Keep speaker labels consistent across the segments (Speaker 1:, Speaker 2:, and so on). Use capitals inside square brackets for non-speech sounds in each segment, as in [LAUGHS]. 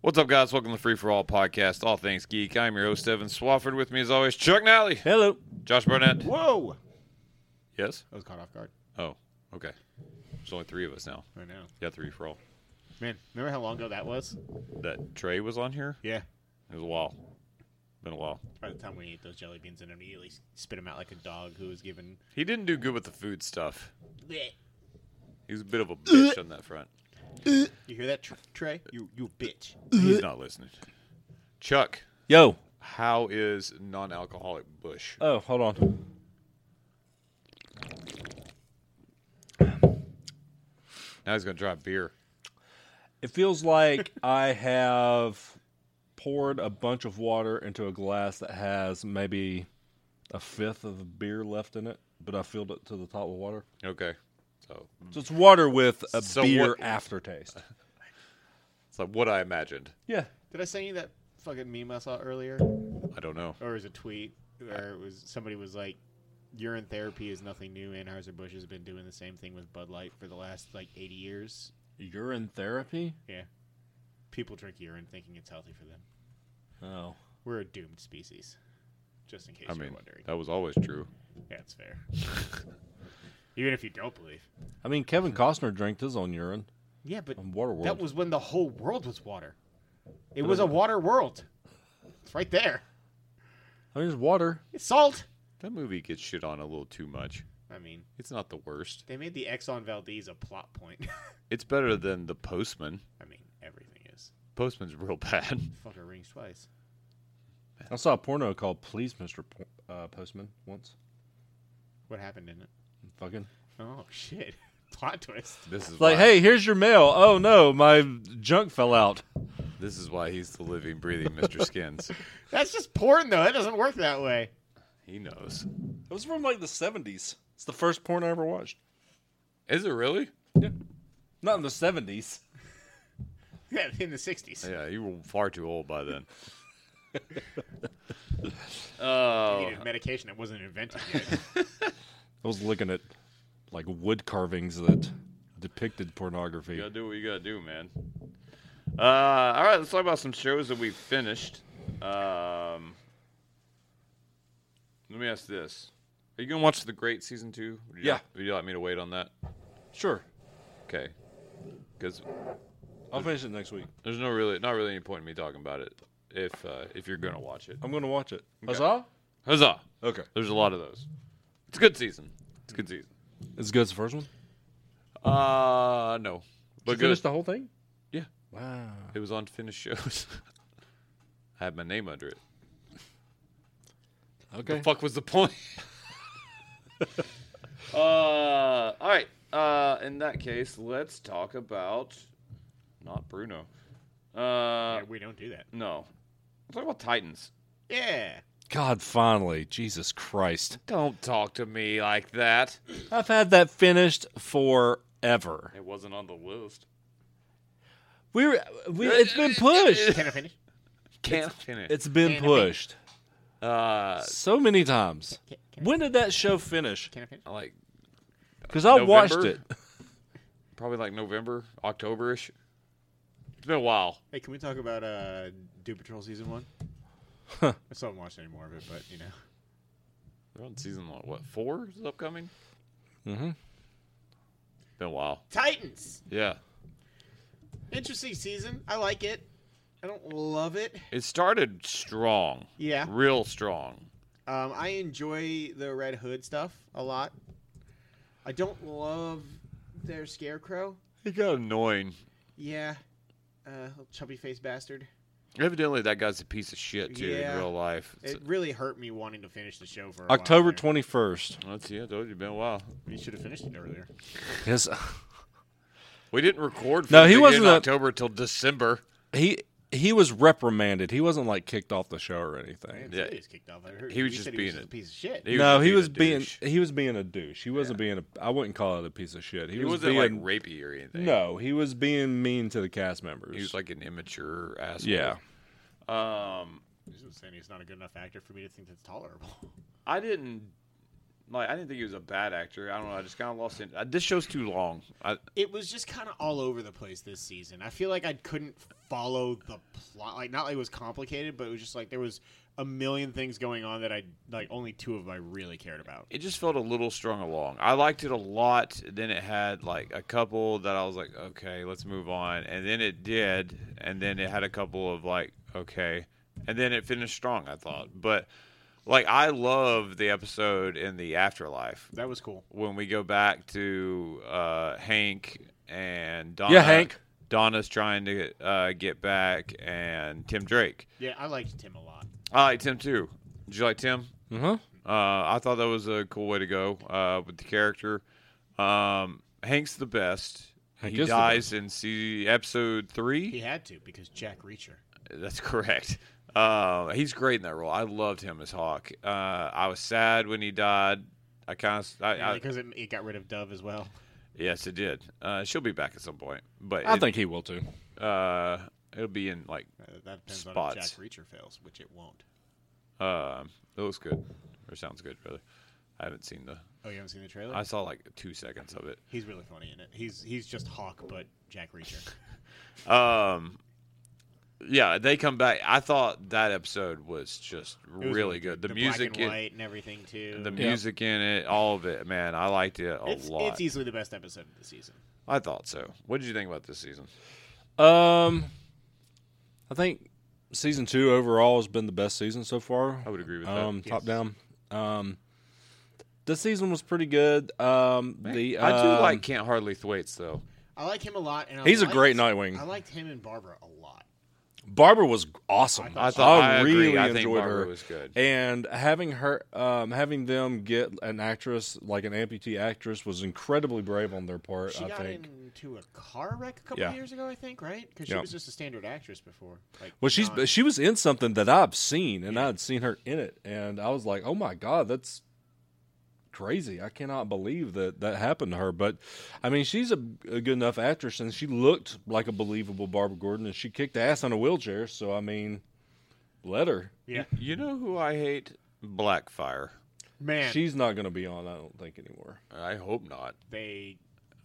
Speaker 1: What's up, guys? Welcome to the Free for All podcast, All Things Geek. I'm your host, Evan Swafford. With me, as always, Chuck Nally,
Speaker 2: Hello.
Speaker 1: Josh Burnett.
Speaker 2: Whoa.
Speaker 1: Yes?
Speaker 2: I was caught off guard.
Speaker 1: Oh, okay. There's only three of us now.
Speaker 2: I know.
Speaker 1: Yeah, three for all.
Speaker 2: Man, remember how long ago that was?
Speaker 1: That Trey was on here?
Speaker 2: Yeah.
Speaker 1: It was a while. Been a while.
Speaker 2: By the time we ate those jelly beans and immediately spit them out like a dog who was given.
Speaker 1: He didn't do good with the food stuff.
Speaker 2: Bleh.
Speaker 1: He was a bit of a bitch on that front.
Speaker 2: You hear that, Tr- Trey? You you bitch.
Speaker 1: He's not listening. Chuck,
Speaker 3: Yo.
Speaker 1: how is non alcoholic Bush?
Speaker 3: Oh, hold on.
Speaker 1: Now he's going to drop beer.
Speaker 3: It feels like [LAUGHS] I have poured a bunch of water into a glass that has maybe a fifth of the beer left in it, but I filled it to the top with water.
Speaker 1: Okay. So
Speaker 3: So it's water with a
Speaker 1: So
Speaker 3: beer
Speaker 1: what-
Speaker 3: aftertaste.
Speaker 1: it's like what I imagined.
Speaker 3: Yeah.
Speaker 2: Did I send you that fucking meme I saw earlier?
Speaker 1: I don't know.
Speaker 2: Or it was a tweet where it was somebody was like, urine therapy is nothing new. Anheuser-Busch has been doing the same thing with Bud Light for the last like 80 years.
Speaker 3: Urine therapy?
Speaker 2: Yeah. People drink urine thinking it's healthy for them.
Speaker 3: Oh.
Speaker 2: We're a doomed species. Just in case
Speaker 1: I
Speaker 2: you're
Speaker 1: mean,
Speaker 2: wondering.
Speaker 1: that was always true.
Speaker 2: Yeah, it's fair. [LAUGHS] Even if you don't believe.
Speaker 3: I mean, Kevin Costner drank his own urine
Speaker 2: Yeah, but
Speaker 1: Um,
Speaker 3: on Waterworld.
Speaker 2: that was when the whole world was water. It was a water world. It's right there.
Speaker 3: I mean, it's water.
Speaker 2: It's salt.
Speaker 1: That movie gets shit on a little too much.
Speaker 2: I mean,
Speaker 1: It's not the worst.
Speaker 2: they made the Exxon Valdez a plot point. [LAUGHS]
Speaker 1: It's better than The Postman.
Speaker 2: I mean, everything is.
Speaker 1: Postman's real [LAUGHS] bad.
Speaker 2: Fucker rings twice.
Speaker 3: I saw a porno called Please, Mr. Po- uh, Postman once.
Speaker 2: What happened in it?
Speaker 3: Fucking.
Speaker 2: Oh, shit. [LAUGHS] plot twist.
Speaker 1: This is why,
Speaker 3: Like, hey, here's your mail. Oh, no, my junk fell out.
Speaker 1: This is why he's the living, breathing Mr. [LAUGHS] Skins.
Speaker 2: That's just porn, though. That doesn't work that way. [LAUGHS]
Speaker 1: He knows.
Speaker 3: It was from like the seventies. It's the first porn I ever watched.
Speaker 1: Is it really?
Speaker 3: Yeah. Not in the seventies.
Speaker 2: Yeah, in the 60s.
Speaker 1: Yeah, you were far too old by [LAUGHS] then. Uh,
Speaker 2: You needed medication that wasn't invented yet.
Speaker 3: I was looking at like wood carvings that depicted pornography.
Speaker 1: You gotta do what you gotta do, man. Uh, all right, let's talk about some shows that we finished. Um, let me ask this: Are you gonna watch The Great season two? Would you
Speaker 3: Yeah.
Speaker 1: Would you like me to wait on that?
Speaker 3: Sure.
Speaker 1: Okay. Because
Speaker 3: I'll finish it next week.
Speaker 1: there's no really, not really any point in me talking about it if uh, if you're gonna watch it.
Speaker 3: I'm gonna watch it.
Speaker 1: Okay.
Speaker 3: Huzzah?
Speaker 1: Huzzah!
Speaker 3: Okay.
Speaker 1: There's a lot of those. It's a good season. It's a good season.
Speaker 3: As good as the first one?
Speaker 1: Uh, no,
Speaker 3: Did
Speaker 1: but
Speaker 3: you
Speaker 1: good.
Speaker 3: finish the whole thing?
Speaker 1: Yeah.
Speaker 3: Wow.
Speaker 1: It was on finished shows. [LAUGHS] I had my name under it.
Speaker 3: Okay.
Speaker 1: fuck was the point? [LAUGHS] uh, all right. Uh, in that case, let's talk about not Bruno. [LAUGHS] Uh,
Speaker 2: yeah, we don't do that.
Speaker 1: no. Let's talk about Titans.
Speaker 2: Yeah.
Speaker 3: God finally. Jesus Christ.
Speaker 1: Don't talk to me like that.
Speaker 3: I've had that finished forever.
Speaker 1: It wasn't on the list.
Speaker 3: We were we it's been pushed.
Speaker 2: Can I finish?
Speaker 1: Can't finish.
Speaker 3: It's been pushed.
Speaker 1: uh,
Speaker 3: So many times.
Speaker 2: Can, can,
Speaker 3: When did that show finish?
Speaker 2: can I finish?
Speaker 1: like
Speaker 3: Because I watched it.
Speaker 1: November? probably like November, October-ish. It's been a while.
Speaker 2: Hey, can we talk about uh, Doom Patrol season one? I still haven't watched any more of it, but you know,
Speaker 1: They're on season like, what four is upcoming. Mm-hmm. Been a while.
Speaker 2: Titans,
Speaker 1: Yeah.
Speaker 2: interesting season. I like it. I don't love it.
Speaker 1: It started strong.
Speaker 2: Yeah.
Speaker 1: Real strong.
Speaker 2: Um, I enjoy the Red Hood stuff a lot. I don't love their Scarecrow.
Speaker 1: It got annoying.
Speaker 2: Yeah, uh, chubby faced bastard.
Speaker 1: Evidently, that guy's a piece of shit, too,
Speaker 2: Yeah.
Speaker 1: in real life. It's-
Speaker 2: It really hurt me wanting to finish the show for a
Speaker 3: October
Speaker 2: While
Speaker 3: twenty first.
Speaker 1: That's, yeah, I told you, it's been a while.
Speaker 2: there. You should have finished it earlier.
Speaker 3: Yes,
Speaker 1: We didn't record for
Speaker 3: No,
Speaker 1: the
Speaker 3: he
Speaker 1: thing
Speaker 3: wasn't
Speaker 1: in
Speaker 3: a-
Speaker 1: October till December.
Speaker 3: he he was reprimanded. He wasn't like kicked off the show or anything.
Speaker 1: Yeah.
Speaker 2: he was kicked off. I heard
Speaker 1: He was
Speaker 2: you
Speaker 1: just
Speaker 2: said
Speaker 1: being
Speaker 2: he was
Speaker 1: a-
Speaker 2: a piece of shit.
Speaker 1: He
Speaker 3: no, he
Speaker 1: being
Speaker 3: was
Speaker 1: a
Speaker 3: being
Speaker 1: douche.
Speaker 3: he was being a douche. He wasn't being a I wouldn't call it a piece of shit. He,
Speaker 1: He,
Speaker 3: was
Speaker 1: wasn't,
Speaker 3: being
Speaker 1: like, rapey or anything.
Speaker 3: no. He was being mean to the cast members.
Speaker 1: He was, like, an immature asshole.
Speaker 3: yeah.
Speaker 1: Um,
Speaker 2: He's just saying he's not a good enough actor for me to think that's tolerable.
Speaker 1: I didn't like I didn't think he was a bad actor. I don't know. I just kind of lost it. I, this show's too long. I,
Speaker 2: It was just kind of all over the place this season. I feel like I couldn't follow the plot. Like not like it was complicated, but it was just like there was a million things going on that I like only two of them I really cared about.
Speaker 1: it just felt a little strung along. I liked it a lot. Then it had like a couple that I was like, okay, let's move on. And then it did. And then it had a couple of like, okay. And then it finished strong. I thought, but like I love the episode in the afterlife
Speaker 2: That was cool.
Speaker 1: when we go back to uh, Hank and Donna.
Speaker 3: Yeah, Hank.
Speaker 1: Donna's trying to uh, get back, and Tim Drake.
Speaker 2: Yeah, I liked Tim a lot.
Speaker 1: I like Tim too. Did you like Tim?
Speaker 3: Uh-huh.
Speaker 1: Uh, I thought that was a cool way to go uh, with the character. Um, Hank's the best.
Speaker 3: Hank
Speaker 1: he
Speaker 3: is the
Speaker 1: dies in se- episode
Speaker 2: He
Speaker 1: three.
Speaker 2: had to because Jack Reacher.
Speaker 1: That's [LAUGHS] correct. Uh, he's great in that role. I loved him as Hawk. Uh, I was sad when he died. I kind of. I, I,
Speaker 2: because it, it got rid of Dove as well.
Speaker 1: yes, it did. Uh, she'll be back at some point, but
Speaker 3: I
Speaker 1: it-
Speaker 3: think he will too.
Speaker 1: uh, it'll be in like
Speaker 2: Uh, that depends on if
Speaker 1: Spots.
Speaker 2: Jack Reacher fails, which it won't.
Speaker 1: uh, it looks good or sounds good rather. I haven't seen the.
Speaker 2: Oh, you haven't seen the trailer?
Speaker 1: I saw like two seconds of it.
Speaker 2: He's really funny in it. He's he's just Hawk, but Jack Reacher.
Speaker 1: [LAUGHS] Um, yeah, they come back. I thought that episode was just
Speaker 2: It was
Speaker 1: really good. The, music,
Speaker 2: black and
Speaker 1: in,
Speaker 2: white, and everything too.
Speaker 1: the music in it, all of it, man. I liked it a
Speaker 2: it's,
Speaker 1: lot.
Speaker 2: it's e- easily the best episode of the season.
Speaker 1: I thought so. What did you think about this season?
Speaker 3: Um, I think season two overall has been the best season so far.
Speaker 1: I would agree with
Speaker 3: Um,
Speaker 2: that.
Speaker 3: top
Speaker 2: Yes.
Speaker 3: down. Um, this season was pretty good. Um, the
Speaker 1: I do
Speaker 3: um,
Speaker 1: like Can't Hardly Thwaites though.
Speaker 2: I like him a lot, and I
Speaker 3: He's a
Speaker 2: liked-
Speaker 3: great Nightwing.
Speaker 2: I liked him and Barbara a lot.
Speaker 3: Barbara was awesome.
Speaker 1: I thought I, agree.
Speaker 3: really
Speaker 1: I think
Speaker 3: enjoyed
Speaker 1: Barbara
Speaker 3: her.
Speaker 1: was good.
Speaker 3: And having her, um, having them get an actress like an amputee actress was incredibly brave on their part.
Speaker 2: She
Speaker 3: I
Speaker 2: got
Speaker 3: think.
Speaker 2: into a car wreck a couple
Speaker 3: Yeah.
Speaker 2: years ago, I think, right? Because she
Speaker 3: Yeah.
Speaker 2: was just a standard actress before. Like,
Speaker 3: Well, she's
Speaker 2: not-
Speaker 3: she was in something that I've seen, and I'd seen her in it, and I was like, "Oh my god, that's crazy! I cannot believe that that happened to her." But I mean, she's a, a good enough actress, and she looked like a believable Barbara Gordon, and she kicked ass on a wheelchair. So I mean, let her.
Speaker 2: yeah,
Speaker 1: You know who I hate? Blackfire.
Speaker 2: man.
Speaker 3: She's not going to be on, I don't think anymore.
Speaker 1: I hope not.
Speaker 2: they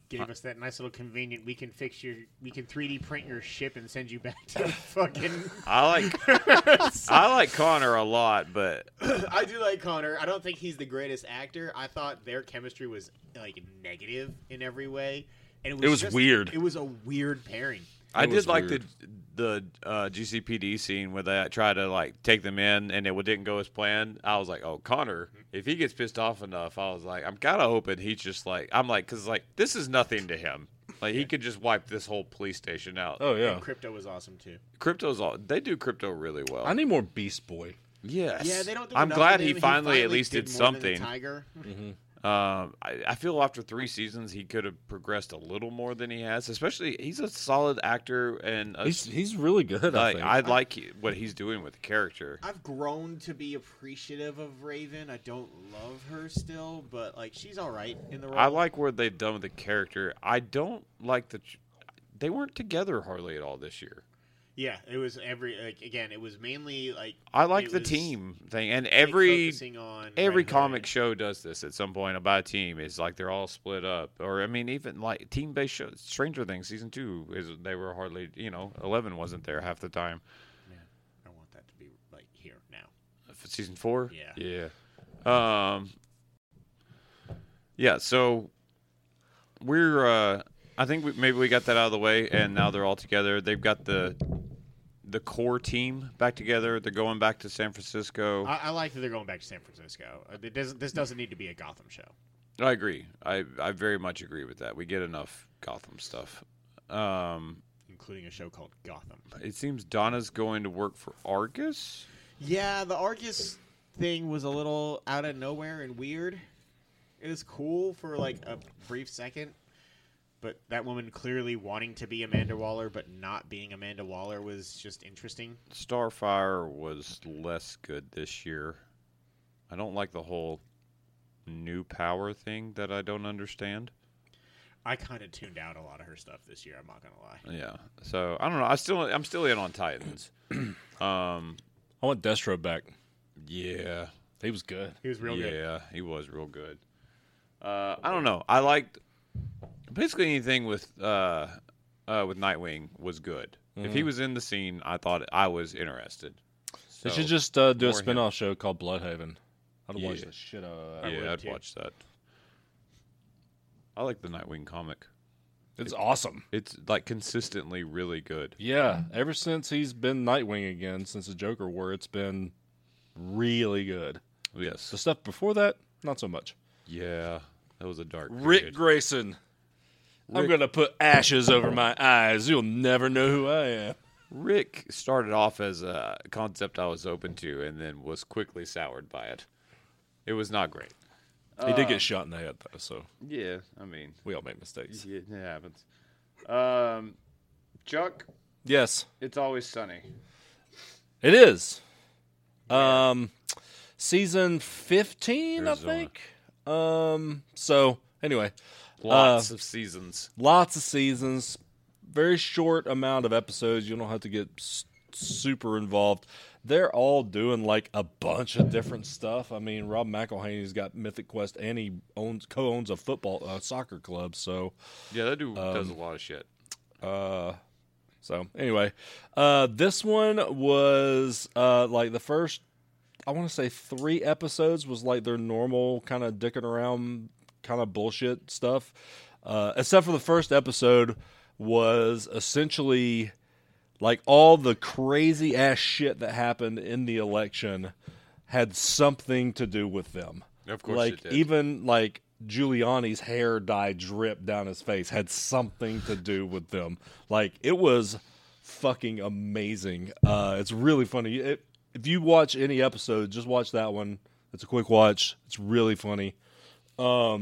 Speaker 2: gave us that nice little convenient. We can fix your, we can 3D print your ship and send you back
Speaker 3: [LAUGHS]
Speaker 2: to fucking.
Speaker 1: I
Speaker 2: [LAUGHS]
Speaker 1: like I like Connor a lot, but
Speaker 2: I do like Connor. I don't think he's the greatest actor. I thought their chemistry was like negative in every way, and it was,
Speaker 3: It was
Speaker 2: just-
Speaker 3: weird.
Speaker 2: It was a weird pairing.
Speaker 1: I
Speaker 3: It was
Speaker 1: did like
Speaker 3: weird.
Speaker 1: the the uh, GCPD scene where they tried to like take them in and it didn't go as planned. I was like, oh Connor,
Speaker 3: Mm-hmm.
Speaker 1: if he gets pissed off enough, I was like, I'm kind of hoping he's just like, I'm like, cause like this is nothing to him. Like he could just wipe this whole police station out.
Speaker 3: Oh yeah,
Speaker 2: And Crypto was awesome too.
Speaker 1: Crypto's all they do crypto really well.
Speaker 3: I need more Beast Boy.
Speaker 1: yes,
Speaker 2: Yeah, they don't. Do
Speaker 1: I'm
Speaker 2: enough
Speaker 1: glad
Speaker 2: with
Speaker 1: he
Speaker 2: him.
Speaker 1: finally, at least did,
Speaker 2: more than the
Speaker 1: something. Um,
Speaker 2: tiger.
Speaker 1: I, I feel after three seasons he could have progressed a little more than he has. Especially he's a solid actor and a,
Speaker 3: He's he's really good. I
Speaker 1: like
Speaker 3: think.
Speaker 1: I like what he's doing with the character.
Speaker 2: I've grown to be appreciative of Raven. I don't love her still, but like she's all right in the role.
Speaker 1: I like where they've done with the character. I don't like the. They weren't together hardly at all this year.
Speaker 2: yeah, it was every like again. It was mainly like
Speaker 1: I like
Speaker 2: it
Speaker 1: the
Speaker 2: was,
Speaker 1: team thing, and
Speaker 2: like,
Speaker 1: every
Speaker 2: focusing on
Speaker 1: every
Speaker 2: Red Hood.
Speaker 1: comic show does this at some point about a team. Is like they're all split up, or I mean, even like team based shows. Stranger Things season two is they were hardly you know Eleven wasn't there half the time.
Speaker 2: Man, I want that to be like here now.
Speaker 1: For season four.
Speaker 2: Yeah.
Speaker 1: Yeah. Um. Yeah. So we're. Uh, I think we, maybe we got that out of the way, and now they're all together. They've got the the core team back together. They're going back to San Francisco. I,
Speaker 2: I, I like that they're going back to San Francisco. Uh, It doesn't, this doesn't need to be a Gotham show.
Speaker 1: agree. I I very much agree with that. We get enough Gotham stuff. Um.
Speaker 2: Including a show called Gotham.
Speaker 1: It seems Donna's going to work for Argus.
Speaker 2: Yeah, the Argus thing was a little out of nowhere and weird. It was cool for like a brief second, but that woman clearly wanting to be Amanda Waller but not being Amanda Waller was just interesting.
Speaker 1: Starfire was less good this year. I don't like the whole new power thing that I don't understand.
Speaker 2: I kind of tuned out a lot of her stuff this year. I'm not gonna lie.
Speaker 1: Yeah. So I don't know. I still I'm still in on Titans. um
Speaker 3: I want Destro back.
Speaker 1: yeah.
Speaker 3: He was good.
Speaker 2: He was real
Speaker 1: yeah,
Speaker 2: good.
Speaker 1: he was real good. Uh, I don't know. I liked basically anything with uh, uh, with Nightwing was good. If he was in the scene, I thought I was interested. So,
Speaker 3: they should just uh, do a
Speaker 1: more him.
Speaker 3: spin-off show called Bloodhaven. I'd watch
Speaker 1: Yeah.
Speaker 3: the shit out of that.
Speaker 1: yeah,
Speaker 2: would
Speaker 1: I'd
Speaker 2: too.
Speaker 1: watch that. I like the Nightwing comic.
Speaker 3: It's awesome.
Speaker 1: It's like consistently really good.
Speaker 3: Yeah, ever since he's been Nightwing again, since the Joker War, it's been really good. The
Speaker 1: Yes.
Speaker 3: stuff before that, not so much.
Speaker 1: Yeah. That was a dark.
Speaker 3: Rick
Speaker 1: period.
Speaker 3: Grayson. I'm
Speaker 1: Rick-
Speaker 3: going to put ashes over my eyes. You'll never know who I am.
Speaker 1: Rick started off as a concept I was open to, and then was quickly soured by it. It was not great.
Speaker 3: he did get shot in the head, though, so
Speaker 1: Yeah, I mean,
Speaker 3: we all make mistakes.
Speaker 1: it happens. Um, Chuck,
Speaker 3: Yes,
Speaker 1: it's always sunny.
Speaker 3: it is. Um, season 15,
Speaker 1: Arizona.
Speaker 3: I think. Um, so anyway, Uh,
Speaker 1: Lots of seasons.
Speaker 3: lots of seasons, very short amount of episodes. You don't have to get s- super involved. They're all doing like a bunch of different stuff. I mean, Rob McElhaney's got Mythic Quest, and he owns co-owns a football uh, soccer club. So,
Speaker 1: Yeah, that dude
Speaker 3: um,
Speaker 1: does a lot of shit.
Speaker 3: uh, so anyway, uh, this one was uh, like the first. I want to say three episodes was like their normal kind of dicking around, kind of bullshit stuff. Uh, except for the first episode was essentially like all the crazy ass shit that happened in the election had something to do with them.
Speaker 1: Of course
Speaker 3: like
Speaker 1: it did.
Speaker 3: even like Giuliani's hair dye drip down his face had something to do with them. Like it was fucking amazing. Uh, it's really funny. It, if you watch any episode, just watch that one. It's a quick watch. It's really funny. But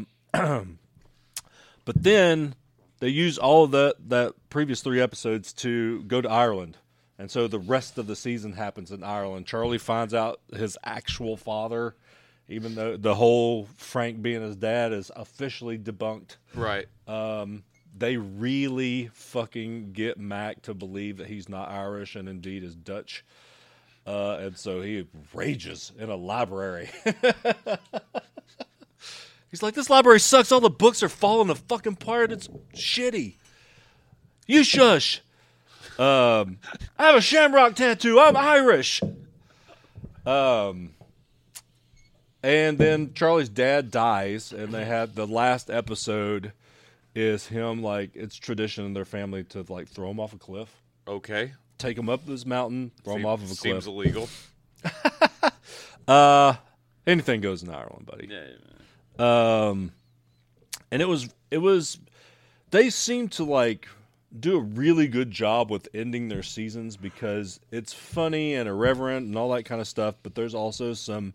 Speaker 3: then they use all of that that previous three episodes to go to Ireland. And so the rest of the season happens in Ireland. Charlie finds out his actual father, even though the whole Frank being his dad is officially debunked.
Speaker 1: Right.
Speaker 3: uh, They really fucking get Mac to believe that he's not Irish and indeed is Dutch. Uh, and so he rages in a library. [LAUGHS] He's like, this library sucks. All the books are falling the fucking apart. It's shitty. You shush. Um, I have a shamrock tattoo. I'm Irish. Um, and then Charlie's dad dies, and they have the last episode is him like it's tradition in their family to like throw him off a cliff,
Speaker 1: okay.
Speaker 3: take him up this mountain, throw him
Speaker 1: Seem-
Speaker 3: off of a cliff. Uh,
Speaker 1: Seems illegal.
Speaker 3: Anything goes in Ireland, buddy. and it was it was they seem to like do a really good job with ending their seasons because it's funny and irreverent and all that kind of stuff but there's also some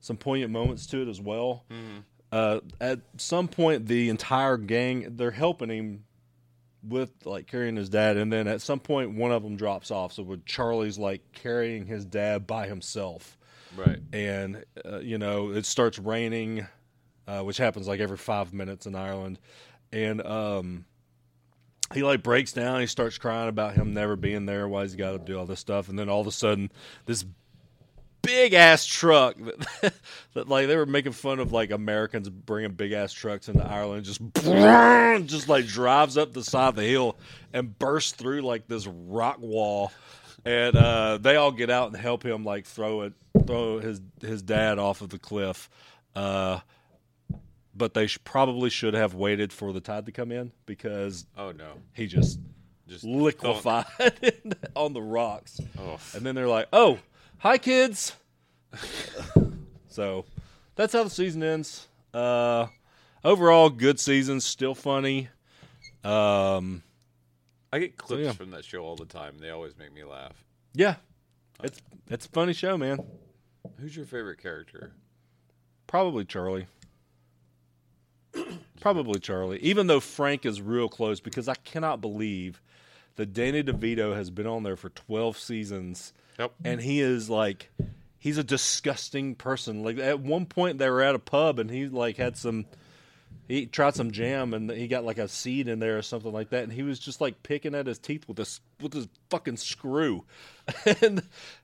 Speaker 3: some poignant moments to it as well uh, at some point the entire gang they're helping him with like carrying his dad and then at some point one of them drops off so with charlie's like carrying his dad by himself
Speaker 1: Right.
Speaker 3: and uh, you know it starts raining, uh, which happens like every five minutes in Ireland, and um, he like breaks down. He starts crying about him never being there, why he's got to do all this stuff, and then all of a sudden this big ass truck that, [LAUGHS] that like they were making fun of like Americans bringing big ass trucks into Ireland just [LAUGHS] just like drives up the side of the hill and bursts through like this rock wall and uh, they all get out and help him like throw it throw his his dad off of the cliff uh, but they sh- probably should have waited for the tide to come in because
Speaker 1: Oh no.
Speaker 3: he just
Speaker 1: Just
Speaker 3: liquefied [LAUGHS] on the rocks
Speaker 1: Oh.
Speaker 3: and then they're like, "Oh, hi kids." [LAUGHS] so, that's how the season ends. Uh, overall, good season, still funny. Um,
Speaker 1: I get clips
Speaker 3: yeah.
Speaker 1: from that show all the time. They always make me laugh.
Speaker 3: yeah, it's it's a funny show, man.
Speaker 1: Who's your favorite character?
Speaker 3: Probably Charlie. [COUGHS] Probably Charlie. Even though Frank is real close, because I cannot believe that Danny DeVito has been on there for twelve seasons.
Speaker 1: Yep.
Speaker 3: and he is like he's a disgusting person like at one point they were at a pub and he like had some He tried some jam and he got like a seed in there or something like that, and he was just like picking at his teeth with this with his fucking screw. [LAUGHS] and,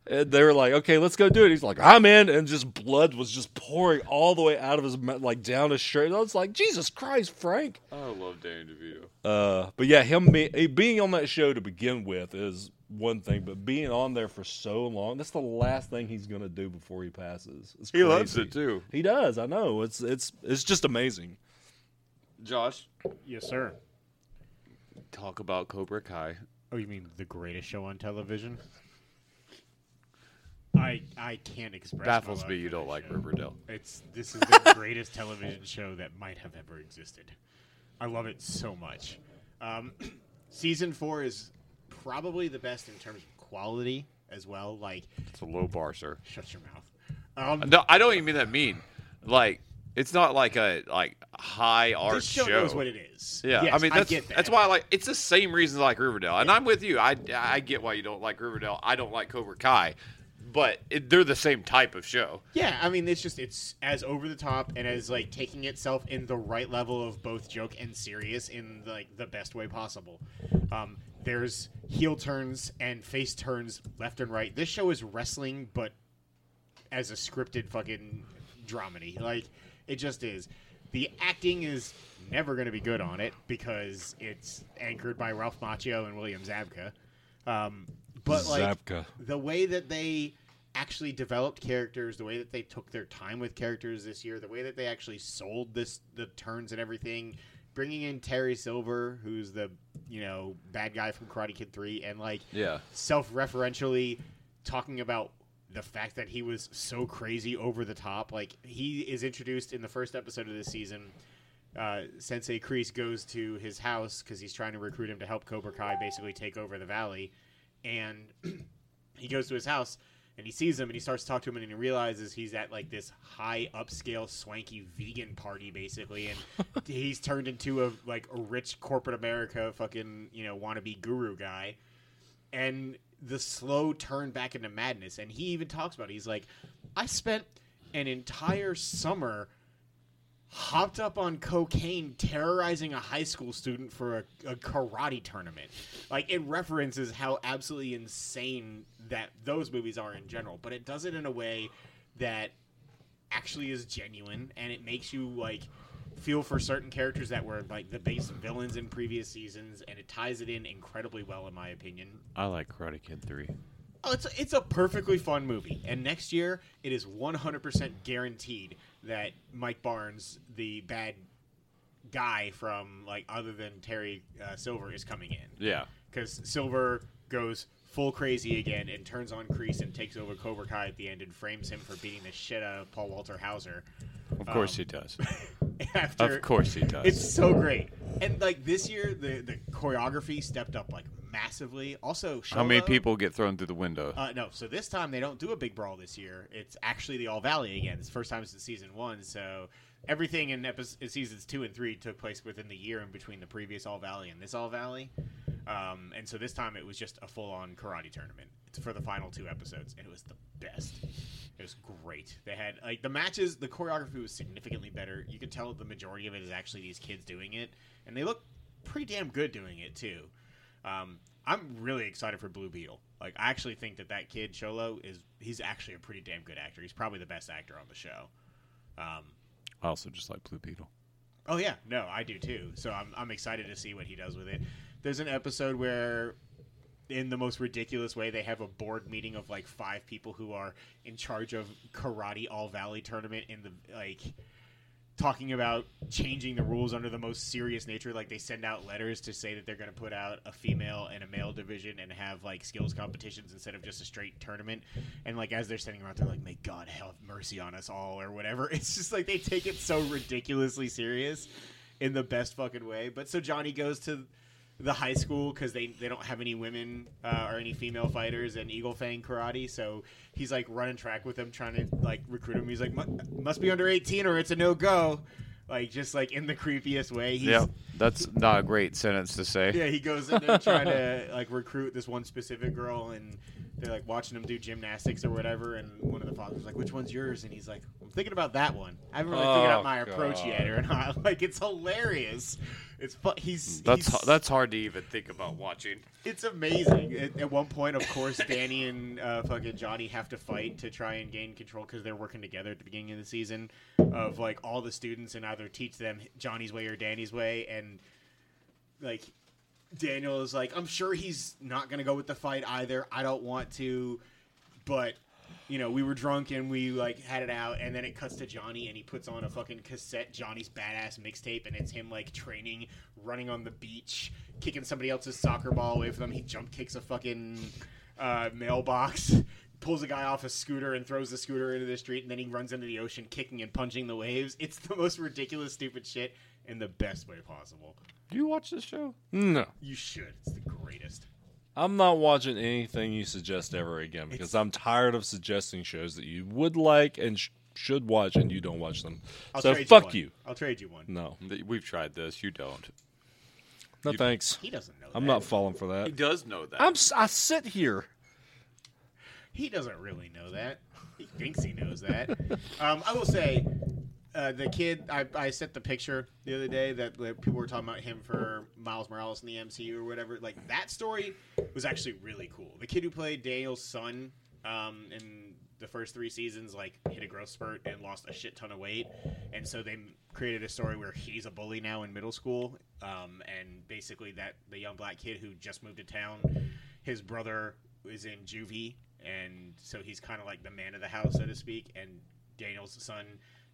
Speaker 3: and they were like, "Okay, let's go do it." He's like, "I'm in," and just blood was just pouring all the way out of his mouth, like down his shirt. And I was like, "Jesus Christ, Frank!"
Speaker 1: I love Danny DeVito.
Speaker 3: Uh, but yeah, him be- eh, being on that show to begin with is one thing, but being on there for so long—that's the last thing he's gonna do before he passes. It's
Speaker 1: He loves
Speaker 3: crazy.
Speaker 1: it too.
Speaker 3: He does. I know. It's it's it's just amazing.
Speaker 1: Josh,
Speaker 2: Yes, sir.
Speaker 1: talk about Cobra Kai.
Speaker 2: Oh, you mean the greatest show on television? I I can't express. my
Speaker 1: Baffles me
Speaker 2: love for
Speaker 1: you
Speaker 2: that
Speaker 1: don't like
Speaker 2: show.
Speaker 1: Riverdale.
Speaker 2: It's this is the greatest television show that might have ever existed. I love it so much. Um, [CLEARS THROAT] season four is probably the best in terms of quality as well. Like,
Speaker 1: It's a low bar, sir.
Speaker 2: shut your mouth. Um,
Speaker 1: No, I don't even mean that mean. Like, it's not like a like high art
Speaker 2: this show, knows what it is.
Speaker 1: yeah,
Speaker 2: Yes,
Speaker 1: I mean that's
Speaker 2: get that.
Speaker 1: that's why I like it's the same reasons I like Riverdale, and I'm with you. I, I get why you don't like Riverdale. I don't like Cobra Kai, but it, they're the same type of show.
Speaker 2: Yeah, I mean, it's just it's as over the top and as like taking itself in the right level of both joke and serious in like the best way possible. Um, there's heel turns and face turns left and right. This show is wrestling, but as a scripted fucking dramedy. Like it just is. The acting is never going to be good on it because it's anchored by Ralph Macchio and William Zabka. Um, but like
Speaker 3: Zabka.
Speaker 2: the way that they actually developed characters, the way that they took their time with characters this year, the way that they actually sold this the turns and everything, bringing in Terry Silver, who's the you know bad guy from Karate Kid Three, and like
Speaker 1: Yeah,
Speaker 2: self-referentially talking about the fact that he was so crazy over the top. Like he is introduced in the first episode of this season. Uh, Sensei Kreese goes to his house because he's trying to recruit him to help Cobra Kai basically take over the valley, and [CLEARS THROAT] he goes to his house and he sees him and he starts to talk to him and he realizes he's at like this high upscale swanky vegan party basically and he's turned into a like a rich corporate America fucking you know wannabe guru guy and the slow turn back into madness. And he even talks about it. He's like, I spent an entire summer hopped up on cocaine terrorizing a high school student for a, a karate tournament. Like it references how absolutely insane that those movies are in general, but it does it in a way that actually is genuine and it makes you like feel for certain characters that were like the base villains in previous seasons and it ties it in incredibly well in my opinion
Speaker 1: I like Karate Kid Three.
Speaker 2: Oh, it's it's a perfectly fun movie, and next year it is one hundred percent guaranteed that Mike Barnes, the bad guy from like other than Terry uh, Silver, is coming in
Speaker 1: Yeah,
Speaker 2: because Silver goes full crazy again and turns on Kreese and takes over Cobra Kai at the end and frames him for beating the shit out of Paul Walter Hauser. Um,
Speaker 1: of course he does.
Speaker 2: [LAUGHS] After
Speaker 1: Of course he does.
Speaker 2: it's so great, and like this year the the choreography stepped up like massively. Also,
Speaker 1: How many
Speaker 2: Sholo-
Speaker 1: people get thrown through the window?
Speaker 2: uh, no, so this time they don't do a big brawl this year. It's actually the All Valley again. It's the first time since season one. So everything in episodes, seasons two and three took place within the year in between the previous All Valley and this All Valley. Um, and so this time it was just a full on karate tournament for the final two episodes, and it was the best. It was great. They had like the matches, the choreography was significantly better. You could tell the majority of it is actually these kids doing it, and they look pretty damn good doing it too. Um, I'm really excited for Blue Beetle. Like, I actually think that that kid Cholo is—he's actually a pretty damn good actor. He's probably the best actor on the show. Um,
Speaker 1: I also just like Blue Beetle.
Speaker 2: oh yeah, no, I do too. So I'm I'm excited to see what he does with it. There's an episode where, in the most ridiculous way, they have a board meeting of like five people who are in charge of karate all valley tournament in the like talking about changing the rules under the most serious nature. Like they send out letters to say that they're going to put out a female and a male division and have like skills competitions instead of just a straight tournament. And like as they're sending them out, they're like, "May God have mercy on us all," or whatever. [LAUGHS] It's just like they take it so ridiculously serious in the best fucking way. But so Johnny goes to the high school because they, they don't have any women uh, or any female fighters in Eagle Fang karate. So he's like running track with them, trying to like recruit him. He's like, "Mu- must be under 18 or it's a no go. Like, just like in the creepiest way. He's,
Speaker 1: Yeah, that's not a great sentence to say.
Speaker 2: yeah, he goes in there trying to like recruit this one specific girl, and they're like watching him do gymnastics or whatever. And one of the fathers like, "Which one's yours?" And he's like, I'm thinking about that one. I haven't really figured out
Speaker 3: Oh,
Speaker 2: my approach yet or not. [LAUGHS] Like it's hilarious. It's fu- he's
Speaker 1: That's
Speaker 2: he's-
Speaker 1: that's hard to even think about watching.
Speaker 2: it's amazing. At, at one point, of course, Danny and uh, fucking Johnny have to fight to try and gain control because they're working together at the beginning of the season of like all the students and either teach them Johnny's way or Danny's way, and like Daniel is like, I'm sure he's not gonna go with the fight either. I don't want to, but you know, we were drunk and we like had it out, and then it cuts to Johnny and he puts on a fucking cassette Johnny's badass mixtape, and it's him like training, running on the beach, kicking somebody else's soccer ball away from them. He jump kicks a fucking uh, mailbox, pulls a guy off a scooter and throws the scooter into the street, and then he runs into the ocean, kicking and punching the waves. It's the most ridiculous, stupid shit in the best way possible.
Speaker 1: Do you watch this show?
Speaker 3: No,
Speaker 2: You should. It's the greatest.
Speaker 3: I'm not watching anything you suggest ever again because I'm tired of suggesting shows that you would like and sh- should watch and you don't watch them.
Speaker 2: I'll
Speaker 3: so
Speaker 2: trade
Speaker 3: fuck
Speaker 2: one.
Speaker 3: you.
Speaker 2: I'll trade you one.
Speaker 3: No,
Speaker 1: We've tried this. You don't.
Speaker 3: no thanks.
Speaker 2: He doesn't know.
Speaker 3: I'm
Speaker 2: that.
Speaker 3: not falling for
Speaker 1: He
Speaker 3: that.
Speaker 1: does know that.
Speaker 3: I'm s- I sit here.
Speaker 2: He doesn't really know that. He thinks he knows that. um, I will say, uh, the kid, I, I sent the picture the other day that like, people were talking about him for Miles Morales in the MCU or whatever. Like, that story was actually really cool. The kid who played Daniel's son um, in the first three seasons, like, hit a growth spurt and lost a shit ton of weight. And so they created a story where he's a bully now in middle school. Um, and basically, that the young black kid who just moved to town, his brother is in juvie and so he's kind of like the man of the house, so to speak. And Daniel's son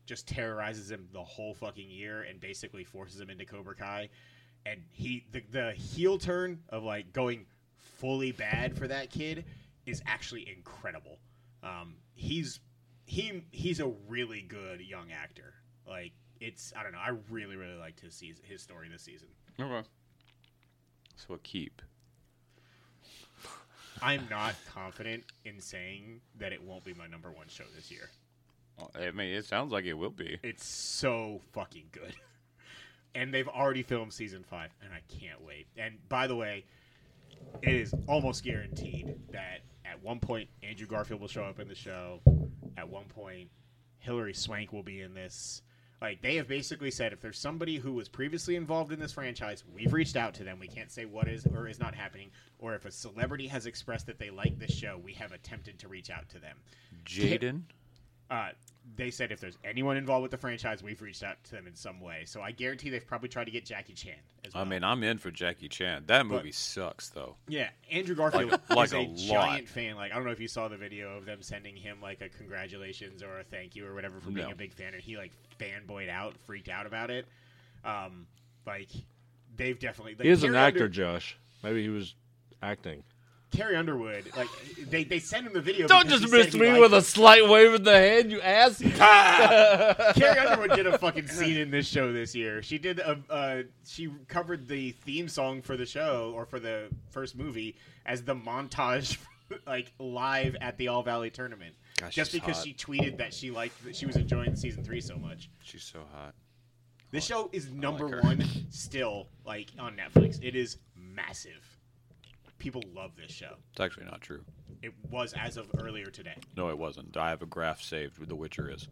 Speaker 2: just terrorizes him the whole fucking year and basically forces him into Cobra Kai. And he the, the heel turn of like going fully bad for that kid is actually incredible. Um, he's he he's a really good young actor. Like it's I don't know I really really liked his season, his story this season.
Speaker 1: Okay. So a keep.
Speaker 2: I'm not confident in saying that it won't be my number one show this year.
Speaker 1: Well, I mean, it sounds like it will be.
Speaker 2: It's so fucking good. [LAUGHS] And they've already filmed season five, and I can't wait. And by the way, it is almost guaranteed that at one point Andrew Garfield will show up in the show. At one point, Hillary Swank will be in this. Like they have basically said, if there's somebody who was previously involved in this franchise, we've reached out to them. We can't say what is or is not happening, or if a celebrity has expressed that they like this show, we have attempted to reach out to them
Speaker 1: Jaden.
Speaker 2: uh, they said if there's anyone involved with the franchise, we've reached out to them in some way. So I guarantee they've probably tried to get Jackie Chan. As well.
Speaker 1: I mean, I'm in for Jackie Chan. That movie sucks, though.
Speaker 2: yeah, Andrew Garfield
Speaker 1: like
Speaker 2: is
Speaker 1: a
Speaker 2: a,
Speaker 1: lot.
Speaker 2: giant fan. Like I don't know if you saw the video of them sending him like a congratulations or a thank you or whatever for being
Speaker 1: No.
Speaker 2: a big fan, and he like fanboyed out, freaked out about it. Um, like they've definitely like,
Speaker 3: He is an
Speaker 2: Carrie
Speaker 3: actor,
Speaker 2: Under-
Speaker 3: Josh. Maybe he was acting.
Speaker 2: Carrie Underwood, like they they sent him the video.
Speaker 3: Don't
Speaker 2: because
Speaker 3: just
Speaker 2: he said
Speaker 3: miss
Speaker 2: he
Speaker 3: me
Speaker 2: liked
Speaker 3: with
Speaker 2: it.
Speaker 3: a slight wave of the hand, you [LAUGHS] ass.
Speaker 1: [LAUGHS]
Speaker 2: Carrie Underwood did a fucking scene in this show this year. She did a uh, she covered the theme song for the show or for the first movie as the montage, [LAUGHS] like live at the All Valley tournament.
Speaker 1: Gosh,
Speaker 2: just
Speaker 1: she's
Speaker 2: because
Speaker 1: hot.
Speaker 2: she tweeted that she liked that she was enjoying season three so much.
Speaker 1: She's so hot.
Speaker 2: This show is number
Speaker 1: Oh, her. [LAUGHS]
Speaker 2: one still, like on Netflix. It is massive. People love this show.
Speaker 1: It's actually not true.
Speaker 2: It was as of earlier today.
Speaker 1: No, it wasn't. I have a graph saved with The Witcher is.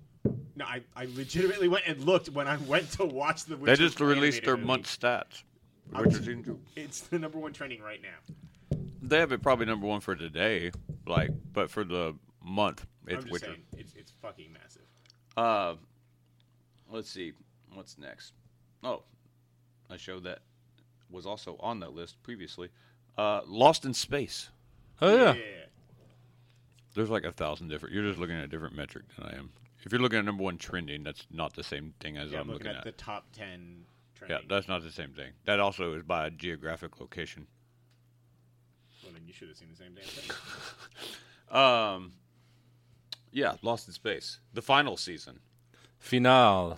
Speaker 2: No, I, I legitimately went and looked when I [LAUGHS] went to watch the.
Speaker 1: They
Speaker 2: Witcher
Speaker 1: just released
Speaker 2: animated
Speaker 1: their
Speaker 2: movie.
Speaker 1: month stats. The
Speaker 2: I'm-
Speaker 1: Witcher season two.
Speaker 2: It's the number one trending right now.
Speaker 1: They have it probably number one for today, like, but for the month, it's
Speaker 2: I'm just
Speaker 1: Witcher.
Speaker 2: saying, it's, it's fucking massive.
Speaker 1: Uh, let's see. What's next? Oh, a show that was also on that list previously. Uh, Lost in Space.
Speaker 3: [LAUGHS] Oh yeah.
Speaker 1: There's like a thousand different. You're just looking at a different metric than I am. If you're looking at number one trending, that's not the same thing as
Speaker 2: Yeah,
Speaker 1: I'm looking, at.
Speaker 2: the top 10 trending.
Speaker 1: yeah, that's not the same thing. That also is by geographic location.
Speaker 2: well, then you should have seen the same
Speaker 1: [LAUGHS]
Speaker 2: damn thing.
Speaker 1: Um, yeah, Lost in Space, the final season.
Speaker 3: Finale.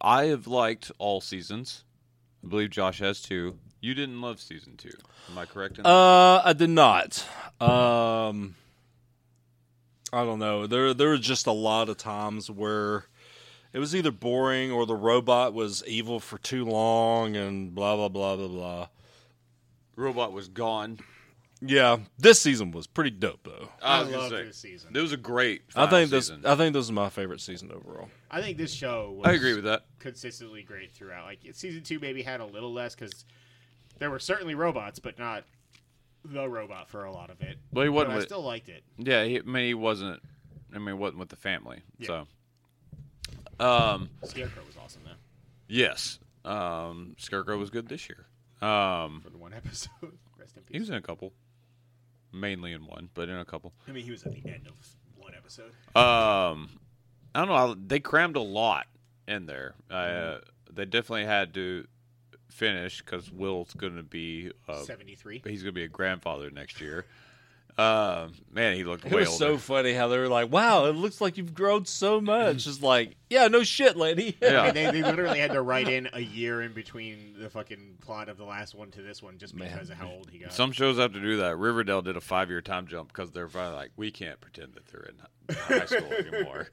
Speaker 1: I have liked all seasons. I believe Josh has too. You didn't love season two. Am I correct in that?
Speaker 3: Uh, I did not. Um, I don't know. There, there were just a lot of times where it was either boring or the robot was evil for too long, and blah blah blah blah blah.
Speaker 1: Robot was gone.
Speaker 3: Yeah, this season was pretty dope though.
Speaker 2: I,
Speaker 1: was gonna
Speaker 2: love
Speaker 1: say,
Speaker 2: this season.
Speaker 1: It was a great.
Speaker 3: I think
Speaker 1: final
Speaker 3: this
Speaker 1: season.
Speaker 3: I think this is my favorite season overall.
Speaker 2: I think this show. Was
Speaker 1: I agree with that.
Speaker 2: consistently great throughout. Like season two, maybe had a little less because there were certainly robots, but not the robot for a lot of it.
Speaker 1: Well, he
Speaker 2: But
Speaker 1: wasn't.
Speaker 2: I
Speaker 1: With,
Speaker 2: still liked it.
Speaker 1: yeah, he, I mean, he wasn't. I mean, he wasn't with the family.
Speaker 2: Yeah.
Speaker 1: So, um,
Speaker 2: Scarecrow was awesome though
Speaker 1: yes, um, Scarecrow was good this year. Um,
Speaker 2: for the one [LAUGHS] episode. Rest in
Speaker 1: he
Speaker 2: peace.
Speaker 1: was in a couple, mainly in one, but in a couple.
Speaker 2: I mean, he was at the end of one episode.
Speaker 1: Um, I don't know. I, they crammed a lot in there.
Speaker 3: Mm-hmm.
Speaker 1: Uh, they definitely had to finish because Will's going to be uh,
Speaker 2: Seventy three.
Speaker 1: he's going to be a grandfather next year. Um, man, he looked
Speaker 3: It
Speaker 1: way
Speaker 3: was
Speaker 1: older.
Speaker 3: so [LAUGHS] funny how they were like, "Wow, it looks like you've grown so much." Just like, yeah, no shit, lady. [LAUGHS]
Speaker 1: Yeah.
Speaker 2: [LAUGHS] And they, they literally had to write in a year in between the fucking plot of the last one to this one just
Speaker 3: Man.
Speaker 2: because of how old he got.
Speaker 1: Some shows have to do that. Riverdale did a five-year time jump because they're finally like, we can't pretend that they're in high [LAUGHS] school anymore.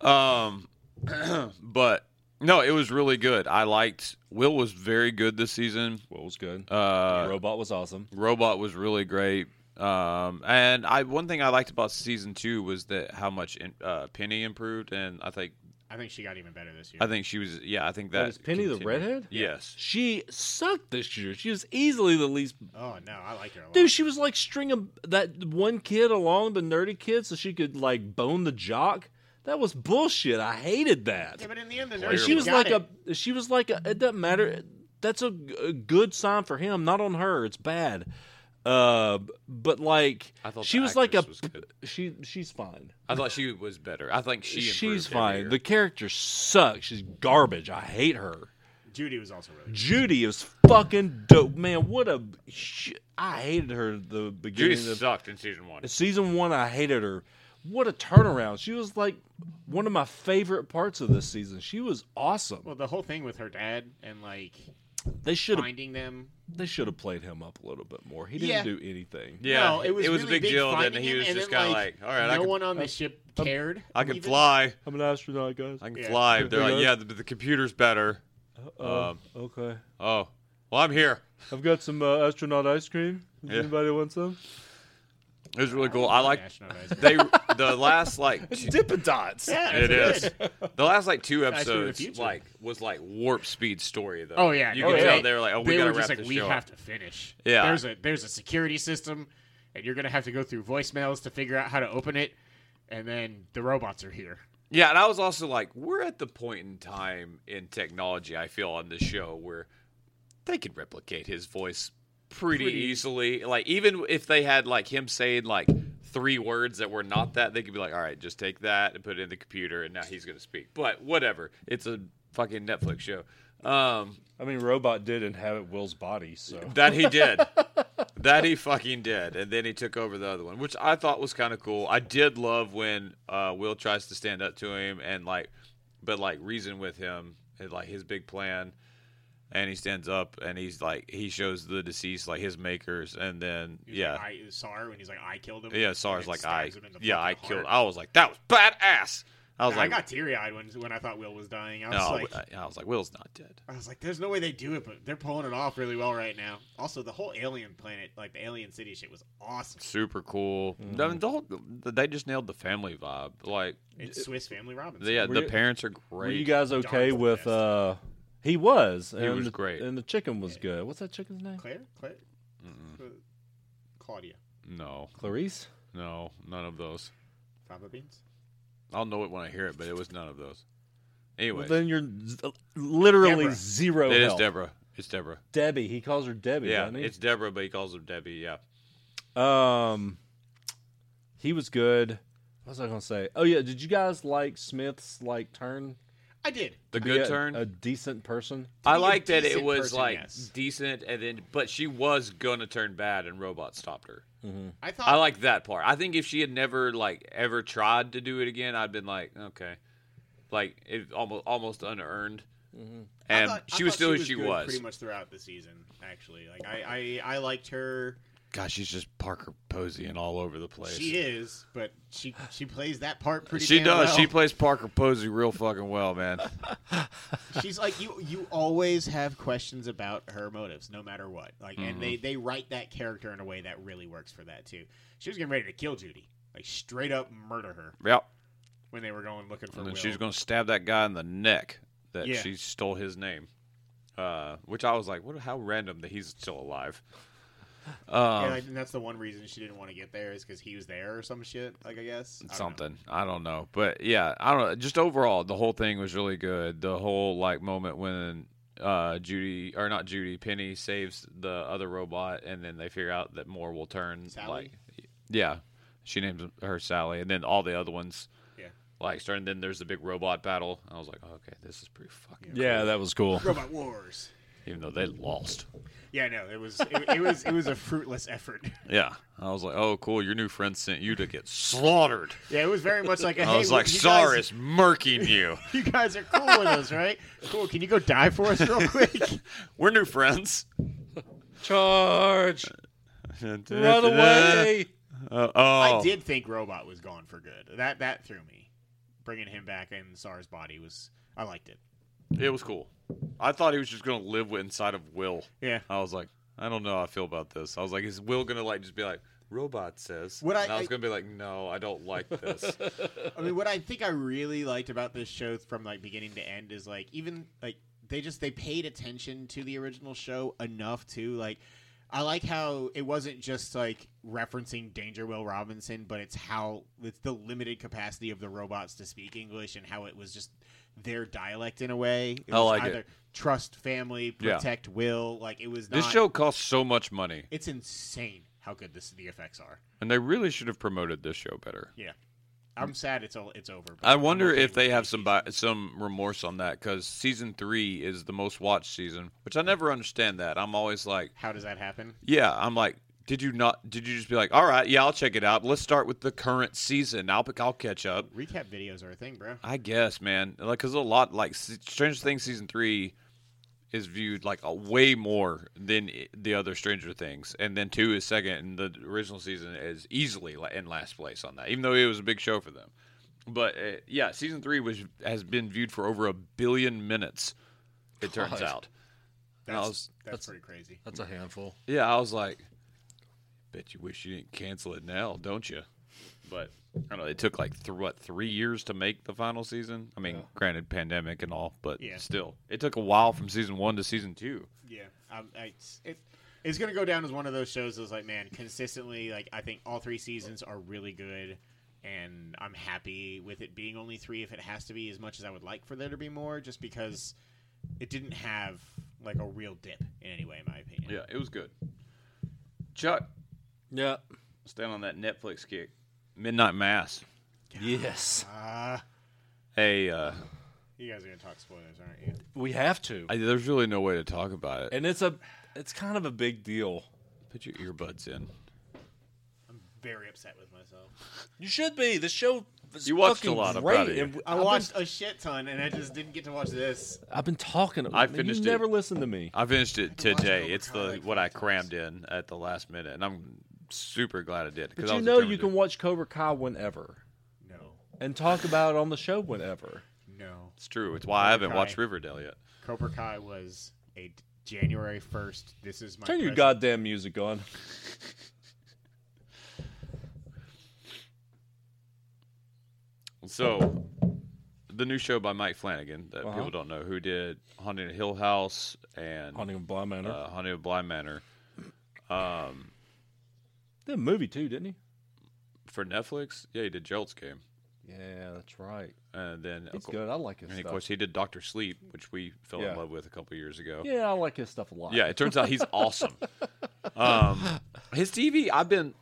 Speaker 1: um, [CLEARS THROAT] but no, it was really good. I liked. Will was very good this season.
Speaker 3: Well, it was good.
Speaker 1: Uh,
Speaker 3: Robot was awesome.
Speaker 1: Robot was really great. Um, and I one thing I liked about season two was that how much in, uh, Penny improved, and I think
Speaker 2: I think she got even better this year.
Speaker 1: I think she was yeah I think that
Speaker 3: That is Penny the redhead?
Speaker 1: Yes,
Speaker 3: She sucked this year. She was easily the least.
Speaker 2: oh no, I liked her a lot.
Speaker 3: Dude, she was like stringing that one kid along, the nerdy kid, so she could like bone the jock. That was bullshit. I hated that.
Speaker 2: yeah, but in the end, the
Speaker 1: And
Speaker 2: nerd
Speaker 3: And she was
Speaker 2: got
Speaker 3: like
Speaker 2: it.
Speaker 3: a. She was like a. It doesn't matter. That's a, a good sign for him, not on her. It's bad. Uh, but like
Speaker 1: I thought
Speaker 3: she
Speaker 1: the
Speaker 3: was like a.
Speaker 1: actress was good.
Speaker 3: she she's fine.
Speaker 1: I thought she was better. I think she
Speaker 3: she's
Speaker 1: improved every
Speaker 3: fine.
Speaker 1: year.
Speaker 3: The character sucks. She's garbage. I hate her.
Speaker 2: Judy was also really.
Speaker 3: Judy is fucking dope, man. What a sh- I hated her at the
Speaker 1: Judy
Speaker 3: beginning of
Speaker 1: sucked in season one.
Speaker 3: season one. I hated her. What a turnaround! She was like one of my favorite parts of this season. She was awesome.
Speaker 2: Well, the whole thing with her dad and like
Speaker 3: They should have
Speaker 2: finding them.
Speaker 3: they should have played him up a little bit more. He didn't
Speaker 2: Yeah.
Speaker 3: do anything.
Speaker 1: Yeah,
Speaker 2: No, it was
Speaker 1: a
Speaker 2: really
Speaker 1: big, deal. Then
Speaker 2: finding
Speaker 1: he
Speaker 2: him,
Speaker 1: was
Speaker 2: and
Speaker 1: just
Speaker 2: then,
Speaker 1: kind of like, all right,
Speaker 2: no
Speaker 1: I can,
Speaker 2: one on the ship cared.
Speaker 1: I can
Speaker 2: even.
Speaker 1: fly.
Speaker 3: I'm an astronaut, guys.
Speaker 1: I can
Speaker 2: Yeah. [LAUGHS]
Speaker 1: fly. They're like,
Speaker 3: guys.
Speaker 1: yeah, the, the computer's better. Um,
Speaker 3: okay,
Speaker 1: oh, well, I'm here.
Speaker 3: I've got some uh, astronaut ice cream. Does
Speaker 1: Yeah.
Speaker 3: anybody want some?
Speaker 1: It was really cool. I like
Speaker 2: National Guys.
Speaker 1: [LAUGHS]
Speaker 2: [LAUGHS]
Speaker 1: they the last like two,
Speaker 3: Dippin' dots.
Speaker 2: Yeah,
Speaker 1: it
Speaker 2: that's
Speaker 1: is
Speaker 2: good.
Speaker 1: the last like two
Speaker 2: Back to the
Speaker 1: episodes
Speaker 2: Future.
Speaker 1: like was like warp speed story though.
Speaker 2: Oh yeah,
Speaker 1: you
Speaker 2: no,
Speaker 1: could
Speaker 2: they,
Speaker 1: tell they were like, oh, we
Speaker 2: they
Speaker 1: gotta
Speaker 2: were just
Speaker 1: wrap
Speaker 2: like,
Speaker 1: this
Speaker 2: we
Speaker 1: show
Speaker 2: have
Speaker 1: up.
Speaker 2: to finish.
Speaker 1: Yeah.
Speaker 2: there's a there's a security system, and you're gonna have to go through voicemails to figure out how to open it, and then the robots are here.
Speaker 1: Yeah, and I was also like, we're at the point in time in technology, I feel, on this show where they could replicate his voice pretty, easily. Like, even if they had like him saying like three words that were not that, they could be like, all right, just take that and put it in the computer, and now he's going to speak. But whatever, it's a fucking Netflix show. Um,
Speaker 3: I mean, Robot did inhabit Will's body, so
Speaker 1: that he did. that he fucking did. And then he took over the other one, which I thought was kind of cool. I did love when uh, Will tries to stand up to him and like, but like reason with him, and, like his big plan. And he stands up and he's like, he shows the deceased like his makers, and then
Speaker 2: He's
Speaker 1: yeah.
Speaker 2: like, I Sar, and he's like, I killed him.
Speaker 1: yeah,
Speaker 2: and
Speaker 1: SARS
Speaker 2: then
Speaker 1: like I,
Speaker 2: stabs him in the
Speaker 1: yeah, I
Speaker 2: fucking
Speaker 1: killed.
Speaker 2: heart.
Speaker 1: I was like, that was badass. I was
Speaker 2: I
Speaker 1: like,
Speaker 2: got teary eyed when when I thought Will was dying. I was
Speaker 1: no,
Speaker 2: like,
Speaker 1: I- I was like, Will's not dead.
Speaker 2: I was like, there's no way they do it, but they're pulling it off really well right now. Also, the whole alien planet, like the alien city shit, was awesome.
Speaker 1: Super cool. I mean, the whole, they just nailed the family vibe. Like,
Speaker 2: It's Swiss Family Robinson.
Speaker 1: yeah,
Speaker 3: Were
Speaker 1: the
Speaker 3: you-
Speaker 1: parents are
Speaker 3: Were
Speaker 1: great.
Speaker 3: you guys okay
Speaker 2: Dark's the
Speaker 3: with?
Speaker 2: best.
Speaker 3: uh He was. And
Speaker 1: was
Speaker 3: the,
Speaker 1: great.
Speaker 3: and the chicken was good. What's that chicken's name?
Speaker 2: Claire, Claire, Uh, Claudia,
Speaker 1: No,
Speaker 3: Clarice.
Speaker 1: no, none of those.
Speaker 2: Papa Beans.
Speaker 1: I'll know it when I hear it, but it was none of those. Anyway,
Speaker 3: Well, then you're z- uh, literally
Speaker 2: Deborah.
Speaker 3: zero.
Speaker 1: it is
Speaker 3: help.
Speaker 1: Deborah. It's Deborah.
Speaker 3: Debbie. He calls her Debbie.
Speaker 1: Yeah,
Speaker 3: doesn't he?
Speaker 1: it's Deborah, but he calls her Debbie. Yeah,
Speaker 3: Um, he was good. What was I gonna say? Oh yeah, did you guys like Smith's like turn?
Speaker 2: I did.
Speaker 1: the good
Speaker 3: Be a-
Speaker 1: turn.
Speaker 3: A decent person.
Speaker 1: I
Speaker 2: be a
Speaker 1: like that it
Speaker 2: decent
Speaker 1: was
Speaker 2: person,
Speaker 1: like
Speaker 2: yes.
Speaker 1: decent, and then but she was gonna turn bad, and Robot stopped her.
Speaker 2: I thought.
Speaker 1: I like that part. I think if she had never like ever tried to do it again, I'd been like, okay, like it almost almost unearned.
Speaker 2: I
Speaker 1: And
Speaker 3: Mm-hmm.
Speaker 2: thought- I
Speaker 1: she was
Speaker 2: thought
Speaker 1: still
Speaker 2: she
Speaker 1: as she
Speaker 2: good
Speaker 1: was.
Speaker 2: Pretty much throughout the season, actually. Like I, I, I liked her.
Speaker 1: gosh, she's just Parker Posey and all over the place.
Speaker 2: She is, but she she plays that part pretty.
Speaker 1: She
Speaker 2: damn
Speaker 1: does.
Speaker 2: well. [LAUGHS]
Speaker 1: She plays Parker Posey real fucking well, man.
Speaker 2: She's like you. You always have questions about her motives, no matter what. Like, and
Speaker 1: Mm-hmm.
Speaker 2: they they write that character in a way that really works for that too. She was getting ready to kill Judy, like straight up murder her
Speaker 1: yep.
Speaker 2: when they were going looking for.
Speaker 1: And
Speaker 2: Will.
Speaker 1: then she's going to stab that guy in the neck that
Speaker 2: Yeah.
Speaker 1: she stole his name. Uh, which I was like, what? How random that he's still
Speaker 2: [LAUGHS]
Speaker 1: alive. Um,
Speaker 2: and, I, and that's the one reason she didn't want to get there is because he was there or some shit. Like I guess I don't know.
Speaker 1: something. I don't know, but yeah, I don't know. Just overall, the whole thing was really good. The whole like moment when uh, Judy or not Judy Penny saves the other robot, and then they figure out that more will turn
Speaker 2: Sally?
Speaker 1: like yeah, she names her Sally, and then all the other ones
Speaker 2: Yeah.
Speaker 1: like starting. Then there's the big robot battle. I was like, okay, this is pretty fucking.
Speaker 3: Yeah, that was cool.
Speaker 2: Robot Wars.
Speaker 1: Even though they lost.
Speaker 2: Yeah, no, it was it, it was it was a fruitless effort.
Speaker 1: Yeah, I was like, oh cool, your new friend sent you to get
Speaker 2: [LAUGHS]
Speaker 1: slaughtered.
Speaker 2: [LAUGHS] Yeah, it was very much like a,
Speaker 1: I
Speaker 2: hey,
Speaker 1: was
Speaker 2: well,
Speaker 1: like,
Speaker 2: you guys-
Speaker 1: Cyrus murking you.
Speaker 2: you guys are cool with us, right? Cool. Can you go die for us real quick?
Speaker 1: We're new friends. [LAUGHS]
Speaker 3: Charge! Run away!
Speaker 1: Uh, [LAUGHS] oh,
Speaker 2: I did think Robot was gone for good. That that threw me. Bringing him back in Sar's body was I liked it.
Speaker 1: It was cool. I thought he was just gonna live inside of Will.
Speaker 2: Yeah.
Speaker 1: I was like, I don't know how I feel about this. I was like, is Will gonna like just be like, robot says?
Speaker 2: What I-
Speaker 1: and I was
Speaker 2: I-
Speaker 1: gonna be like, no, I don't
Speaker 2: [LAUGHS]
Speaker 1: like this.
Speaker 2: I mean, what I think I really liked about this show from like beginning to end is like even like they just they paid attention to the original show enough to like I like how it wasn't just like referencing Danger Will Robinson, but it's how it's the limited capacity of the robots to speak English and how it was just their dialect in a way. It
Speaker 1: I
Speaker 2: was
Speaker 1: like it.
Speaker 2: Trust family,
Speaker 1: Yeah.
Speaker 2: protect will. Like it was not,
Speaker 1: this show costs so much money,
Speaker 2: It's insane how good this the effects are.
Speaker 1: and they really should have promoted this show better.
Speaker 2: Yeah, I'm sad it's all it's over. but
Speaker 1: I
Speaker 2: I'm
Speaker 1: wonder
Speaker 2: okay
Speaker 1: if
Speaker 2: with
Speaker 1: they
Speaker 2: it.
Speaker 1: have some bi- some remorse on that because season three is the most watched season, which I never understand. That I'm always like,
Speaker 2: How does that happen?
Speaker 1: Yeah, I'm like, did you not? Did you just be like, all right, yeah, I'll check it out. Let's start with the current season. I'll pick, I'll catch up.
Speaker 2: Recap videos are a thing, bro.
Speaker 1: I guess, man, like, cause a lot like S- Stranger Things season three is viewed like a way more than i- the other Stranger Things, and then two is second, and the original season is easily la- in last place on that, even though it was a big show for them. But uh, yeah, season three was has been viewed for over a billion minutes. It turns
Speaker 3: God.
Speaker 1: out. And I
Speaker 2: That's,
Speaker 1: was-
Speaker 2: that's,
Speaker 3: that's-
Speaker 2: pretty crazy.
Speaker 3: That's a handful.
Speaker 1: Yeah, I was like, bet you wish you didn't cancel it now, don't you? But I don't know. It took like th- what three years to make the final season. I mean, granted, pandemic and all, but
Speaker 2: Yeah.
Speaker 1: still, it took a while from season one to season two.
Speaker 2: Yeah, um, I, it's it, it's gonna go down as one of those shows that's like, man, consistently. Like, I think all three seasons are really good, and I'm happy with it being only three. If it has to be, as much as I would like for there to be more, just because it didn't have like a real dip in any way, in my opinion.
Speaker 1: Yeah, it was good. Chuck,
Speaker 3: Yeah.
Speaker 1: staying on that Netflix kick. Midnight Mass.
Speaker 3: Yes.
Speaker 2: Ah,
Speaker 1: Hey, uh,
Speaker 2: you guys are gonna talk spoilers, aren't you?
Speaker 3: We have to.
Speaker 1: I, there's really no way to talk about it.
Speaker 3: and it's a it's kind of a big deal.
Speaker 1: Put your earbuds in.
Speaker 2: I'm very upset with myself.
Speaker 3: You should be. The show is
Speaker 1: You watched a
Speaker 3: fucking
Speaker 1: lot, I'm
Speaker 3: great.
Speaker 1: proud of you.
Speaker 3: and
Speaker 2: I
Speaker 3: I've
Speaker 2: watched a shit ton, and I just didn't get to watch this.
Speaker 3: Been, I've been talking.
Speaker 1: I
Speaker 3: man,
Speaker 1: finished it.
Speaker 3: you never listen to me.
Speaker 1: I finished it
Speaker 2: can watch it
Speaker 1: today.
Speaker 2: over
Speaker 1: It's
Speaker 2: time,
Speaker 1: the
Speaker 2: like,
Speaker 1: what I
Speaker 2: five times.
Speaker 1: crammed in at the last minute, and I'm super glad I did. 'cause
Speaker 3: But
Speaker 1: I
Speaker 3: you
Speaker 1: was
Speaker 3: know
Speaker 1: determined
Speaker 3: you
Speaker 1: to-
Speaker 3: can watch Cobra Kai whenever
Speaker 2: No,
Speaker 3: and talk about it on the show whenever.
Speaker 2: no.
Speaker 1: It's true. It's why I haven't
Speaker 2: Kai.
Speaker 1: watched Riverdale yet.
Speaker 2: Cobra Kai was a January first. This is my
Speaker 3: Turn your
Speaker 2: present-
Speaker 3: goddamn music on.
Speaker 1: So, the new show by Mike Flanagan that
Speaker 3: Uh-huh.
Speaker 1: people don't know, who did Haunting of Hill House and
Speaker 3: Haunting of Blind Manor.
Speaker 1: uh, Haunting of Blind Manor
Speaker 3: did a movie too, didn't he?
Speaker 1: for Netflix. Yeah, he did Gerald's Game,
Speaker 3: Yeah, that's right.
Speaker 1: and then
Speaker 3: He's
Speaker 1: of, cour-
Speaker 3: good. I like his
Speaker 1: and of
Speaker 3: stuff.
Speaker 1: course he did Doctor Sleep, which we fell
Speaker 3: Yeah.
Speaker 1: in love with a couple years ago.
Speaker 3: yeah, I like his stuff a lot.
Speaker 1: Yeah, it turns out
Speaker 3: [LAUGHS]
Speaker 1: he's awesome. Um, his TV, I've been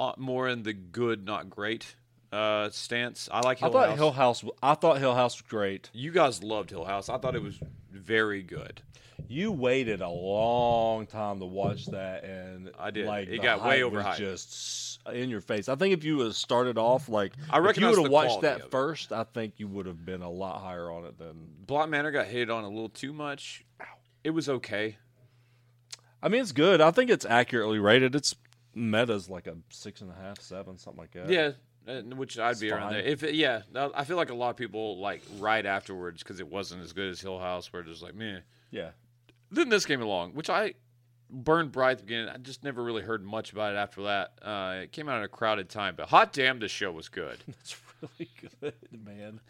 Speaker 1: uh, more in the good, not great uh, stance. I like
Speaker 3: I
Speaker 1: Hill
Speaker 3: thought
Speaker 1: House.
Speaker 3: Hill House. w- I thought Hill House was great.
Speaker 1: you guys loved Hill House. I thought it was very good.
Speaker 3: You waited a long time to watch that, and
Speaker 1: I did.
Speaker 3: Like
Speaker 1: It
Speaker 3: the
Speaker 1: got way
Speaker 3: hype was
Speaker 1: overhyped.
Speaker 3: Just s- in your face. I think if you would have started off like
Speaker 1: I
Speaker 3: if you
Speaker 1: recognize
Speaker 3: would
Speaker 1: the
Speaker 3: have watched
Speaker 1: quality
Speaker 3: that
Speaker 1: of it.
Speaker 3: first, I think you would have been a lot higher on it than.
Speaker 1: Block Manor got hit on a little too much. It was okay.
Speaker 3: I mean, it's good. I think it's accurately rated. It's Meta's like a six and a half, seven, something like that.
Speaker 1: Yeah, and- which I'd
Speaker 3: It's
Speaker 1: be around there.
Speaker 3: Uh, fine.
Speaker 1: If it- yeah, I I feel like a lot of people like right afterwards because it wasn't as good as Hill House, where just like man.
Speaker 3: yeah. [LAUGHS]
Speaker 1: Then this came along, which I burned bright at the beginning. I just never really heard much about it after that. Uh, it came out at a crowded time, but hot damn, this show was good.
Speaker 3: That's really good, man.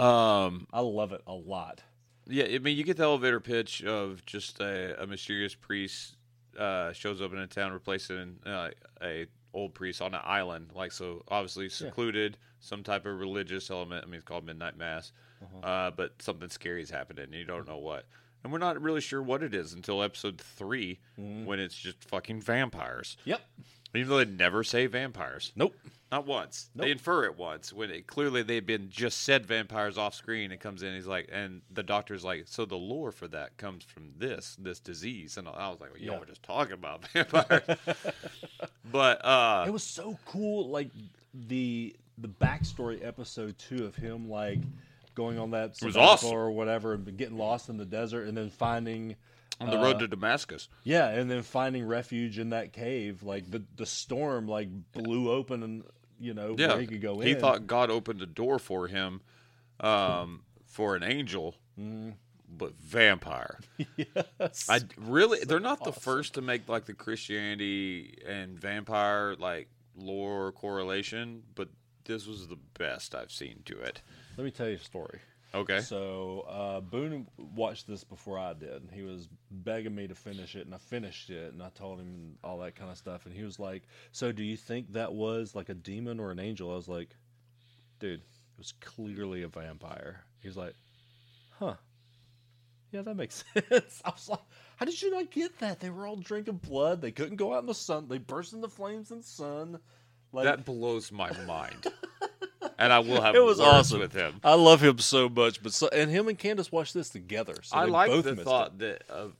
Speaker 1: Um,
Speaker 3: I love it a lot.
Speaker 1: Yeah, I mean, you get the elevator pitch of just a, a mysterious priest uh, shows up in a town replacing uh, a old priest on an island, like so obviously secluded, some type of religious element. I mean, it's called midnight mass, uh but something scary is happening, and you don't know what. And we're not really sure what it is until episode 3 when it's just fucking vampires.
Speaker 3: Yep.
Speaker 1: Even though they never say vampires.
Speaker 3: Nope.
Speaker 1: Not once.
Speaker 3: Nope.
Speaker 1: They infer it once when it clearly they've been just said vampires off screen. It comes in. He's like, and the doctor's like, so the lore for that comes from this this disease. And I was like, well, y'all
Speaker 3: Yeah.
Speaker 1: were just talking about [LAUGHS] vampires. but uh,
Speaker 3: It was so cool, like the the backstory episode two of him like going on that
Speaker 1: was
Speaker 3: sabbatical
Speaker 1: awesome.
Speaker 3: or whatever and getting lost in the desert and then finding
Speaker 1: on the
Speaker 3: Uh,
Speaker 1: road to Damascus,
Speaker 3: yeah and then finding refuge in that cave like the the storm like blew open and you know
Speaker 1: yeah,
Speaker 3: where he could go in
Speaker 1: thought God opened a door for him, um, for an angel, but vampire.
Speaker 3: Mm. [LAUGHS] Yes.
Speaker 1: I really they're not the first to make like the Christianity and vampire like lore correlation, but this was the best I've seen to it.
Speaker 3: let me tell you a story
Speaker 1: Okay.
Speaker 3: So uh, Boone watched this before I did. and He was begging me to finish it, and I finished it, and I told him all that kind of stuff. And he was like, "So do you think that was like a demon or an angel?" I was like, "Dude, it was clearly a vampire." He was like, "Huh? Yeah, that makes [LAUGHS] sense." I was like, "How did you not get that? They were all drinking blood. They couldn't go out in the sun. They burst into flames in the sun." Like
Speaker 1: that blows my
Speaker 3: [LAUGHS]
Speaker 1: mind. and I will have
Speaker 3: It was
Speaker 1: words
Speaker 3: awesome.
Speaker 1: with him.
Speaker 3: I love him so much, but so and him and Candace watched this together. So
Speaker 1: I
Speaker 3: they
Speaker 1: like
Speaker 3: both
Speaker 1: the
Speaker 3: missed it.
Speaker 1: thought that of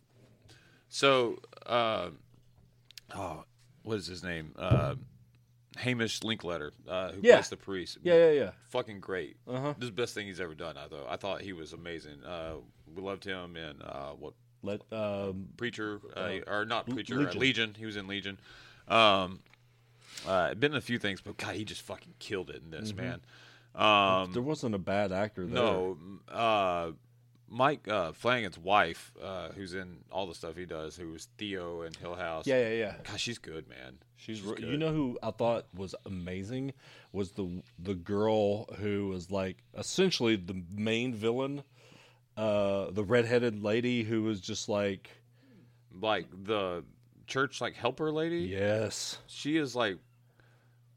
Speaker 1: so uh, oh what is his name? Uh, Hamish Linkletter, uh, who
Speaker 3: Yeah.
Speaker 1: plays the priest.
Speaker 3: Yeah, yeah, yeah.
Speaker 1: fucking great.
Speaker 3: Uh-huh.
Speaker 1: This is the best thing he's ever done. I thought. I thought he was amazing. Uh, we loved him in uh, what
Speaker 3: Let um,
Speaker 1: preacher uh, or not
Speaker 3: L-
Speaker 1: preacher Legion.
Speaker 3: Legion.
Speaker 1: Legion. He was in Legion. Um, uh, been in a few things, but God, he just fucking killed it in this
Speaker 3: Mm-hmm.
Speaker 1: man. Um,
Speaker 3: there wasn't a bad actor there.
Speaker 1: no, m- uh, Mike uh, Flanagan's wife, uh, who's in all the stuff he does, who was Theo in Hill House.
Speaker 3: Yeah, yeah, yeah.
Speaker 1: God, she's good, man.
Speaker 3: She's,
Speaker 1: good.
Speaker 3: you know who I thought was amazing was the the girl who was like essentially the main villain, uh, the redheaded lady who was just like
Speaker 1: like the church like helper lady.
Speaker 3: yes,
Speaker 1: she is like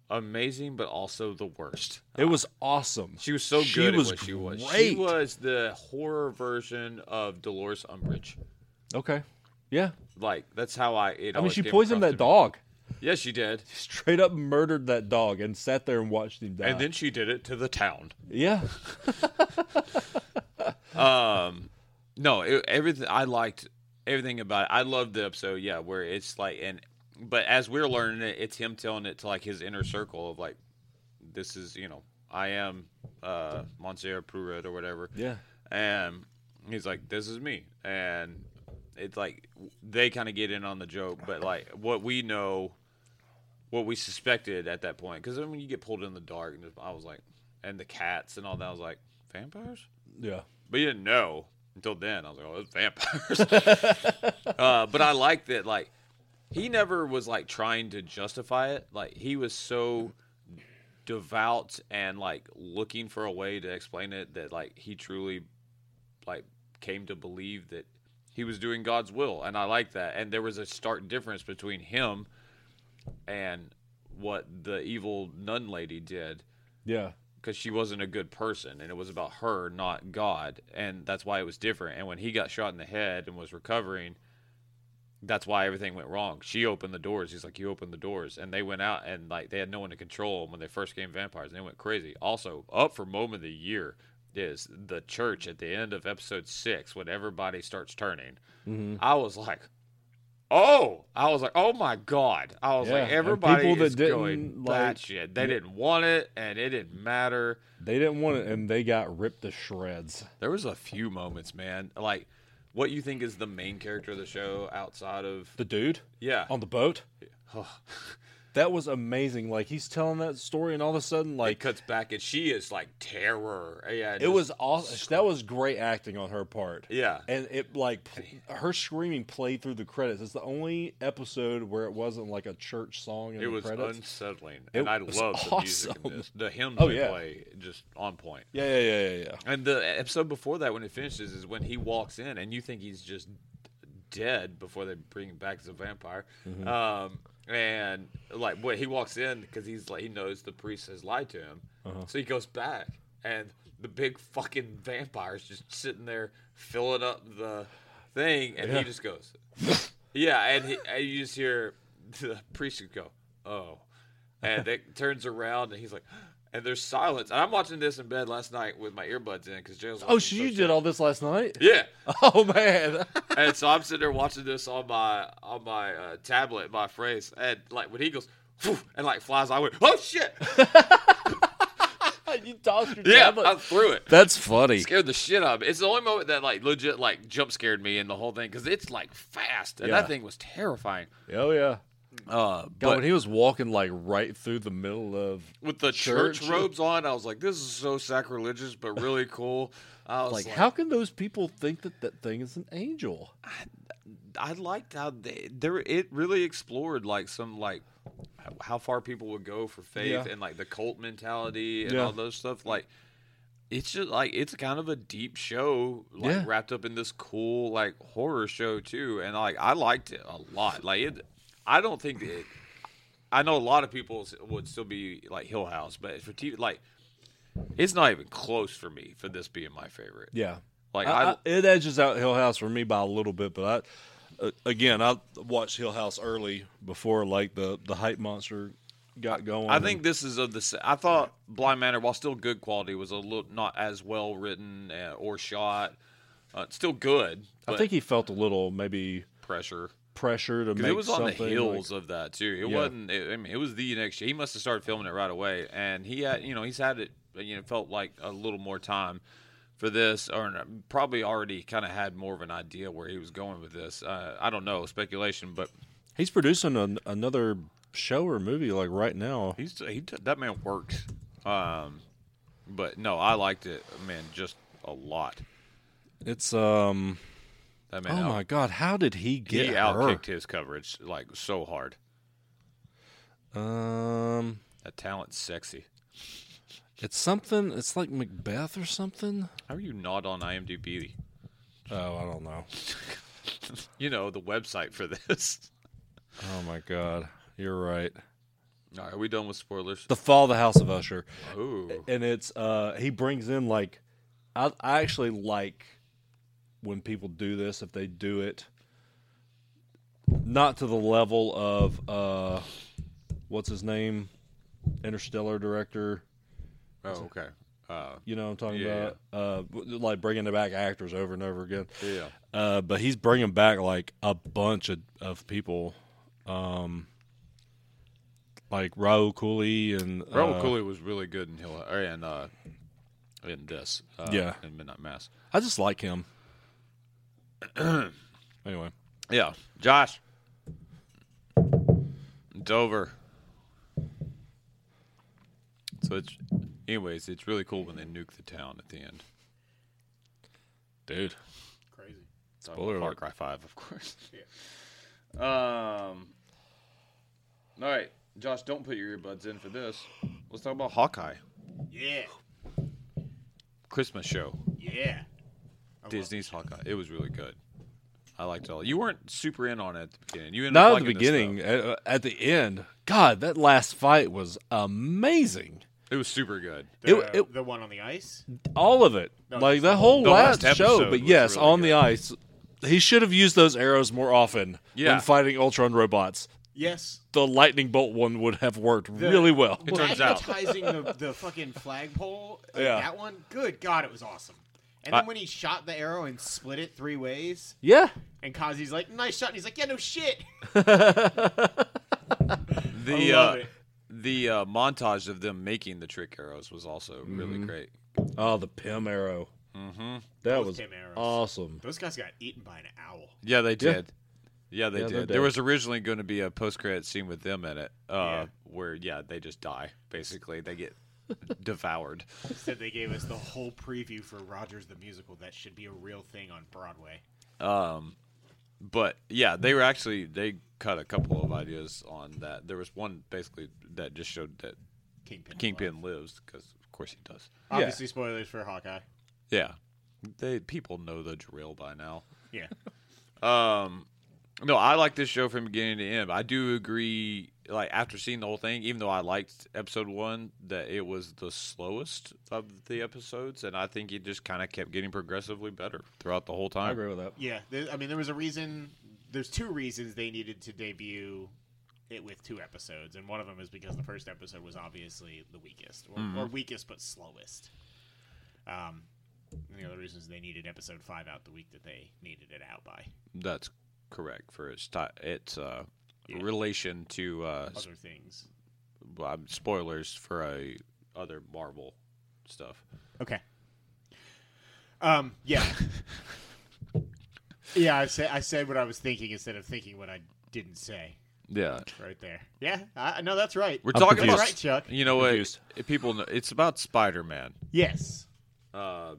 Speaker 1: amazing, but also the worst.
Speaker 3: it was awesome.
Speaker 1: She was so
Speaker 3: She
Speaker 1: good
Speaker 3: was
Speaker 1: at what she was. She
Speaker 3: great.
Speaker 1: was the horror version of Dolores Umbridge.
Speaker 3: okay, yeah.
Speaker 1: Like that's how I. Oh, It
Speaker 3: I mean,
Speaker 1: always
Speaker 3: she
Speaker 1: came
Speaker 3: poisoned
Speaker 1: across
Speaker 3: that
Speaker 1: to me.
Speaker 3: dog.
Speaker 1: Yes, she did.
Speaker 3: Straight up murdered that dog and sat there and watched him die.
Speaker 1: And then she did it to the town.
Speaker 3: yeah,
Speaker 1: Um, no, it, everything I liked everything about it. I loved the episode. Yeah, where it's like and but as we're learning it, it's him telling it to like his inner circle of like, this is you know I am uh Monsieur Pruitt or whatever.
Speaker 3: yeah.
Speaker 1: and he's like, "This is me," and it's like they kind of get in on the joke, but like what we know, what we suspected at that point, because then when you get pulled in the dark, and I was like, and the cats and all that, I was like, vampires,
Speaker 3: Yeah.
Speaker 1: but you didn't know until then. I was like, "Oh, it's vampires," [LAUGHS] uh, but I like that. Like he never was like trying to justify it. Like he was so devout and like looking for a way to explain it that like he truly like came to believe that he was doing God's will and I like that and there was a stark difference between him and what the evil nun lady did
Speaker 3: Yeah.
Speaker 1: because she wasn't a good person and it was about her not god and that's why it was different and when he got shot in the head and was recovering that's why everything went wrong she opened the doors he's like you opened the doors and they went out and like they had no one to control them when they first came vampires and they went crazy also up for moment of the year is the church at the end of episode six when everybody starts turning
Speaker 3: Mm-hmm.
Speaker 1: i was like Oh, I was like, oh my god! I was
Speaker 3: Yeah,
Speaker 1: like,
Speaker 3: and
Speaker 1: everybody
Speaker 3: people that
Speaker 1: is going
Speaker 3: didn't, like-
Speaker 1: batshit. They didn't want it, and it didn't matter.
Speaker 3: They didn't want it, and they got ripped to shreds.
Speaker 1: There was a few moments, man. Like what you think is the main character of the show outside of
Speaker 3: The dude
Speaker 1: yeah,
Speaker 3: on the boat. [LAUGHS] That was amazing. Like he's telling that story, and all of a sudden,
Speaker 4: Like
Speaker 3: like
Speaker 4: cuts back, and she is like terror. Yeah,
Speaker 3: it was awesome. That was great acting on her part.
Speaker 4: Yeah,
Speaker 3: And it like pl- her screaming played through the credits. It's the only episode where it wasn't like a church song in
Speaker 1: It
Speaker 3: the
Speaker 1: was
Speaker 3: credits.
Speaker 1: unsettling,
Speaker 3: It
Speaker 1: and I
Speaker 3: was
Speaker 1: love the music in
Speaker 3: awesome.
Speaker 1: this. The hymns
Speaker 3: Oh,
Speaker 1: they
Speaker 3: yeah.
Speaker 1: play just on point.
Speaker 3: yeah, yeah, yeah, yeah, yeah.
Speaker 1: And the episode before that, when it finishes, is when he walks in, and you think he's just dead before they bring him back as a vampire.
Speaker 3: Mm-hmm.
Speaker 1: Um, and like, when he walks in because he's like, he knows the priest has lied to him,
Speaker 3: Uh-huh.
Speaker 1: so he goes back, and the big fucking vampire's just sitting there filling up the thing, and
Speaker 3: Yeah.
Speaker 1: he just goes, yeah, and, he, and you just hear the priest go, "Oh," and
Speaker 3: [LAUGHS]
Speaker 1: it turns around and he's like, and there's silence. And I'm watching this in bed last night with my earbuds in because Jared's.
Speaker 3: Oh,
Speaker 1: watching
Speaker 3: she
Speaker 1: some
Speaker 3: you
Speaker 1: shit.
Speaker 3: did all this last night.
Speaker 1: Yeah,
Speaker 3: [LAUGHS] Oh man.
Speaker 1: and so I'm sitting there watching this on my on my uh, tablet, my phrase, and like when he goes, "Phew," and like flies, I went, "Oh [LAUGHS] shit!"
Speaker 3: you tossed your
Speaker 1: Yeah,
Speaker 3: tablet.
Speaker 1: I threw it.
Speaker 3: That's funny.
Speaker 1: Scared the shit out of me. It's the only moment that like legit like jump scared me in the whole thing because it's like fast, and
Speaker 3: Yeah.
Speaker 1: that thing was terrifying.
Speaker 3: Oh yeah.
Speaker 1: Uh,
Speaker 3: God, when he was walking like right through the middle of
Speaker 1: with the church,
Speaker 3: Church.
Speaker 1: robes on. I was like, this is so sacrilegious, but really cool. I was
Speaker 3: like,
Speaker 1: like,
Speaker 3: how can those people think that that thing is an angel?
Speaker 1: I liked how they there. It really explored like some like how- how far people would go for faith
Speaker 3: Yeah.
Speaker 1: and like the cult mentality and
Speaker 3: Yeah.
Speaker 1: all those stuff. Like, it's just like it's kind of a deep show, like
Speaker 3: Yeah.
Speaker 1: wrapped up in this cool like horror show too. And like I liked it a lot. Like it, I don't think it. I know a lot of people s- would still be like Hill House, but for TV, like it's not even close for me for this being my favorite.
Speaker 3: Yeah.
Speaker 1: Like
Speaker 3: I,
Speaker 1: I,
Speaker 3: I- it edges out Hill House for me by a little bit, but I, uh, again, I watched Hill House early before like the the hype monster got going.
Speaker 1: I think this is of the. s- I thought Blind Manor, while still good quality, was a little not as well written uh, or shot. Uh, still good. But
Speaker 3: I think he felt a little maybe
Speaker 1: pressure
Speaker 3: pressure to make
Speaker 1: because it was on the
Speaker 3: something.
Speaker 1: heels of that too. It
Speaker 3: Yeah.
Speaker 1: wasn't. It, I mean, it was the next year. He must have started filming it right away, and he had. You know, he's had it. You know, felt like a little more time for this, or probably already kind of had more of an idea where he was going with this. Uh, I don't know, speculation, but
Speaker 3: like- he's producing an, another show or movie like right now.
Speaker 1: He's he t- that man works. Um, but no, I liked it, man, just a lot.
Speaker 3: It's um.
Speaker 1: That man,
Speaker 3: Oh
Speaker 1: out-
Speaker 3: my God! How did he
Speaker 1: he
Speaker 3: get her?
Speaker 1: outkicked his coverage like so hard.
Speaker 3: Um,
Speaker 1: That talent's sexy.
Speaker 3: it's something. It's like Macbeth or something.
Speaker 1: How are you not on IMDb?
Speaker 3: Oh, I don't know.
Speaker 1: You know the website for [LAUGHS] this.
Speaker 3: Oh my God! You're right.
Speaker 1: All right, are we done with spoilers?
Speaker 3: The Fall of the House of Usher,
Speaker 1: Ooh,
Speaker 3: and it's uh he brings in like I I actually like when people do this if they do it not to the level of uh what's his name Interstellar director
Speaker 1: oh okay, uh,
Speaker 3: you know what I'm talking
Speaker 1: Yeah.
Speaker 3: about uh like bringing the back actors over and over again
Speaker 1: yeah.
Speaker 3: Uh, but he's bringing back like a bunch of, of people, um, like Raul Cooley and uh,
Speaker 1: Raul Cooley was really good in Hill or in uh, in this. Uh,
Speaker 3: Yeah.
Speaker 1: in Midnight Mass.
Speaker 3: I just like him. [CLEARS THROAT] anyway,
Speaker 1: Yeah, Josh. It's over. So it's, anyways, it's really cool when they nuke the town at the end.
Speaker 3: dude,
Speaker 2: Crazy.
Speaker 3: Spoiler
Speaker 1: Far
Speaker 3: alert.
Speaker 1: Cry Five, of course. [LAUGHS]
Speaker 4: um,
Speaker 1: All right, Josh, don't put your earbuds in for this. Let's talk about Hawkeye
Speaker 2: Yeah.
Speaker 1: Christmas show,
Speaker 3: Oh,
Speaker 2: Yeah.
Speaker 1: Disney's Hawkeye. It was really good. I liked it all. You weren't super in on it at the beginning. You ended up
Speaker 3: not at the
Speaker 1: liking this
Speaker 3: beginning,
Speaker 1: stuff.
Speaker 3: at, uh, at the end. God, that last fight was amazing.
Speaker 1: It was super good.
Speaker 2: The,
Speaker 3: It- it-
Speaker 2: the one on the ice.
Speaker 3: All of it,
Speaker 2: No,
Speaker 3: like
Speaker 2: the
Speaker 3: that whole
Speaker 1: the
Speaker 3: last,
Speaker 1: last
Speaker 3: show.
Speaker 1: episode
Speaker 3: But
Speaker 1: was
Speaker 3: yes,
Speaker 1: really
Speaker 3: on
Speaker 1: good.
Speaker 3: the ice, he should have used those arrows more often
Speaker 1: Yeah.
Speaker 3: when fighting Ultron robots.
Speaker 2: Yes.
Speaker 3: The lightning bolt one would have worked really well.
Speaker 1: It turns out.
Speaker 2: advertising the, the fucking flagpole. Like
Speaker 3: Yeah.
Speaker 2: That one. Good God, it was awesome. And
Speaker 3: I-
Speaker 2: then when he shot the arrow and split it three ways,
Speaker 3: Yeah.
Speaker 2: and Kazi's like, "Nice shot," and he's like, "Yeah, no shit." [LAUGHS]
Speaker 1: The
Speaker 2: I love
Speaker 1: uh,
Speaker 2: it.
Speaker 1: the uh, montage of them making the trick arrows was also really great.
Speaker 3: Oh, the Pym arrow. Mm-hmm. That
Speaker 2: Both
Speaker 3: was
Speaker 2: Pym arrows.
Speaker 3: awesome.
Speaker 2: Those guys got eaten by an owl.
Speaker 1: Yeah, they
Speaker 3: Yeah.
Speaker 1: did. Yeah, they
Speaker 3: Yeah, they're
Speaker 1: did. There
Speaker 3: dead.
Speaker 1: was originally going to be a post credit scene with them in it, uh,
Speaker 2: Yeah.
Speaker 1: where yeah, they just die. Basically, they get [LAUGHS] devoured.
Speaker 2: Said they gave us the whole preview for Rogers the Musical. That should be a real thing on Broadway.
Speaker 1: Um, but yeah, they were actually they cut a couple of ideas on that. There was one basically that just showed that
Speaker 2: Kingpin.
Speaker 1: Kingpin lives because of course he does.
Speaker 2: Obviously, spoilers for Hawkeye.
Speaker 1: Yeah, they people know the drill by now.
Speaker 2: Yeah.
Speaker 1: Um, no, I like this show from beginning to end. I do agree. Like after seeing the whole thing, even though I liked episode one, that it was the slowest of the episodes, and I think it just kind of kept getting progressively better throughout the whole
Speaker 3: I
Speaker 1: time.
Speaker 3: agree with that.
Speaker 2: Yeah. There, I mean, there was a reason. There's two reasons they needed to debut it with two episodes, and one of them is because the first episode was obviously the weakest, or, or weakest but slowest. Um, and the other reason is they needed episode five out the week that they needed it out by.
Speaker 1: That's correct for its ti its uh,
Speaker 2: Yeah.
Speaker 1: relation to uh,
Speaker 2: Other things.
Speaker 1: sp- um, spoilers for a other Marvel stuff.
Speaker 2: Okay. Um. Yeah. [LAUGHS] yeah. I said. I said what I was thinking instead of thinking what I didn't say.
Speaker 1: Yeah,
Speaker 2: Right there. Yeah. I know that's right.
Speaker 1: we're
Speaker 3: I'm
Speaker 1: talking
Speaker 3: confused.
Speaker 1: about
Speaker 2: That's right, Chuck.
Speaker 1: You know what?
Speaker 3: Confused.
Speaker 1: People, know, it's about Spider Man.
Speaker 2: Yes.
Speaker 1: uh,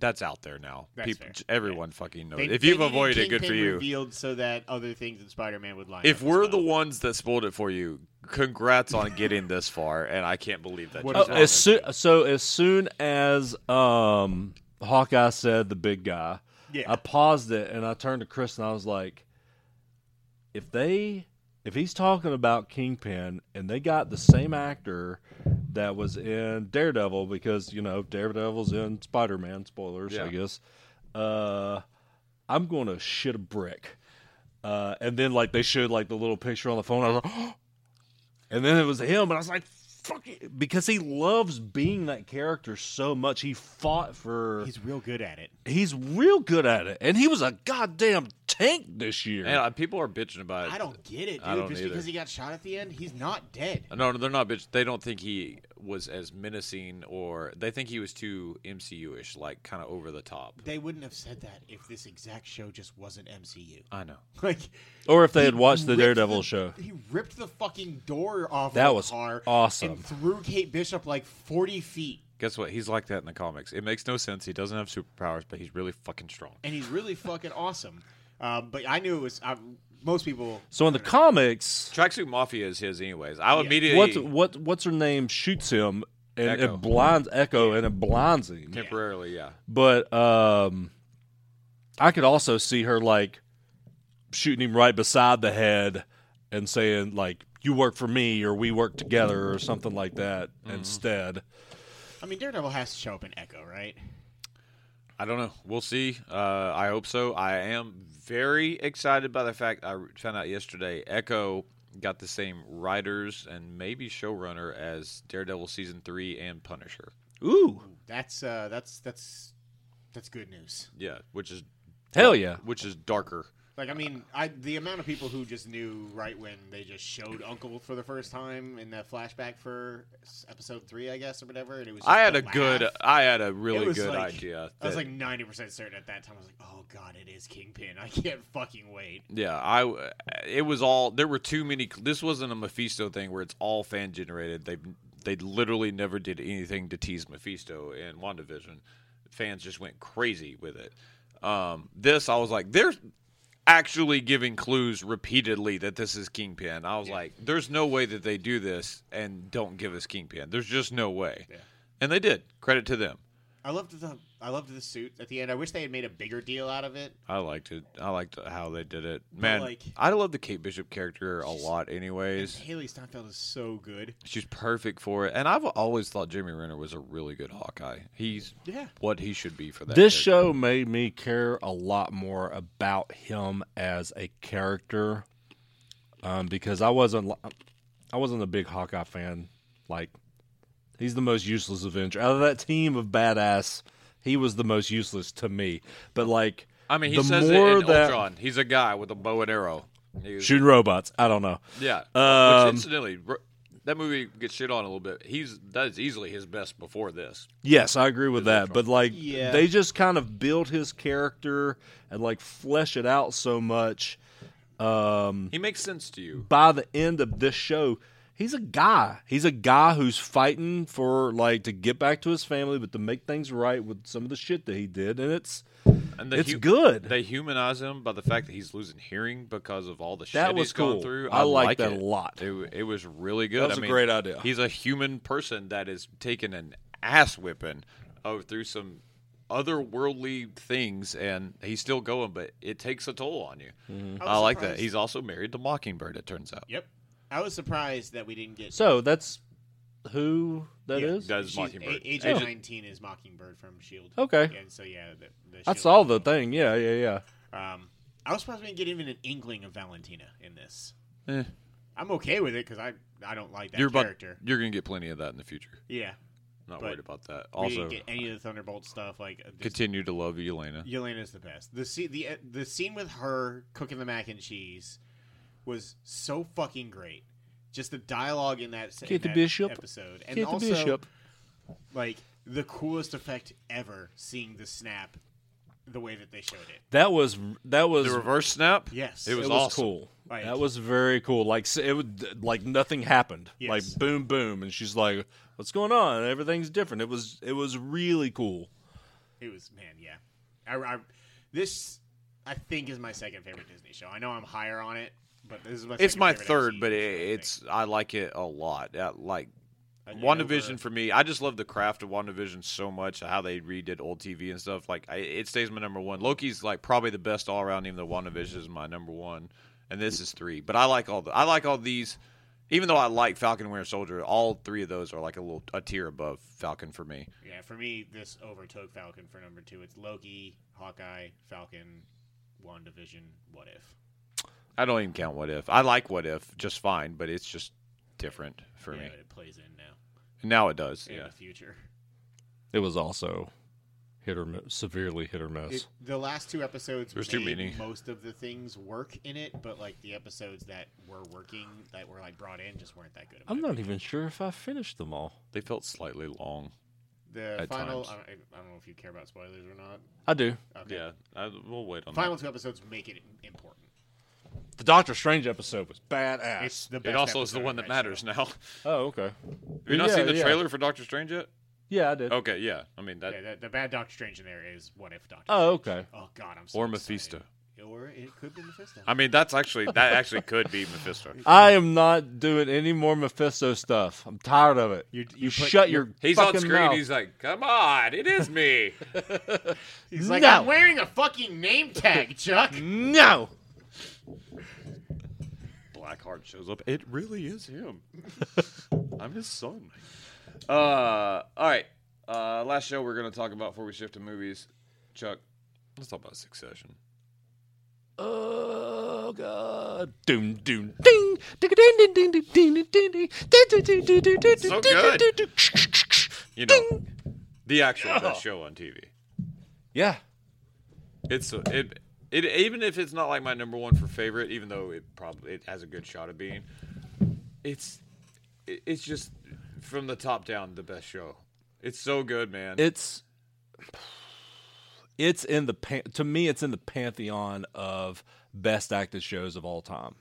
Speaker 1: that's out there now.
Speaker 2: That's
Speaker 1: People,
Speaker 2: fair.
Speaker 1: j- everyone fucking knows.
Speaker 2: They-
Speaker 1: it. if
Speaker 2: they
Speaker 1: you've
Speaker 2: needed
Speaker 1: avoided it, good for
Speaker 2: Kingpin
Speaker 1: you.
Speaker 2: Revealed so that other things in Spider-Man would line.
Speaker 1: If
Speaker 2: up as
Speaker 1: we're the
Speaker 2: well.
Speaker 1: ones that spoiled it for you, congrats on getting this far. And I can't believe that.
Speaker 2: What
Speaker 1: just
Speaker 2: is
Speaker 3: Oh, as
Speaker 1: happened.
Speaker 3: soon, so as soon as um, Hawkeye said the big guy,
Speaker 2: Yeah.
Speaker 3: I paused it and I turned to Chris and I was like, if they if he's talking about Kingpin and they got the same actor that was in Daredevil because you know Daredevil's in Spider Man spoilers I
Speaker 1: Yeah.
Speaker 3: guess, uh, I'm going to shit a brick. Uh, and then like they showed like the little picture on the phone. I was like, [GASPS] and then it was him, and I was like, "Fuck it," because he loves being that character so much. He fought for. He's,
Speaker 2: he's real good at it.
Speaker 3: real good at it, and he was a goddamn tank this year.
Speaker 1: And uh, people are bitching about it.
Speaker 2: I don't get it, dude.
Speaker 1: I don't
Speaker 2: Just
Speaker 1: either.
Speaker 2: because he got shot at the end, he's not dead.
Speaker 1: No, no, they're not bitch. They don't think he was as menacing, or they think he was too MCU-ish, like kind of over the top.
Speaker 2: They wouldn't have said that if this exact show just wasn't MCU.
Speaker 1: I know.
Speaker 2: [LAUGHS] Like
Speaker 3: or if they had watched the
Speaker 2: ripped
Speaker 3: Daredevil show,
Speaker 2: He ripped the fucking door off.
Speaker 3: That
Speaker 2: of the
Speaker 3: was
Speaker 2: car
Speaker 3: awesome.
Speaker 2: And threw Kate Bishop like forty feet,
Speaker 1: Guess what? He's like that in the comics. It makes no sense. He doesn't have superpowers, but he's really fucking strong.
Speaker 2: and he's really fucking awesome. Um, but I knew it was I, most people.
Speaker 3: so in the comics,
Speaker 1: Tracksuit Mafia is his, anyways. I
Speaker 2: Yeah.
Speaker 1: immediately
Speaker 3: what what what's her name shoots him and
Speaker 1: Echo.
Speaker 3: it blinds Echo and it blinds him.
Speaker 1: temporarily, yeah.
Speaker 3: but um i could also see her like shooting him right beside the head and saying like you work for me or we work together or something like that instead
Speaker 2: I mean, Daredevil has to show up in Echo, right?
Speaker 1: I don't know. We'll see. Uh, I hope so. I am very excited by the fact I found out yesterday Echo got the same writers and maybe showrunner as Daredevil season three and Punisher.
Speaker 3: ooh
Speaker 2: That's uh, that's that's that's good news.
Speaker 1: Yeah, which is
Speaker 3: hell yeah
Speaker 1: which is darker.
Speaker 2: Like, I mean, I the amount of people who just knew right when they just showed Uncle for the first time in that flashback for s- episode three, I guess, or whatever. And it was. just
Speaker 1: I had
Speaker 2: the
Speaker 1: a good.
Speaker 2: laugh.
Speaker 1: I had a
Speaker 2: It
Speaker 1: really
Speaker 2: was
Speaker 1: good
Speaker 2: like-
Speaker 1: idea.
Speaker 2: I was
Speaker 1: that-
Speaker 2: like ninety percent certain at that time. I was like, "Oh God, it is Kingpin! I can't fucking wait."
Speaker 1: Yeah, I. It was all. There were too many. This wasn't a Mephisto thing where it's all fan generated. They they literally never did anything to tease Mephisto in WandaVision. Fans just went crazy with it. Um, this I was like, they're actually giving clues repeatedly that this is Kingpin. I was like, there's no way that they do this and don't give us Kingpin. There's just no way.
Speaker 2: Yeah.
Speaker 1: And they did. Credit to them.
Speaker 2: I loved the I loved the suit at the end. I wish they had made a bigger deal out of it.
Speaker 1: I liked it. I liked how they did it. Man,
Speaker 2: like-
Speaker 1: I love the Kate Bishop character a lot. Anyways,
Speaker 2: Haley Steinfeld is so good.
Speaker 1: She's perfect for it. And I've always thought Jeremy Renner was a really good Hawkeye. He's
Speaker 2: Yeah.
Speaker 1: what he should be for that.
Speaker 3: this
Speaker 1: character.
Speaker 3: show made me care a lot more about him as a character um, because i wasn't li- i wasn't a big hawkeye fan like he's the most useless avenger out of that team of badass he was the most useless to me but like
Speaker 1: I mean, he
Speaker 3: the
Speaker 1: says it
Speaker 3: more
Speaker 1: in
Speaker 3: that
Speaker 1: Ultron. He's a guy with a bow and arrow. He-
Speaker 3: shooting robots i don't know
Speaker 1: yeah.
Speaker 3: Um,
Speaker 1: Which incidentally, r- that movie gets shit on a little bit. He's that's easily his best before this.
Speaker 3: Yes, I agree with that. But like,
Speaker 2: Yeah.
Speaker 3: they just kind of build his character and like flesh it out so much Um,
Speaker 1: He makes sense to you.
Speaker 3: by the end of this show, he's a guy. He's a guy who's fighting for like to get back to his family, but to make things right with some of the shit that he did, and it's
Speaker 1: And the
Speaker 3: it's
Speaker 1: hu-
Speaker 3: good.
Speaker 1: They humanize him by the fact that he's losing hearing because of all the shit
Speaker 3: That was
Speaker 1: he's gone
Speaker 3: cool.
Speaker 1: through.
Speaker 3: I
Speaker 1: I,
Speaker 3: liked
Speaker 1: like
Speaker 3: that
Speaker 1: it.
Speaker 3: a lot.
Speaker 1: It, it was really good.
Speaker 3: That was
Speaker 1: I
Speaker 3: a
Speaker 1: mean,
Speaker 3: great idea.
Speaker 1: He's a human person that is taking an ass whipping oh, through some otherworldly things, and he's still going, but it takes a toll on you.
Speaker 3: Mm-hmm.
Speaker 1: I, like that.
Speaker 2: surprised.
Speaker 1: He's also married to Mockingbird. It turns out.
Speaker 2: Yep. I was surprised that we didn't get.
Speaker 3: so that's who that
Speaker 2: Yeah,
Speaker 3: is.
Speaker 1: Does
Speaker 2: she's-
Speaker 1: Mockingbd.
Speaker 2: A- Agent
Speaker 1: Agent-
Speaker 2: 19 is Mockingbird from Shield.
Speaker 3: Okay.
Speaker 2: And so E yeah, the, the
Speaker 3: I
Speaker 2: Shield
Speaker 3: saw the
Speaker 2: people.
Speaker 3: thing. Yeah, yeah, yeah.
Speaker 2: E Um, I was surprised we didn't get even an inkling of Valentina in this.
Speaker 1: Eh,
Speaker 2: I'm okay with it because I I don't like that
Speaker 1: you're about,
Speaker 2: character.
Speaker 1: you're gonna get plenty of that in the future.
Speaker 2: Yeah.
Speaker 1: Not
Speaker 2: But
Speaker 1: worried about that.
Speaker 2: we
Speaker 1: Also,
Speaker 2: didn't get any of the Thunderbolt stuff. Like this,
Speaker 1: continue to love Elena.
Speaker 2: Yelena's the best. The scene the uh, the scene with her cooking the mac and cheese was so fucking great. Just the dialogue in that, in
Speaker 3: Get the
Speaker 2: that
Speaker 3: bishop.
Speaker 2: episode, and
Speaker 3: Get the
Speaker 2: also
Speaker 3: bishop.
Speaker 2: like the coolest effect ever. Seeing the snap, the way that they showed it.
Speaker 3: That was that was
Speaker 1: The reverse snap.
Speaker 2: Yes.
Speaker 1: it was,
Speaker 3: it was
Speaker 1: awesome.
Speaker 3: cool.
Speaker 2: Like-
Speaker 3: that was very cool. Like s- it would, like nothing happened.
Speaker 2: Yes.
Speaker 3: Like boom, boom, and she's like, "What's going on?" And everything's different. It was it was really cool.
Speaker 2: It was man, yeah. I, I- this I think is my second favorite Disney show. I know I'm higher on it, but this is my.
Speaker 1: It's
Speaker 2: second
Speaker 1: my
Speaker 2: favorite
Speaker 1: third,
Speaker 2: I've
Speaker 1: but
Speaker 2: seen,
Speaker 1: it,
Speaker 2: so I
Speaker 1: it's I like it a lot. Uh like
Speaker 2: think.
Speaker 1: WandaVision
Speaker 2: Over-
Speaker 1: for me, I just love the craft of WandaVision so much. How they redid old TV and stuff. Like I, it stays my number one. Loki's like probably the best all around. Even though WandaVision is my number one, and this is three. But I like all the I like all these. Even though I like Falcon and Winter Soldier, all three of those are like a little a tier above Falcon for me.
Speaker 2: yeah, for me, this overtook Falcon for number two. It's Loki, Hawkeye, Falcon, WandaVision. What if?
Speaker 1: I don't even count What If. I like What If just fine, but it's just different for
Speaker 2: yeah,
Speaker 1: me.
Speaker 2: but it plays in now
Speaker 1: Now it does.
Speaker 2: in
Speaker 1: Yeah.
Speaker 2: the future.
Speaker 3: It was also hit or miss, severely hit or miss.
Speaker 2: It, the last two episodes
Speaker 1: There's too
Speaker 2: made
Speaker 1: many.
Speaker 2: most of the things work in it, but like the episodes that were working that were like brought in just weren't that good. in my
Speaker 3: I'm not even sure if I finished them all.
Speaker 1: They felt slightly long.
Speaker 2: The
Speaker 1: At
Speaker 2: final,
Speaker 1: times.
Speaker 2: I don't, I don't know if you care about spoilers or not.
Speaker 3: I do.
Speaker 2: Okay.
Speaker 1: Yeah, I, we'll wait on
Speaker 2: Final two episodes make it important.
Speaker 3: The Doctor Strange episode was badass.
Speaker 2: It's the
Speaker 1: that.
Speaker 2: best
Speaker 1: It also is the
Speaker 2: episode
Speaker 1: one
Speaker 2: of
Speaker 1: that matters
Speaker 2: show.
Speaker 1: now. [LAUGHS] Have
Speaker 3: oh, okay.
Speaker 1: you not
Speaker 3: Yeah,
Speaker 1: seen the
Speaker 3: yeah.
Speaker 1: trailer for Doctor Strange yet?
Speaker 3: Yeah, I did.
Speaker 1: Okay, yeah. I mean that
Speaker 2: Yeah, the, the bad Doctor Strange in there is what if Doctor.
Speaker 3: Oh,
Speaker 2: Strange.
Speaker 3: okay.
Speaker 2: Oh God, I'm so
Speaker 1: or
Speaker 2: excited.
Speaker 1: Mephisto.
Speaker 2: Or it could be Mephisto.
Speaker 1: I mean that's actually that actually could be [LAUGHS] Mephisto.
Speaker 3: I am not doing any more Mephisto stuff. I'm tired of it.
Speaker 2: You-
Speaker 3: You,
Speaker 2: you put-
Speaker 3: shut
Speaker 2: you-
Speaker 3: your
Speaker 4: He's on
Speaker 3: fucking
Speaker 4: screen.
Speaker 3: mouth.
Speaker 4: He's like, "Come on, it is me."
Speaker 2: He's like,
Speaker 3: No.
Speaker 2: I'm wearing a fucking name
Speaker 1: [LAUGHS]
Speaker 2: tag, Chuck.
Speaker 3: no.
Speaker 1: [LAUGHS] Blackheart shows up. It really is [LAUGHS] him. I'm his son. Uh, all right. Uh, last show we're gonna talk about before we shift to movies. Chuck, let's talk about Succession.
Speaker 3: Oh god. Doom doom ding. Ding ding ding ding ding ding ding ding. Ding ding ding ding ding
Speaker 1: So
Speaker 3: ding ding
Speaker 1: good.
Speaker 3: ding ding. Shh, shh, shh, shh.
Speaker 1: You know, the actual [LAUGHS] best show on TV.
Speaker 3: Yeah.
Speaker 1: It's it, it even if it's not like my number one for favorite, even though it probably it has a good shot of being. It's it, it's just from the top down the best show. It's so good, man.
Speaker 3: It's it's in the pan- to me it's in the pantheon of best acted shows of all time.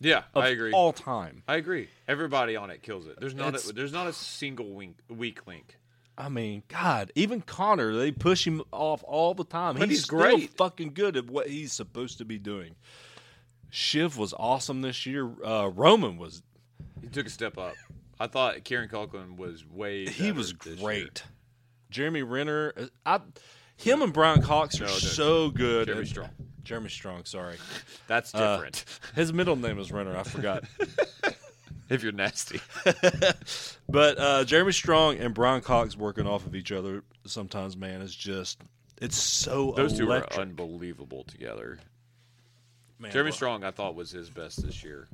Speaker 1: yeah,
Speaker 3: Of
Speaker 1: I agree.
Speaker 3: All time.
Speaker 1: I agree. Everybody on it kills it. There's not
Speaker 3: It's-
Speaker 1: a, there's not a single wink, weak link.
Speaker 3: I mean, God, even Connor, they push him off all the time.
Speaker 1: But he's
Speaker 3: still
Speaker 1: great.
Speaker 3: fucking good at what he's supposed to be doing. Shiv was awesome this year. Uh, Roman was
Speaker 1: He took a step up. I thought Kieran Culkin was way.
Speaker 3: he
Speaker 1: better
Speaker 3: was
Speaker 1: this year.
Speaker 3: great. Jeremy Renner, uh, I, him and Brian Cox are
Speaker 1: No, no,
Speaker 3: so good.
Speaker 1: Jeremy
Speaker 3: and-
Speaker 1: Strong.
Speaker 3: Jeremy Strong, sorry.
Speaker 1: That's
Speaker 3: Uh,
Speaker 1: different. [LAUGHS]
Speaker 3: His middle name is Renner. I forgot.
Speaker 1: if you're nasty,
Speaker 3: But uh, Jeremy Strong and Brian Cox working off of each other sometimes, man, is just it's so
Speaker 1: those two are
Speaker 3: electric.
Speaker 1: unbelievable together.
Speaker 3: Man,
Speaker 1: Jeremy
Speaker 3: well,
Speaker 1: Strong, I thought was his best this year.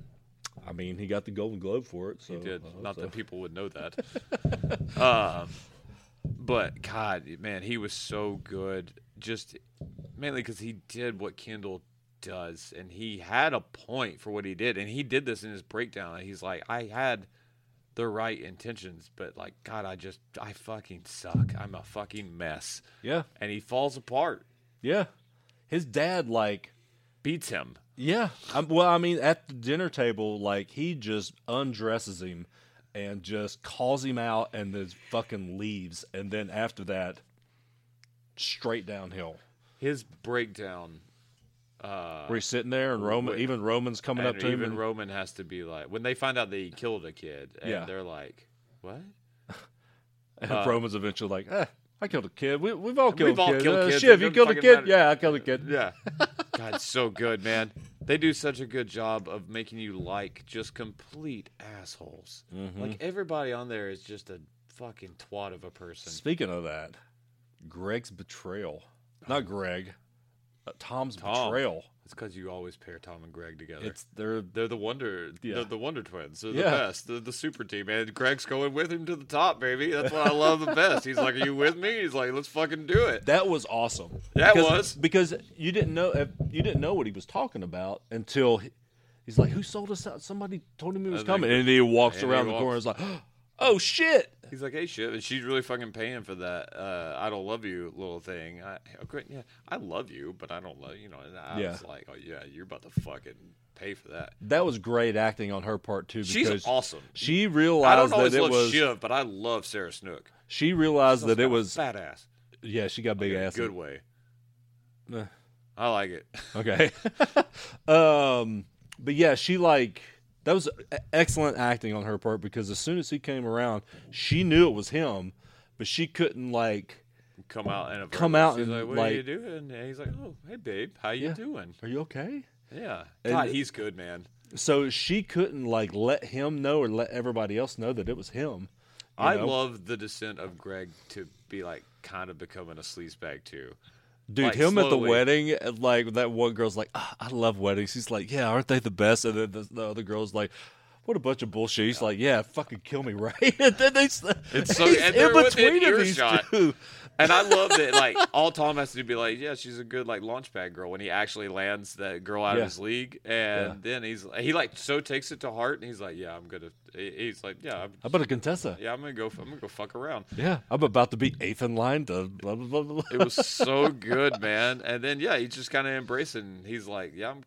Speaker 3: I mean, he got the Golden Globe for it. So
Speaker 1: He did.
Speaker 3: I hope
Speaker 1: Not
Speaker 3: so.
Speaker 1: that people would know that.
Speaker 3: [LAUGHS]
Speaker 1: um, but God, man, he was so good. Just mainly because he did what Kendall does, and he had a point for what he did, and he did this in his breakdown. He's like, I had the right intentions, but like, God, I just, I fucking suck. I'm a fucking mess,
Speaker 3: Yeah,
Speaker 1: and he falls apart.
Speaker 3: yeah. His dad, like,
Speaker 1: Beats him.
Speaker 3: Yeah. i well, I mean, at the dinner table, like he just undresses him and just calls him out, and then fucking leaves. And then after that, straight downhill.
Speaker 1: His breakdown. Uh,
Speaker 3: Where he's sitting there, and Roman,
Speaker 1: Wait.
Speaker 3: even Roman's coming
Speaker 1: and
Speaker 3: up to him.
Speaker 1: even
Speaker 3: and-
Speaker 1: Roman has to be like when they find out that he killed a kid, and
Speaker 3: Yeah.
Speaker 1: they're like, "What?
Speaker 3: And
Speaker 1: Uh,
Speaker 3: Roman's eventually like, eh, I killed a kid. We, we've all killed
Speaker 1: We've all
Speaker 3: kids.
Speaker 1: killed
Speaker 3: Uh,
Speaker 1: kids.
Speaker 3: Shiv,
Speaker 1: It
Speaker 3: you
Speaker 1: doesn't
Speaker 3: killed a
Speaker 1: fucking
Speaker 3: kid?
Speaker 1: matter."
Speaker 3: Yeah, I killed a kid. [LAUGHS]
Speaker 1: Yeah, God, it's so good, man. They do such a good job of making you like just complete assholes.
Speaker 3: Mm-hmm.
Speaker 1: Like everybody on there is just a fucking twat of a person.
Speaker 3: Speaking of that, Greg's betrayal. Not Greg. uh, Tom's
Speaker 1: Tom.
Speaker 3: betrayal.
Speaker 1: It's because you always pair Tom and Greg together.
Speaker 3: It's they're
Speaker 1: they're the wonder,
Speaker 3: Yeah.
Speaker 1: they're the wonder twins. They're
Speaker 3: Yeah.
Speaker 1: the best. They're the super team, and Greg's going with him to the top, baby. That's what I love the best. He's like, "Are you with me?" He's like, "Let's fucking do it."
Speaker 3: That was awesome.
Speaker 1: That
Speaker 3: because,
Speaker 1: was.
Speaker 3: because you didn't know if you didn't know what he was talking about until he, he's like, "Who sold us out?" Somebody told him he was
Speaker 1: think-
Speaker 3: coming, and he walks
Speaker 1: and he
Speaker 3: around the
Speaker 1: walks.
Speaker 3: corner. and is like, [GASPS] "Oh shit!"
Speaker 1: He's like, hey, shit, and she's really fucking paying for that. Uh, I don't love you little thing. I, okay, yeah, I love you, but I don't love you know. And I
Speaker 3: Yeah.
Speaker 1: was like, oh yeah, you're about to fucking pay for that.
Speaker 3: That was great acting on her part too.
Speaker 1: She's
Speaker 3: Because
Speaker 1: awesome.
Speaker 3: She
Speaker 1: I don't
Speaker 3: realized
Speaker 1: always
Speaker 3: that it
Speaker 1: love
Speaker 3: was.
Speaker 1: Shiv, but I love Sarah Snook.
Speaker 3: She realized that
Speaker 1: That's
Speaker 3: it was.
Speaker 1: badass,
Speaker 3: Yeah, she got big
Speaker 1: in a
Speaker 3: ass.
Speaker 1: good way.
Speaker 3: Eh.
Speaker 1: I like it.
Speaker 3: [LAUGHS]
Speaker 1: [LAUGHS]
Speaker 3: Okay. [LAUGHS] um, but yeah, she like that was e- excellent acting on her part because as soon as he came around, she knew it was him, but she couldn't like.
Speaker 1: Come out and
Speaker 3: Come out
Speaker 1: she's
Speaker 3: and,
Speaker 1: like, what
Speaker 3: like-
Speaker 1: are you doing? And he's like, oh, hey babe, how you
Speaker 3: Yeah.
Speaker 1: doing?
Speaker 3: Are you okay?
Speaker 1: Yeah,
Speaker 3: And-
Speaker 1: God, he's good, man.
Speaker 3: So she couldn't like let him know or let everybody else know that it was him. you
Speaker 1: I
Speaker 3: know?
Speaker 1: love the descent of Greg to be like kind of becoming a sleazebag too.
Speaker 3: dude
Speaker 1: like,
Speaker 3: him at the
Speaker 1: slowly.
Speaker 3: wedding. and, Like that one girl's like, "Ah, I love weddings. He's like, yeah, aren't they the best? And then the, the other girl's like. What a bunch of bullshit! He's like, "Yeah, fucking kill me, [LAUGHS] right?" And then they, it's
Speaker 1: so- and they're within earshot.
Speaker 3: two.
Speaker 1: And I love that, like, all Tom has to do be like, yeah, she's a good, like, launchpad girl when he actually lands that girl out
Speaker 3: Yeah.
Speaker 1: of his league. And
Speaker 3: Yeah.
Speaker 1: then he's, he, like, so takes it to heart and he's like, yeah, I'm going to, he's like, yeah, I'm,
Speaker 3: How about a Contessa?
Speaker 1: yeah, I'm going to go, f- I'm going to go fuck around.
Speaker 3: Yeah, I'm about to be eighth in line to blah blah blah. blah.
Speaker 1: It was so good, man. And then, yeah, he's just kind of embracing. He's like, yeah, I'm,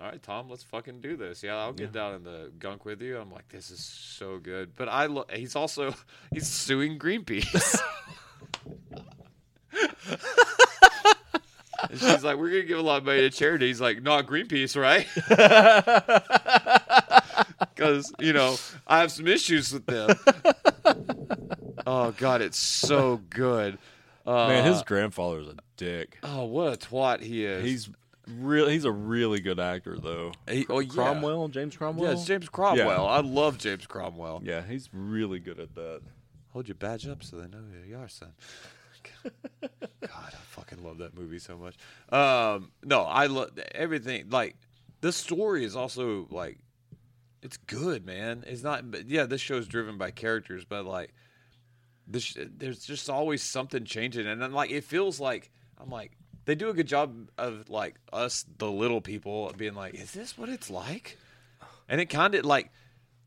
Speaker 1: all right, Tom, let's fucking do this. Yeah, I'll get down in the gunk with you. I'm like, this is so good. But I, lo- he's also, he's suing Greenpeace. [LAUGHS] And she's like, we're gonna give a lot of money to charity. He's like, not Greenpeace, right? [LAUGHS] Because you know I have some issues with
Speaker 3: [LAUGHS]
Speaker 1: them. oh God, it's so good. Uh,
Speaker 3: Man, his grandfather's a dick.
Speaker 1: oh what a twat he is.
Speaker 3: He's real. He's a really good actor, though.
Speaker 1: He- oh, yeah.
Speaker 3: Cromwell, James Cromwell.
Speaker 1: yeah, it's James Cromwell. I love James Cromwell.
Speaker 3: Yeah, he's really good at that.
Speaker 1: Hold your badge up so they know who you are, son. [LAUGHS] God, I fucking love that movie so much. Um, no, I love everything. Like the story is also like it's good, man. It's not. but Yeah, this show's driven by characters, but like this, there's just always something changing, and then like it feels like I'm like they do a good job of like us, the little people, being like, is this what it's like? And it kind of like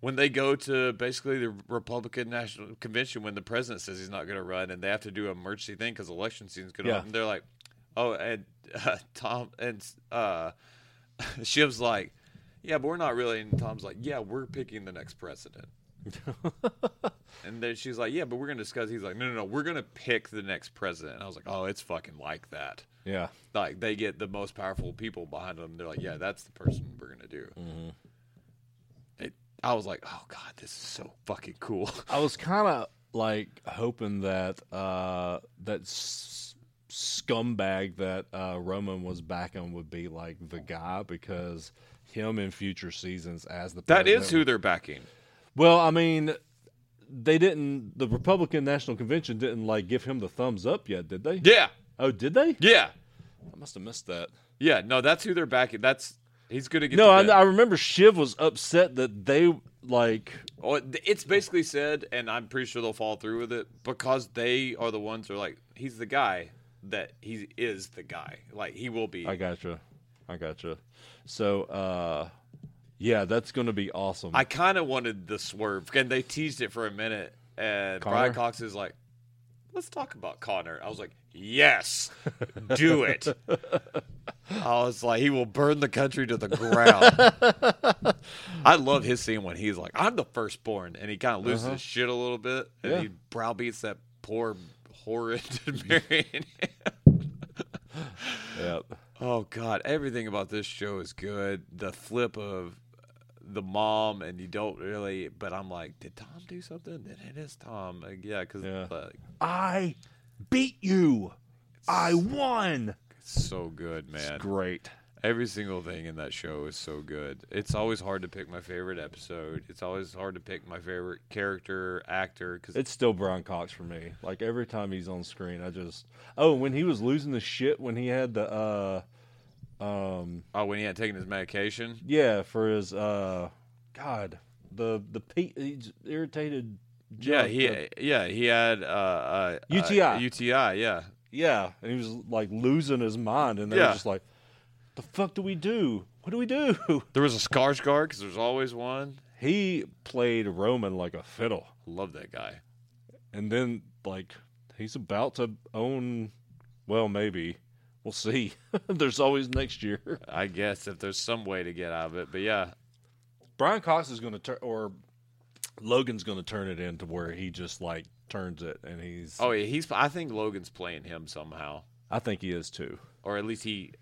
Speaker 1: when they go to basically the Republican National Convention when the president says he's not going to run and they have to do a emergency thing because election season's going to
Speaker 3: Yeah.
Speaker 1: happen. They're like, oh, and [LAUGHS] uh, Tom and uh, [LAUGHS] Shiv's like, yeah, but we're not really. And Tom's like, yeah, we're picking the next president. and then she's like, yeah, but we're going to discuss. He's like, no, no, no, we're going to pick the next president. And I was like, oh, it's fucking like that
Speaker 3: Yeah,
Speaker 1: like they get the most powerful people behind them. They're like, yeah, that's the person we're gonna do.
Speaker 3: Mm-hmm.
Speaker 1: It, I was like, oh god, this is so fucking
Speaker 3: [LAUGHS]
Speaker 1: cool.
Speaker 3: I was kind of like hoping that uh, that s- scumbag that uh, Roman was backing would be like the guy because him in future seasons as the
Speaker 1: That is
Speaker 3: president
Speaker 1: who they're backing.
Speaker 3: Well, I mean, they didn't. The Republican National Convention didn't like give him the thumbs up yet, did they?
Speaker 1: Yeah,
Speaker 3: Oh, did they?
Speaker 1: yeah,
Speaker 3: I must have missed that. yeah,
Speaker 1: no, that's who they're backing. That's he's gonna get.
Speaker 3: No,
Speaker 1: the
Speaker 3: I,
Speaker 1: bid.
Speaker 3: I remember Shiv was upset that they like.
Speaker 1: Oh, it- It's basically said, and I'm pretty sure they'll follow through with it because they are the ones who are like, he's the guy that he is the guy. Like he will be.
Speaker 3: I gotcha, I gotcha. So, uh, yeah, that's gonna be awesome.
Speaker 1: I kind of wanted the swerve, and they teased it for a minute. And
Speaker 3: Connor?
Speaker 1: Brian Cox is like,
Speaker 4: let's talk about Connor. I was like, yes, do
Speaker 3: [LAUGHS]
Speaker 4: it.
Speaker 1: I was like, he will burn the country to the ground.
Speaker 3: [LAUGHS]
Speaker 1: I love his scene when he's like, I'm the firstborn. And he kind of loses his shit a little bit. And
Speaker 3: Uh-huh. Yeah.
Speaker 1: he browbeats that poor, horrid [LAUGHS] Marion.
Speaker 3: Yep.
Speaker 1: oh, God. Everything about this show is good. The flip of the mom, and you don't really. But I'm like, did Tom do something? Then it is Tom. Like, yeah, because
Speaker 3: Yeah.
Speaker 1: like,
Speaker 3: I beat you. I won.
Speaker 1: it's so good, man.
Speaker 3: Great.
Speaker 1: Every single thing in that show is so good. It's always hard to pick my favorite episode. It's always hard to pick my favorite character, actor, because
Speaker 3: It's still Brian Cox for me. Like every time he's on screen, I just oh when he was losing the shit when he had the uh um
Speaker 1: oh, when he had taken his medication,
Speaker 3: yeah for his uh God the the pe- he's irritated
Speaker 1: yeah,
Speaker 3: junk, the-
Speaker 1: he yeah he had uh, uh uh,
Speaker 3: UTI.
Speaker 1: UTI, yeah,
Speaker 3: yeah and he was like losing his mind and they
Speaker 1: Yeah.
Speaker 3: were just like the fuck do we do what do we do [LAUGHS]
Speaker 1: there was a Skarsgård because there's always one.
Speaker 3: he played Roman like a fiddle
Speaker 1: Love that guy.
Speaker 3: and then like he's about to own well maybe we'll see [LAUGHS] there's always next year
Speaker 1: I guess if there's some way to get out of it, but yeah,
Speaker 3: [LAUGHS] Brian Cox is going to turn, or Logan's going to turn it into where he just like turns it, and he's.
Speaker 1: oh yeah, he's. I think Logan's playing him somehow,
Speaker 3: I think he is too.
Speaker 1: or at least he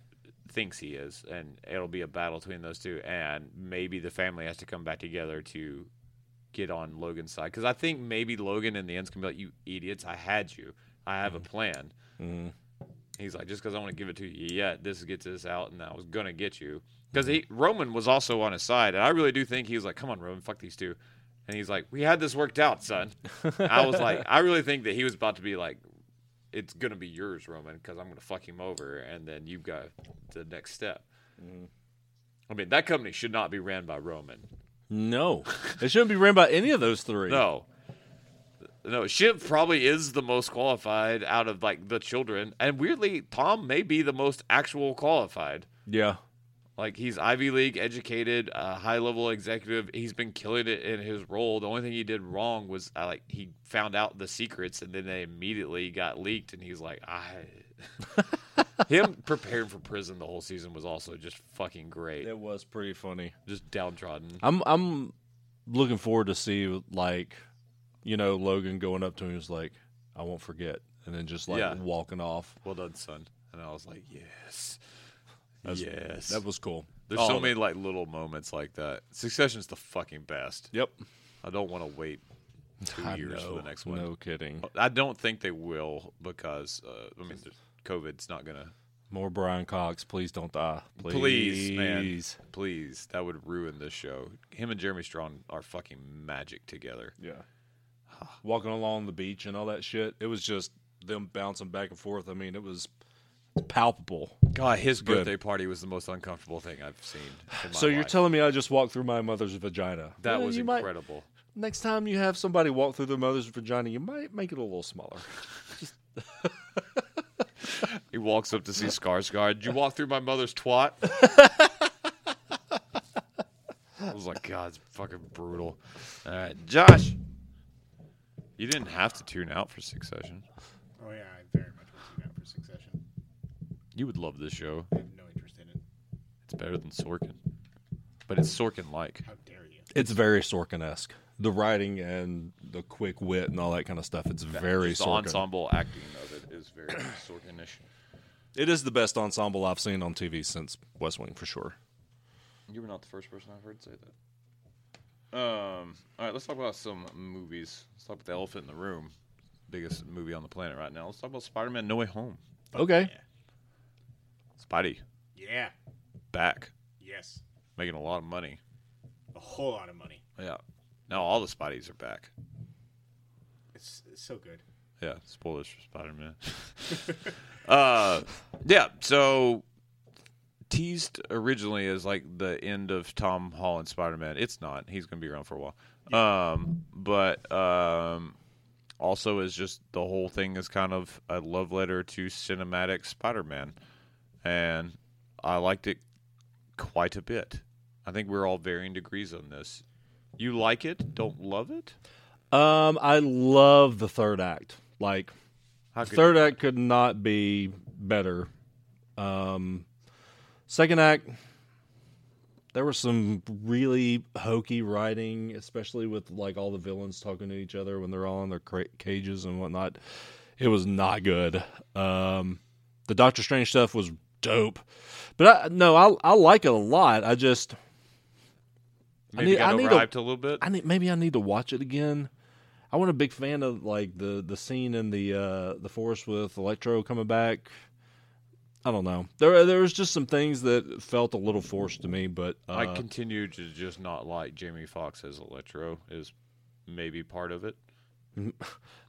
Speaker 1: thinks he is, and it'll be a battle between those two, and maybe the family has to come back together to get on Logan's side because I think maybe Logan in the end's gonna be like, "You idiots! I had you. I have a plan."
Speaker 3: Mhm.
Speaker 1: He's like, "Just because I want to give it to you, yeah, this gets this out, and I was gonna get you." Because he Roman was also on his side, and I really do think he was like, "Come on, Roman, fuck these two. and he's like, "We had this worked out, son." I was like, I really think that he was about to be like, "It's gonna be yours, Roman, because I'm gonna fuck him over, and then you've got the next step." I mean, that company should not be ran by Roman.
Speaker 3: No, [LAUGHS] it shouldn't be ran by any of those three.
Speaker 1: No. No, Shiv probably is the most qualified out of like the children, and weirdly, Tom may be the most actual qualified.
Speaker 3: Yeah.
Speaker 1: Like he's Ivy League educated, a high level executive. He's been killing it in his role. The only thing he did wrong was uh, like he found out the secrets, and then they immediately got leaked. And he's like, I. [LAUGHS] Him preparing for prison the whole season was also just fucking great.
Speaker 3: It was pretty funny.
Speaker 1: Just downtrodden.
Speaker 3: I'm I'm looking forward to see like, you know, Logan going up to him and was like, "I won't forget," and then just like
Speaker 1: Yeah.
Speaker 3: walking off.
Speaker 1: Well done, son. And I was like, yes,
Speaker 3: That's-
Speaker 1: yes. Oh.
Speaker 3: That was cool. Oh,
Speaker 1: There's
Speaker 3: All
Speaker 1: so
Speaker 3: of
Speaker 1: many
Speaker 3: it.
Speaker 1: like little moments like that. Succession's the fucking best.
Speaker 3: Yep.
Speaker 1: I don't want to wait two
Speaker 3: I
Speaker 1: years for
Speaker 3: know.
Speaker 1: the next one.
Speaker 3: No kidding.
Speaker 1: I don't think they will because uh, I mean, there's- COVID's not gonna.
Speaker 3: More Brian Cox. Please don't die. Please,
Speaker 1: Please, man, please. That would ruin this show. Him and Jeremy Strong are fucking magic together.
Speaker 3: Yeah. [SIGHS] Walking along the beach and all that shit. It was just them bouncing back and forth. I mean, it was palpable.
Speaker 1: God, his
Speaker 3: Good.
Speaker 1: birthday party was the most uncomfortable thing I've seen. In my
Speaker 3: so you're
Speaker 1: life.
Speaker 3: telling me I just walked through my mother's vagina.
Speaker 1: that
Speaker 3: Well,
Speaker 1: was
Speaker 3: you might-
Speaker 1: incredible.
Speaker 3: next time you have somebody walk through their mother's vagina, you might make it a little smaller.
Speaker 1: He walks up to see Skarsgård. Did you walk through my mother's
Speaker 3: [LAUGHS]
Speaker 1: twat? I was like, God, it's fucking brutal. All right, Josh. You didn't have to tune out for Succession.
Speaker 2: Oh yeah, I very much want to do that for Succession.
Speaker 1: You would love this show.
Speaker 2: I have no interest in it.
Speaker 1: It's better than Sorkin, but it's Sorkin-like.
Speaker 2: How dare you?
Speaker 3: It's very Sorkin esque. The writing and the quick wit and all that kind of stuff. It's very
Speaker 1: Just the
Speaker 3: Sorkin.
Speaker 1: ensemble acting of it is very [COUGHS] Sorkinish.
Speaker 3: It is the best ensemble I've seen on TV since West Wing for sure.
Speaker 4: You were not the first person I've heard say that. Um. All right. Let's talk about some movies. Let's talk about the elephant in the room.
Speaker 1: Biggest movie on the planet right now. Let's talk about Spider-Man: No Way Home.
Speaker 3: Okay.
Speaker 1: Spidey
Speaker 2: Yeah.
Speaker 1: back,
Speaker 2: Yes.
Speaker 1: making a lot of money.
Speaker 2: A whole lot of money.
Speaker 1: Yeah. Now all the Spideys are back.
Speaker 2: It's, it's so good.
Speaker 1: Yeah, spoilers for Spider Man. [LAUGHS] uh, yeah, so teased originally as like the end of Tom Holland Spider Man. It's not. He's going to be around for a while. Um, but um, also is just the whole thing is kind of a love letter to cinematic Spider Man, and I liked it quite a bit. I think we're all varying degrees on this. You like it, don't love it.
Speaker 3: Um, I love the third act. Like
Speaker 1: How
Speaker 3: The
Speaker 1: could
Speaker 3: third act could not be better. Um, second act, there was some really hokey writing, especially with like all the villains talking to each other when they're all in their cra- cages and whatnot. It was not good. Um, the Doctor Strange stuff was dope, but I, no, I I like it a lot. I just
Speaker 1: maybe
Speaker 3: need-
Speaker 1: got
Speaker 3: I need a-
Speaker 1: overhyped a, little bit?
Speaker 3: I need maybe I need to watch it again. I wasn't a big fan of like the the scene in the uh, the forest with Electro coming back. I don't know. There there was just some things that felt a little forced to me, but uh,
Speaker 1: I continue to just not like Jamie Foxx as Electro is maybe part of it.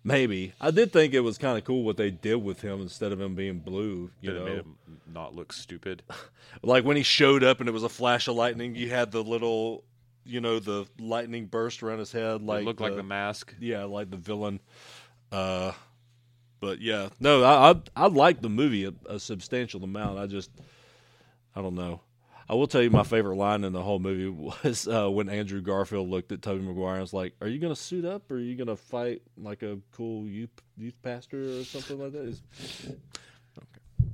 Speaker 3: maybe I did think it was kind of cool what they did with him instead of him being blue. You
Speaker 1: That it
Speaker 3: know,
Speaker 1: made him not look stupid.
Speaker 3: like when he showed up and it was a flash of lightning. You had the little, you know, the lightning burst around his head. Like
Speaker 1: it looked like the mask.
Speaker 3: yeah, like the villain. Uh, but yeah, no, I I, I like the movie a, a substantial amount. I just I don't know. I will tell you my favorite line in the whole movie [LAUGHS] was uh, when Andrew Garfield looked at Toby Maguire and was like, "Are you gonna suit up or are you gonna fight like a cool youth youth pastor or something like that?" It's-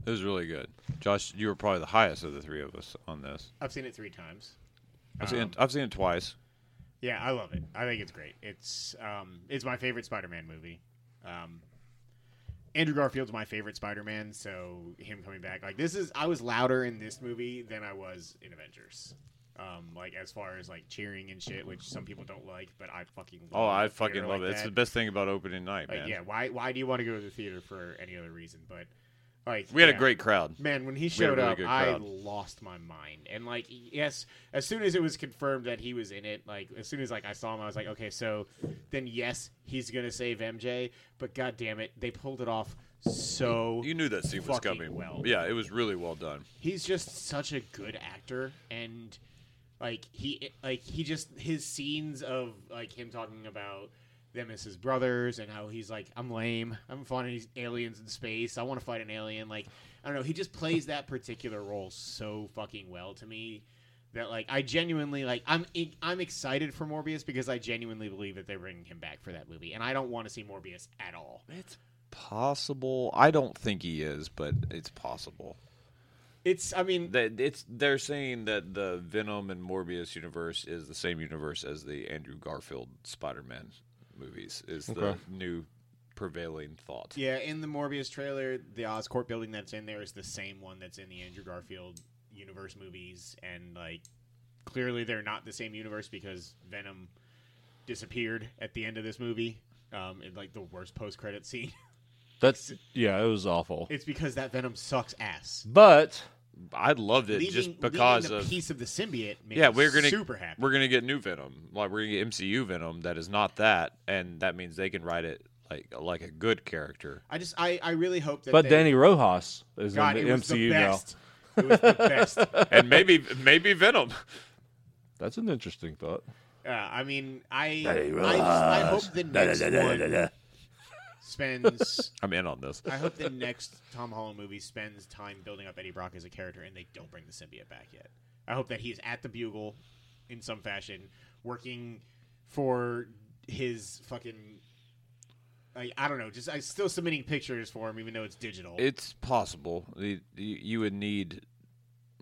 Speaker 1: It was really good. Josh, you were probably the highest of the three of us on this.
Speaker 2: I've seen it three times.
Speaker 1: I've seen
Speaker 2: Um,
Speaker 1: it, I've seen it twice.
Speaker 2: Yeah, I love it. I think it's great. It's um, it's my favorite Spider-Man movie. Um, Andrew Garfield's my favorite Spider-Man, so him coming back like this is I was louder in this movie than I was in Avengers. Um, like as far as like cheering and shit, which some people don't like, but I fucking love
Speaker 1: Oh, I
Speaker 2: a theater
Speaker 1: fucking love
Speaker 2: like
Speaker 1: it. It's the
Speaker 2: that.
Speaker 1: best thing about opening night,
Speaker 2: Like,
Speaker 1: man.
Speaker 2: yeah, why why do you want to go to the theater for any other reason? But like
Speaker 1: We had a
Speaker 2: yeah.
Speaker 1: great crowd.
Speaker 2: Man, when he
Speaker 1: We had a
Speaker 2: showed
Speaker 1: really
Speaker 2: up,
Speaker 1: good
Speaker 2: I
Speaker 1: crowd.
Speaker 2: lost my mind. And like, yes, as soon as it was confirmed that he was in it, like as soon as like I saw him, I was like, okay, so then yes, he's gonna save MJ. But god damn it, they pulled it off so.
Speaker 1: You knew that scene was
Speaker 2: Fucking
Speaker 1: coming.
Speaker 2: well.
Speaker 1: Yeah, it was really well done.
Speaker 2: he's just such a good actor, and like he like he just his scenes of like him talking about them as his brothers and how he's like i'm lame i'm fighting these aliens in space i want to fight an alien like i don't know he just plays that particular role so fucking well to me that like i genuinely like i'm e, i'm excited for morbius because i genuinely believe that they're bringing him back for that movie and i don't want to see morbius at all
Speaker 1: It's possible. I don't think he is, but it's possible.
Speaker 2: it's i mean
Speaker 1: That it's they're saying that the Venom and Morbius universe is the same universe as the Andrew Garfield Spider-Man movies. Is
Speaker 3: Okay.
Speaker 1: the new prevailing thought.
Speaker 2: Yeah, in the Morbius trailer, the Oscorp building that's in there is the same one that's in the Andrew Garfield universe movies, and like clearly they're not the same universe because Venom disappeared at the end of this movie. Um, in like the worst post credit scene, [LAUGHS]
Speaker 3: that's yeah, it was awful.
Speaker 2: it's because that Venom sucks ass.
Speaker 3: But
Speaker 1: I loved it
Speaker 2: Leaving,
Speaker 1: just because
Speaker 2: leaving the
Speaker 1: of
Speaker 2: piece of the symbiote. Made
Speaker 1: Yeah, we're gonna
Speaker 2: super happy.
Speaker 1: We're gonna get new Venom. Like we're gonna get MCU Venom that is not that, and that means they can write it like like a good character.
Speaker 2: I just I, I really hope that
Speaker 3: but
Speaker 2: they,
Speaker 3: Danny Rojas is
Speaker 2: God
Speaker 3: in
Speaker 2: it
Speaker 3: the
Speaker 2: was the
Speaker 3: MCU now.
Speaker 2: best. It was the best. [LAUGHS] Uh,
Speaker 1: And maybe maybe Venom.
Speaker 3: That's an interesting thought.
Speaker 2: Uh, I mean, I I, just, I hope
Speaker 3: [LAUGHS]
Speaker 2: the next one spends.
Speaker 1: I'm in on this.
Speaker 2: I hope the next Tom Holland movie spends time building up Eddie Brock as a character, and they don't bring the symbiote back yet. I hope that he's at the Bugle in some fashion, working for his fucking. I, I don't know. Just I'm still submitting pictures for him, even though it's digital.
Speaker 1: It's possible. You, you would need.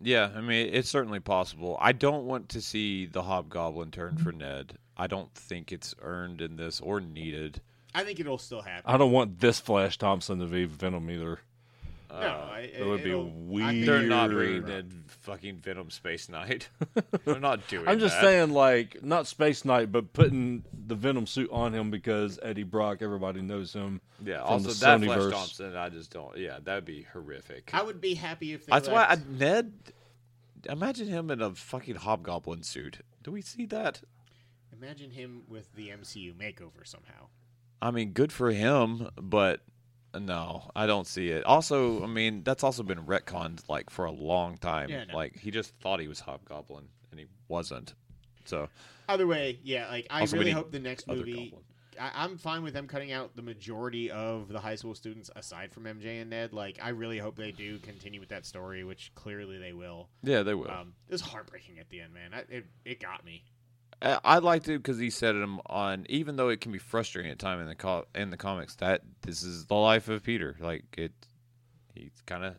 Speaker 1: Yeah, I mean, it's certainly possible. I don't want to see the Hobgoblin turn for Ned. I don't think it's earned in this or needed.
Speaker 2: I think it'll still happen.
Speaker 3: I don't want this Flash Thompson to be Venom either.
Speaker 2: no, I,
Speaker 3: that Uh, would be
Speaker 2: it'll- I think
Speaker 1: They're
Speaker 3: weird.
Speaker 1: not
Speaker 2: it'll be
Speaker 1: bringing
Speaker 2: wrong.
Speaker 1: Ned fucking Venom Space Knight. [LAUGHS] They're not doing.
Speaker 3: I'm just
Speaker 1: that.
Speaker 3: saying, like, not Space Knight, but putting the Venom suit on him because Eddie Brock, everybody knows him.
Speaker 1: Yeah.
Speaker 3: from
Speaker 1: Also,
Speaker 3: the
Speaker 1: that
Speaker 3: Sonyverse.
Speaker 1: Flash Thompson, I just don't. Yeah, that'd be horrific.
Speaker 2: I would be happy if they
Speaker 1: That's why I,
Speaker 2: left-
Speaker 1: Ned. Imagine him in a fucking hobgoblin suit. Do we see that?
Speaker 2: imagine him with the MCU makeover somehow.
Speaker 1: I mean, good for him, but no, I don't see it. Also, I mean, that's also been retconned like for a long time.
Speaker 2: Yeah, I know.
Speaker 1: Like he just thought he was hobgoblin and he wasn't. So
Speaker 2: Either way, yeah, like I
Speaker 1: Also, we
Speaker 2: really
Speaker 1: need
Speaker 2: hope the next
Speaker 1: other
Speaker 2: movie.
Speaker 1: Goblin.
Speaker 2: I, I'm fine with them cutting out the majority of the high school students aside from MJ and Ned. Like, I really hope they do continue with that story, which clearly they will.
Speaker 1: yeah, they will.
Speaker 2: Um, it was heartbreaking at the end, man. I, it it got me.
Speaker 1: I I liked it because he said it on. Even though it can be frustrating at time in the co- in the comics, that this is the life of Peter. Like it, he's kind of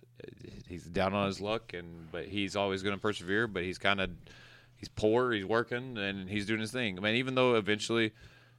Speaker 1: he's down on his luck, and but he's always going to persevere. But he's kind of he's poor. He's working and he's doing his thing. I mean, even though eventually,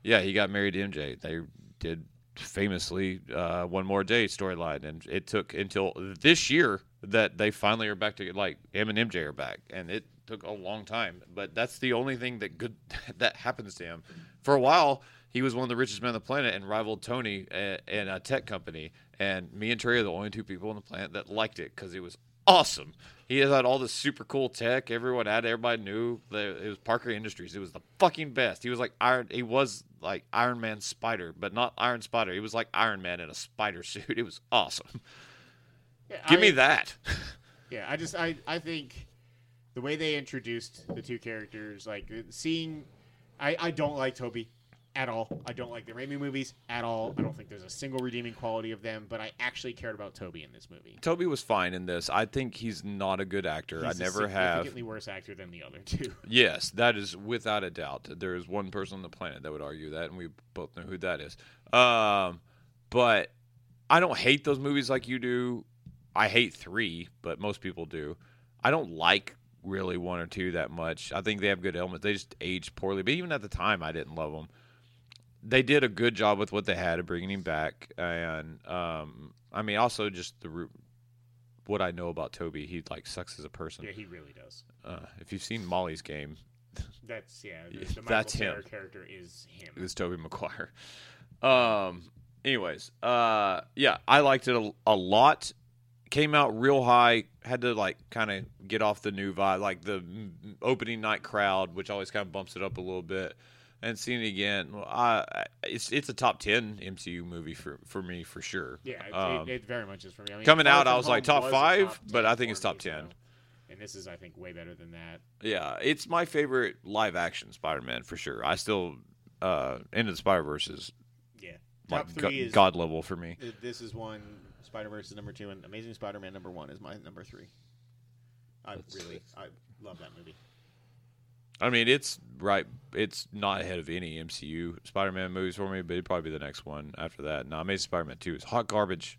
Speaker 1: yeah, he got married to MJ. They did famously uh, one more day storyline, and it took until this year that they finally are back to like M and MJ are back, and it took a long time. But that's the only thing that good [LAUGHS] that happens to him. For a while, he was one of the richest men on the planet and rivaled Tony a- in a tech company. And me and Trey are the only two people on the planet that liked it because it was awesome. He had all this super cool tech. Everyone had, it, everybody knew. The- It was Parker Industries. It was the fucking best. He was like Iron. He was like Iron Man Spider, but not Iron Spider. He was like Iron Man in a spider [LAUGHS] suit. It was awesome.
Speaker 2: Yeah,
Speaker 1: Give me
Speaker 2: I-
Speaker 1: that.
Speaker 2: Yeah, I just I I think the way they introduced the two characters, like seeing, I I don't like Toby at all. I don't like the Raimi movies at all. I don't think there's a single redeeming quality of them. But I actually cared about Toby in this movie.
Speaker 1: Toby was fine in this. I think he's not a good actor.
Speaker 2: He's
Speaker 1: I
Speaker 2: a
Speaker 1: never have.
Speaker 2: Significantly worse actor than the other two. [LAUGHS]
Speaker 1: Yes, that is without a doubt. There is one person on the planet that would argue that, and we both know who that is. Um, but I don't hate those movies like you do. I hate three, but most people do. I don't like really one or two that much. I think they have good elements. They just age poorly. But even at the time, I didn't love them. They did a good job with what they had of bringing him back, and um, I mean, also just the root. What I know about Toby, he like sucks as a person.
Speaker 2: Yeah, he really does.
Speaker 1: Uh, if you've seen Molly's Game,
Speaker 2: That's yeah. The,
Speaker 1: Yeah,
Speaker 2: the Michael
Speaker 1: that's him.
Speaker 2: Cera character is him.
Speaker 1: It was Toby McGuire. Um. Anyways, uh, yeah, I liked it a, a lot. Came out real high. Had to like kind of get off the new vibe, like the mm, opening night crowd, which always kind of bumps it up a little bit. And seeing it again, well, I, I- it's it's a top ten MCU movie for for me for sure.
Speaker 2: Yeah, it,
Speaker 1: Um,
Speaker 2: it, it very much is for me. I mean,
Speaker 1: coming
Speaker 2: Far
Speaker 1: out, I
Speaker 2: From
Speaker 1: was like,
Speaker 2: Home
Speaker 1: top
Speaker 2: was a
Speaker 1: five, but
Speaker 2: 10
Speaker 1: I think it's
Speaker 2: for
Speaker 1: top
Speaker 2: me,
Speaker 1: 10.
Speaker 2: so- And this is, I think, way better than that.
Speaker 1: Yeah, it's my favorite live action Spider Man for sure. I still uh, Into the Spider Verse is
Speaker 2: Yeah, top
Speaker 1: like
Speaker 2: three
Speaker 1: go-
Speaker 2: is
Speaker 1: god level for me.
Speaker 2: Uh, This is one. Spider Verse is number two, and Amazing Spider Man number one is my number three. I
Speaker 3: That's
Speaker 2: really, I love that movie.
Speaker 1: I mean, it's right. It's not ahead of any MCU Spider-Man movies for me, but it'd probably be the next one after that. No, Amazing Spider-Man Two is hot garbage.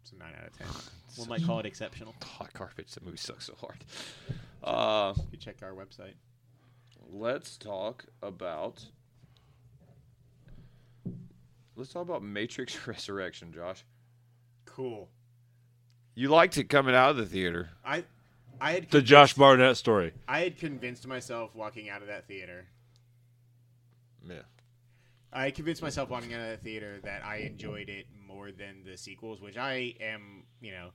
Speaker 2: It's a nine
Speaker 1: [SIGHS]
Speaker 2: out of ten. We might call it exceptional.
Speaker 1: Hot garbage. That movie sucks so hard. Uh,
Speaker 2: If you check our website,
Speaker 4: Let's talk about. Let's talk about
Speaker 1: [LAUGHS]
Speaker 4: Matrix Resurrection, Josh.
Speaker 2: cool.
Speaker 1: you liked it coming out of the theater.
Speaker 2: I, I had,
Speaker 3: The Josh Barnett story.
Speaker 2: I had convinced myself walking out of that theater.
Speaker 1: Yeah.
Speaker 2: I convinced myself walking out of that theater that I enjoyed it more than the sequels, which I am. You know,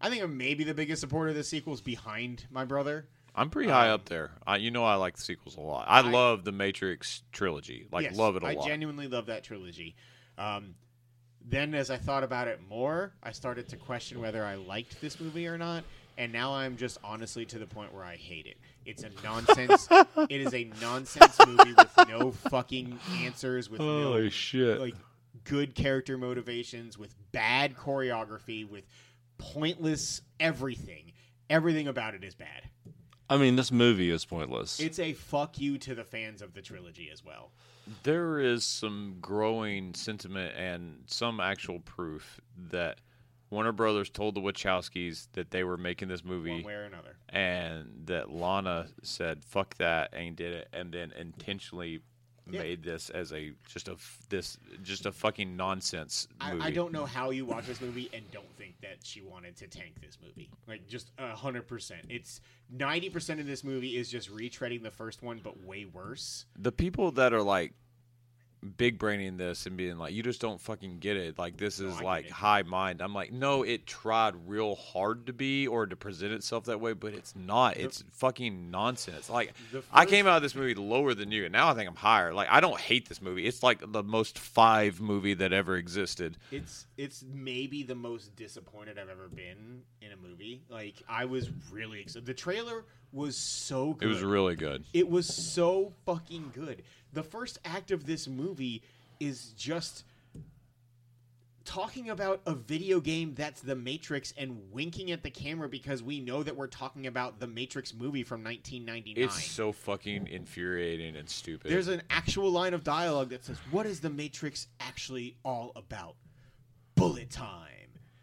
Speaker 2: I think I'm maybe the biggest supporter of the sequels behind my brother.
Speaker 1: I'm pretty high up there. I, you know, I like the sequels a lot. I,
Speaker 2: I-
Speaker 1: love the Matrix trilogy. Like,
Speaker 2: Yes,
Speaker 1: love it a
Speaker 2: I
Speaker 1: lot.
Speaker 2: genuinely love that trilogy. Um, then, as I thought about it more, I started to question whether I liked this movie or not, and now I'm just honestly to the point where I hate it. It's a
Speaker 1: [LAUGHS]
Speaker 2: nonsense. it is a nonsense movie with no fucking answers, with no
Speaker 3: Holy shit!
Speaker 2: like good character motivations, with bad choreography, with pointless everything. Everything about it is bad.
Speaker 3: I mean, this movie is pointless.
Speaker 2: It's a fuck you to the fans of the trilogy as well.
Speaker 1: there is some growing sentiment and some actual proof that Warner Brothers told the Wachowskis that they were making this movie.
Speaker 2: One way or another.
Speaker 1: and that Lana said "fuck that" and did it, and then intentionally
Speaker 2: Yeah.
Speaker 1: made this as a just a f- this just a fucking nonsense movie.
Speaker 2: I, I don't know how you watch this movie and don't think that she wanted to tank this movie. Like just a hundred percent. It's ninety percent of this movie is just retreading the first one, but way worse.
Speaker 1: The people that are like big braining this and being like, "You just don't fucking get it." Like this
Speaker 2: No, I
Speaker 1: is
Speaker 2: get
Speaker 1: like
Speaker 2: it.
Speaker 1: high mind. I'm like, no, it tried real hard to be or to present itself that way, but it's not. It's fucking nonsense. Like
Speaker 2: The
Speaker 1: I came
Speaker 2: first-
Speaker 1: out of this movie lower than you, and now I think I'm higher. Like I don't hate this movie. It's like the most five movie that ever existed.
Speaker 2: It's it's maybe the most disappointed I've ever been in a movie. Like I was really excited. The trailer was so good.
Speaker 1: It was really good.
Speaker 2: It was so fucking good. The first act of this movie is just talking about a video game that's The Matrix and winking at the camera because we know that we're talking about The Matrix movie from 1999.
Speaker 1: It's so fucking infuriating and stupid.
Speaker 2: There's an actual line of dialogue that says, "What is the Matrix actually all about?" Bullet time.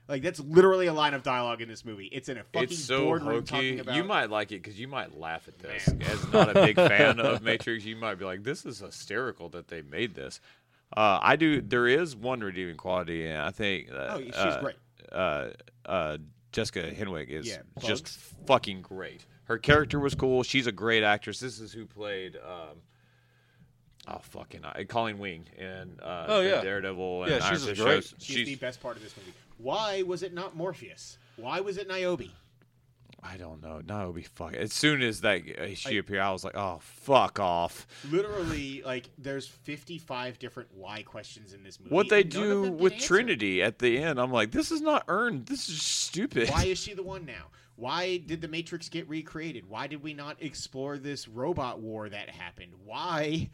Speaker 2: Like that's literally a line of dialogue in this movie. It's in a fucking
Speaker 1: it's so
Speaker 2: boardroom
Speaker 1: hokey.
Speaker 2: talking about.
Speaker 1: You might like it because you might laugh at this. As not a big fan of
Speaker 2: [LAUGHS]
Speaker 1: Matrix, you might be like, "This is hysterical that they made this." Uh, I do. There is one redeeming quality, and I think uh,
Speaker 2: Oh, she's
Speaker 1: uh,
Speaker 2: great.
Speaker 1: Uh, uh, Jessica Henwick is
Speaker 2: Yeah,
Speaker 1: just
Speaker 2: Bugs.
Speaker 1: fucking great. Her character was cool. She's a great actress. This is who played. Um, Oh fucking! I, Colleen Wing and uh,
Speaker 3: Oh, yeah.
Speaker 1: Daredevil and
Speaker 3: Yeah,
Speaker 1: Iron
Speaker 3: she's
Speaker 1: Fist
Speaker 3: great.
Speaker 1: shows.
Speaker 2: She's the best part of this movie. Why was it not Morpheus? Why was it Niobe?
Speaker 1: I don't know. No, it'd be fuck. As soon as that uh, she appeared, I was like, "Oh, fuck off!"
Speaker 2: Literally, like there's 55 different why questions in this movie.
Speaker 1: What they
Speaker 2: and none of
Speaker 1: do
Speaker 2: them get
Speaker 1: with
Speaker 2: answered.
Speaker 1: Trinity at the end, I'm like, "This is not earned. This is stupid."
Speaker 2: Why is she the one now? Why did the Matrix get recreated? Why did we not explore this robot war that happened? Why,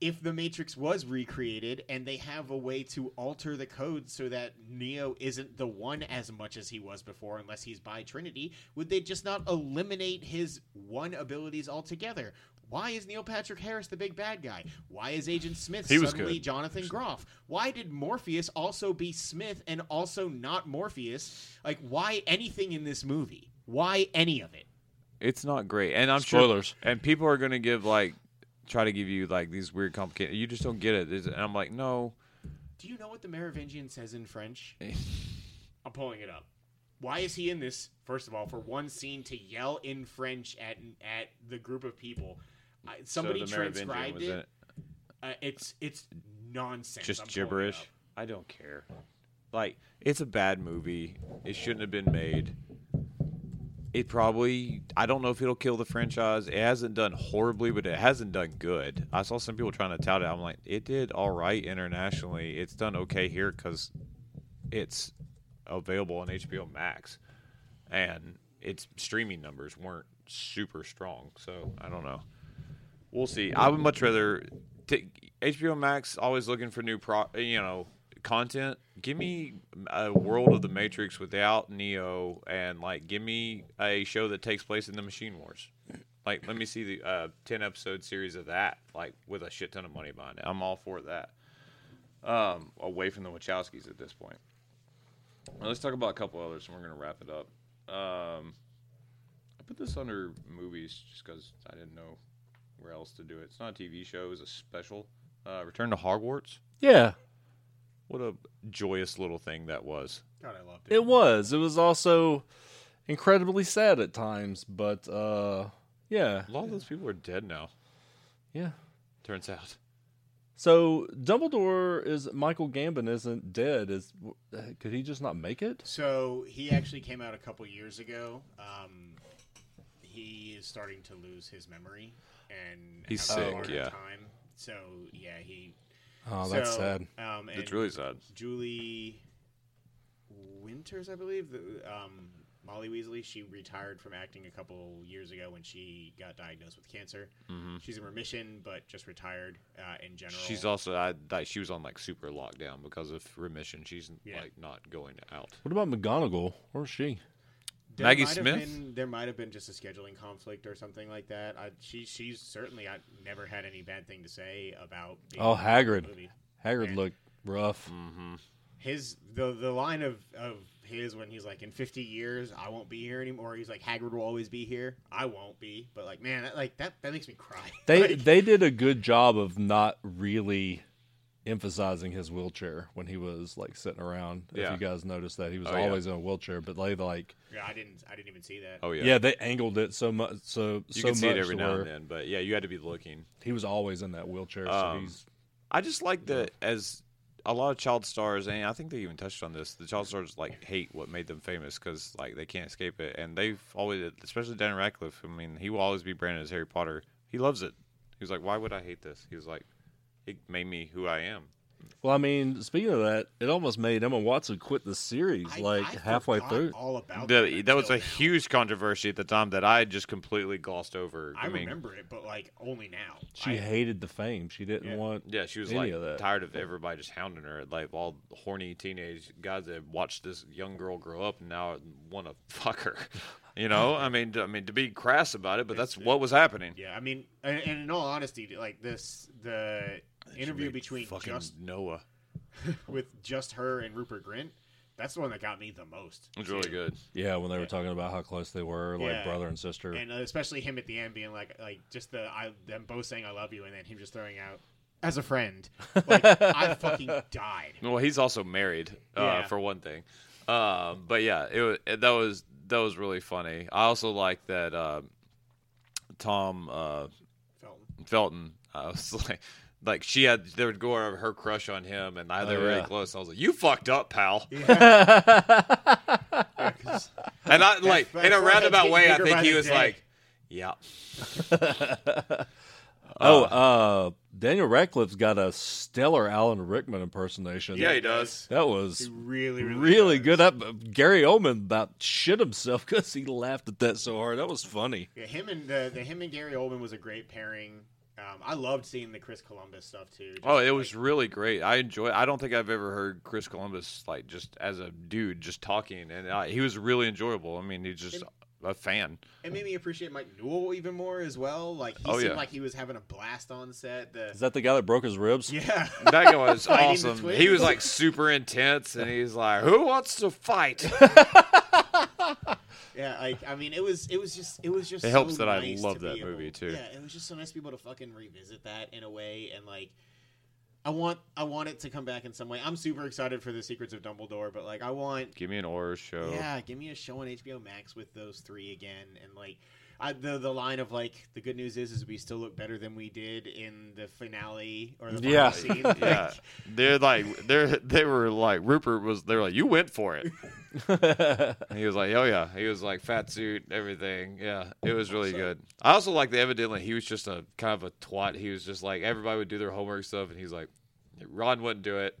Speaker 2: if the Matrix was recreated and they have a way to alter the code so that Neo isn't the one as much as he was before, unless he's by Trinity, would they just not eliminate his one abilities altogether? Why is Neil Patrick Harris the big bad guy? Why is Agent Smith
Speaker 1: He was
Speaker 2: suddenly
Speaker 1: good.
Speaker 2: Jonathan Groff? Why did Morpheus also be Smith and also not Morpheus? Like, why anything in this movie? Why any of it?
Speaker 1: [LAUGHS] It's not great, and I'm
Speaker 3: Spoilers.
Speaker 1: sure. And people are gonna give like, try to give you like these weird, complicated. You just don't get it. There's- And I'm like, no.
Speaker 2: Do you know what the Merovingian says
Speaker 1: [LAUGHS]
Speaker 2: in French? I'm pulling it up. Why is he in this? First of all, for one scene to yell in French at at the group of people, I, somebody
Speaker 1: so the Merovingian
Speaker 2: transcribed
Speaker 1: was
Speaker 2: it.
Speaker 1: in it.
Speaker 2: Uh, it's it's nonsense. I'm
Speaker 1: Just
Speaker 2: pulling it
Speaker 1: gibberish.
Speaker 2: up.
Speaker 1: I don't care. Like, it's a bad movie. It shouldn't have been made. It probably, I don't know if it'll kill the franchise. It hasn't done horribly, but it hasn't done good. I saw some people trying to tout it. I'm like, it did all right internationally. It's done okay here because it's available on HBO Max. And its streaming numbers weren't super strong. So I don't know. We'll see. I would much rather take HBO Max. Always looking for new pro, you know, content. Give me a World of the Matrix without Neo, and like, give me a show that takes place in the Machine Wars. Like, let me see the uh, ten episode series of that. Like, with a shit ton of money behind it. I'm all for that.
Speaker 4: Um, away from the Wachowskis at this point. Now, let's talk about a couple others, and we're gonna wrap it up. Um, I put this under movies just because I didn't know where else to do it. It's not a TV show; it's a special. Uh, Return to Hogwarts.
Speaker 3: Yeah,
Speaker 1: What a joyous little thing that was.
Speaker 2: God, I loved it.
Speaker 3: it was. It was also incredibly sad at times, but uh, yeah,
Speaker 1: A lot of those people are dead now.
Speaker 3: yeah.
Speaker 1: Turns out.
Speaker 3: So Dumbledore is Michael Gambon isn't dead. Is could he just not make it?
Speaker 2: So he actually came out a couple years ago. Um, he is starting to lose his memory and
Speaker 1: He's
Speaker 2: having a
Speaker 1: sick,
Speaker 2: harder
Speaker 1: yeah.
Speaker 2: Time. So yeah, he.
Speaker 3: Oh,
Speaker 2: so,
Speaker 3: that's sad.
Speaker 2: Um, and
Speaker 1: It's really sad.
Speaker 2: Julie Winters, I believe. The, um, Molly Weasley, she retired from acting a couple years ago when she got diagnosed with cancer. She's in remission, but just retired uh, in general.
Speaker 1: Mm-hmm. She's also I like she was on like super lockdown because of remission. She's
Speaker 2: Yeah.
Speaker 1: like not going out.
Speaker 3: What about McGonagall? Where's she?
Speaker 2: There
Speaker 1: Maggie
Speaker 2: might have
Speaker 1: Smith?
Speaker 2: been- there might have been just a scheduling conflict or something like that. I, she she's certainly I never had any bad thing to say about. being
Speaker 3: Oh,
Speaker 2: in the
Speaker 3: Hagrid.
Speaker 2: movie.
Speaker 3: Hagrid looked rough.
Speaker 1: Mm. Mm-hmm.
Speaker 2: His the the line of of his when he's like in 50 years I won't be here anymore. He's like Hagrid will always be here. I won't be. But like man, that, like that that makes me cry. [LAUGHS]
Speaker 3: They
Speaker 2: Like,
Speaker 3: they did a good job of not really emphasizing his wheelchair when he was like sitting around.
Speaker 1: Yeah.
Speaker 3: If you guys noticed that he was
Speaker 1: Oh, yeah.
Speaker 3: always in a wheelchair, but they like
Speaker 2: yeah, I didn't I didn't even see that.
Speaker 1: Oh yeah.
Speaker 3: yeah. they angled it so much so
Speaker 1: You
Speaker 3: so
Speaker 1: can see
Speaker 3: much
Speaker 1: it every
Speaker 3: to
Speaker 1: now
Speaker 3: where
Speaker 1: and then, but yeah, you had to be looking.
Speaker 3: He was always in that wheelchair, so
Speaker 1: Um,
Speaker 3: he's
Speaker 1: I just like that as a lot of child stars, and I think they even touched on this. The child stars like hate what made them famous because like they can't escape it, and they've always, especially Dan Radcliffe. I mean, he will always be branded as Harry Potter. He loves it. He was like, "Why would I hate this?" He was like, "It made me who I am."
Speaker 3: Well, I mean, speaking of that, it almost made Emma Watson quit the series
Speaker 2: I-
Speaker 3: like
Speaker 2: I
Speaker 3: halfway
Speaker 2: forgot
Speaker 3: through.
Speaker 2: All about
Speaker 1: The-
Speaker 2: that,
Speaker 1: that was a
Speaker 2: until now.
Speaker 1: huge controversy at the time that I just completely glossed over.
Speaker 2: I,
Speaker 1: mean,
Speaker 2: remember it, but like only now.
Speaker 3: She
Speaker 2: I-
Speaker 3: hated the fame. She didn't
Speaker 2: Yeah.
Speaker 3: want.
Speaker 1: Yeah, she was
Speaker 3: any
Speaker 1: like
Speaker 3: of that.
Speaker 1: tired of everybody just hounding her, like all horny teenage guys that had watched this young girl grow up and now want to fuck her. [LAUGHS] You know, I mean, I mean to be crass about it, but that's what was happening.
Speaker 2: yeah, I mean, and, and in all honesty, like this, the interview between
Speaker 1: fucking
Speaker 2: just
Speaker 1: Noah.
Speaker 2: with just her and Rupert Grint, that's the one that got me the most.
Speaker 1: It was really
Speaker 2: too.
Speaker 1: good.
Speaker 3: Yeah, when they were talking about how close they were, like
Speaker 2: Yeah.
Speaker 3: brother and sister.
Speaker 2: and uh, especially him at the end being like like just the I them both saying I love you and then him just throwing out as a friend
Speaker 1: [LAUGHS]
Speaker 2: like I fucking died.
Speaker 1: Well, he's also married, uh,
Speaker 2: Yeah.
Speaker 1: for one thing. Um, but yeah, it was that was that was really funny. I also like that uh, Tom uh,
Speaker 2: Felt
Speaker 1: Felton. I was [LAUGHS] like, like she had they would go over her crush on him, and I, they
Speaker 3: Oh,
Speaker 1: were really
Speaker 3: yeah.
Speaker 1: close. I was like, "You fucked up, pal."
Speaker 2: yeah,
Speaker 1: [LAUGHS]
Speaker 2: 'cause-
Speaker 1: And I like
Speaker 2: that's
Speaker 1: in a
Speaker 2: why I
Speaker 1: roundabout
Speaker 2: get
Speaker 1: way, I
Speaker 2: bigger
Speaker 1: think
Speaker 2: by
Speaker 1: he
Speaker 2: the
Speaker 1: was
Speaker 2: day.
Speaker 1: like, "Yeah,
Speaker 3: oh, uh, Daniel Radcliffe's got a stellar Alan Rickman impersonation.
Speaker 1: yeah, he does."
Speaker 3: that
Speaker 2: he
Speaker 3: was
Speaker 2: really really,
Speaker 3: really
Speaker 2: does.
Speaker 3: good. Up Gary Oldman about shit himself [LAUGHS] because he laughed at that so hard. That was funny.
Speaker 2: Yeah, him and the, the him and Gary Oldman was a great pairing. Um, I loved seeing the Chris Columbus stuff too. Just
Speaker 1: Oh, it was
Speaker 2: like-
Speaker 1: really great. I enjoy. I don't think I've ever heard Chris Columbus like just as a dude just talking, and I, he was really enjoyable. I mean, he's just a fan.
Speaker 2: it made me appreciate Mike Newell even more as well. Like he
Speaker 1: Oh,
Speaker 2: seemed
Speaker 1: yeah.
Speaker 2: like he was having a blast on set. The
Speaker 3: Is that the guy that broke his ribs? [LAUGHS]
Speaker 2: [LAUGHS] yeah,
Speaker 1: That guy was
Speaker 2: [LAUGHS] Fighting the
Speaker 1: awesome. He was
Speaker 2: twins.
Speaker 1: like super intense, and he's like, "Who wants to fight?"
Speaker 2: [LAUGHS] yeah. Like I mean, it was it was just it was just.
Speaker 1: It helps
Speaker 2: so
Speaker 1: that I
Speaker 2: nice
Speaker 1: love
Speaker 2: to
Speaker 1: that
Speaker 2: be able-
Speaker 1: movie, too.
Speaker 2: Yeah, it was just so nice to be able to fucking revisit that in a way and like. I want I want it to come back in some way. I'm super excited for the Secrets of Dumbledore, but like I want
Speaker 1: Give me an horror show.
Speaker 2: Yeah, give me a show on HBO Max with those three again, and like I, the the line of like the good news is is we still look better than we did in the finale or the final
Speaker 3: Yeah.
Speaker 2: scene.
Speaker 1: [LAUGHS]
Speaker 2: Like, [LAUGHS]
Speaker 1: Yeah, they're like they're they were like Rupert was. They were like, "You went for it." And he was like, "Oh yeah." He was like fat suit, everything. Yeah, it was really good. I also like that evidently he was just a kind of a twat. He was just like everybody would do their homework stuff, and he's like, Ron wouldn't do it,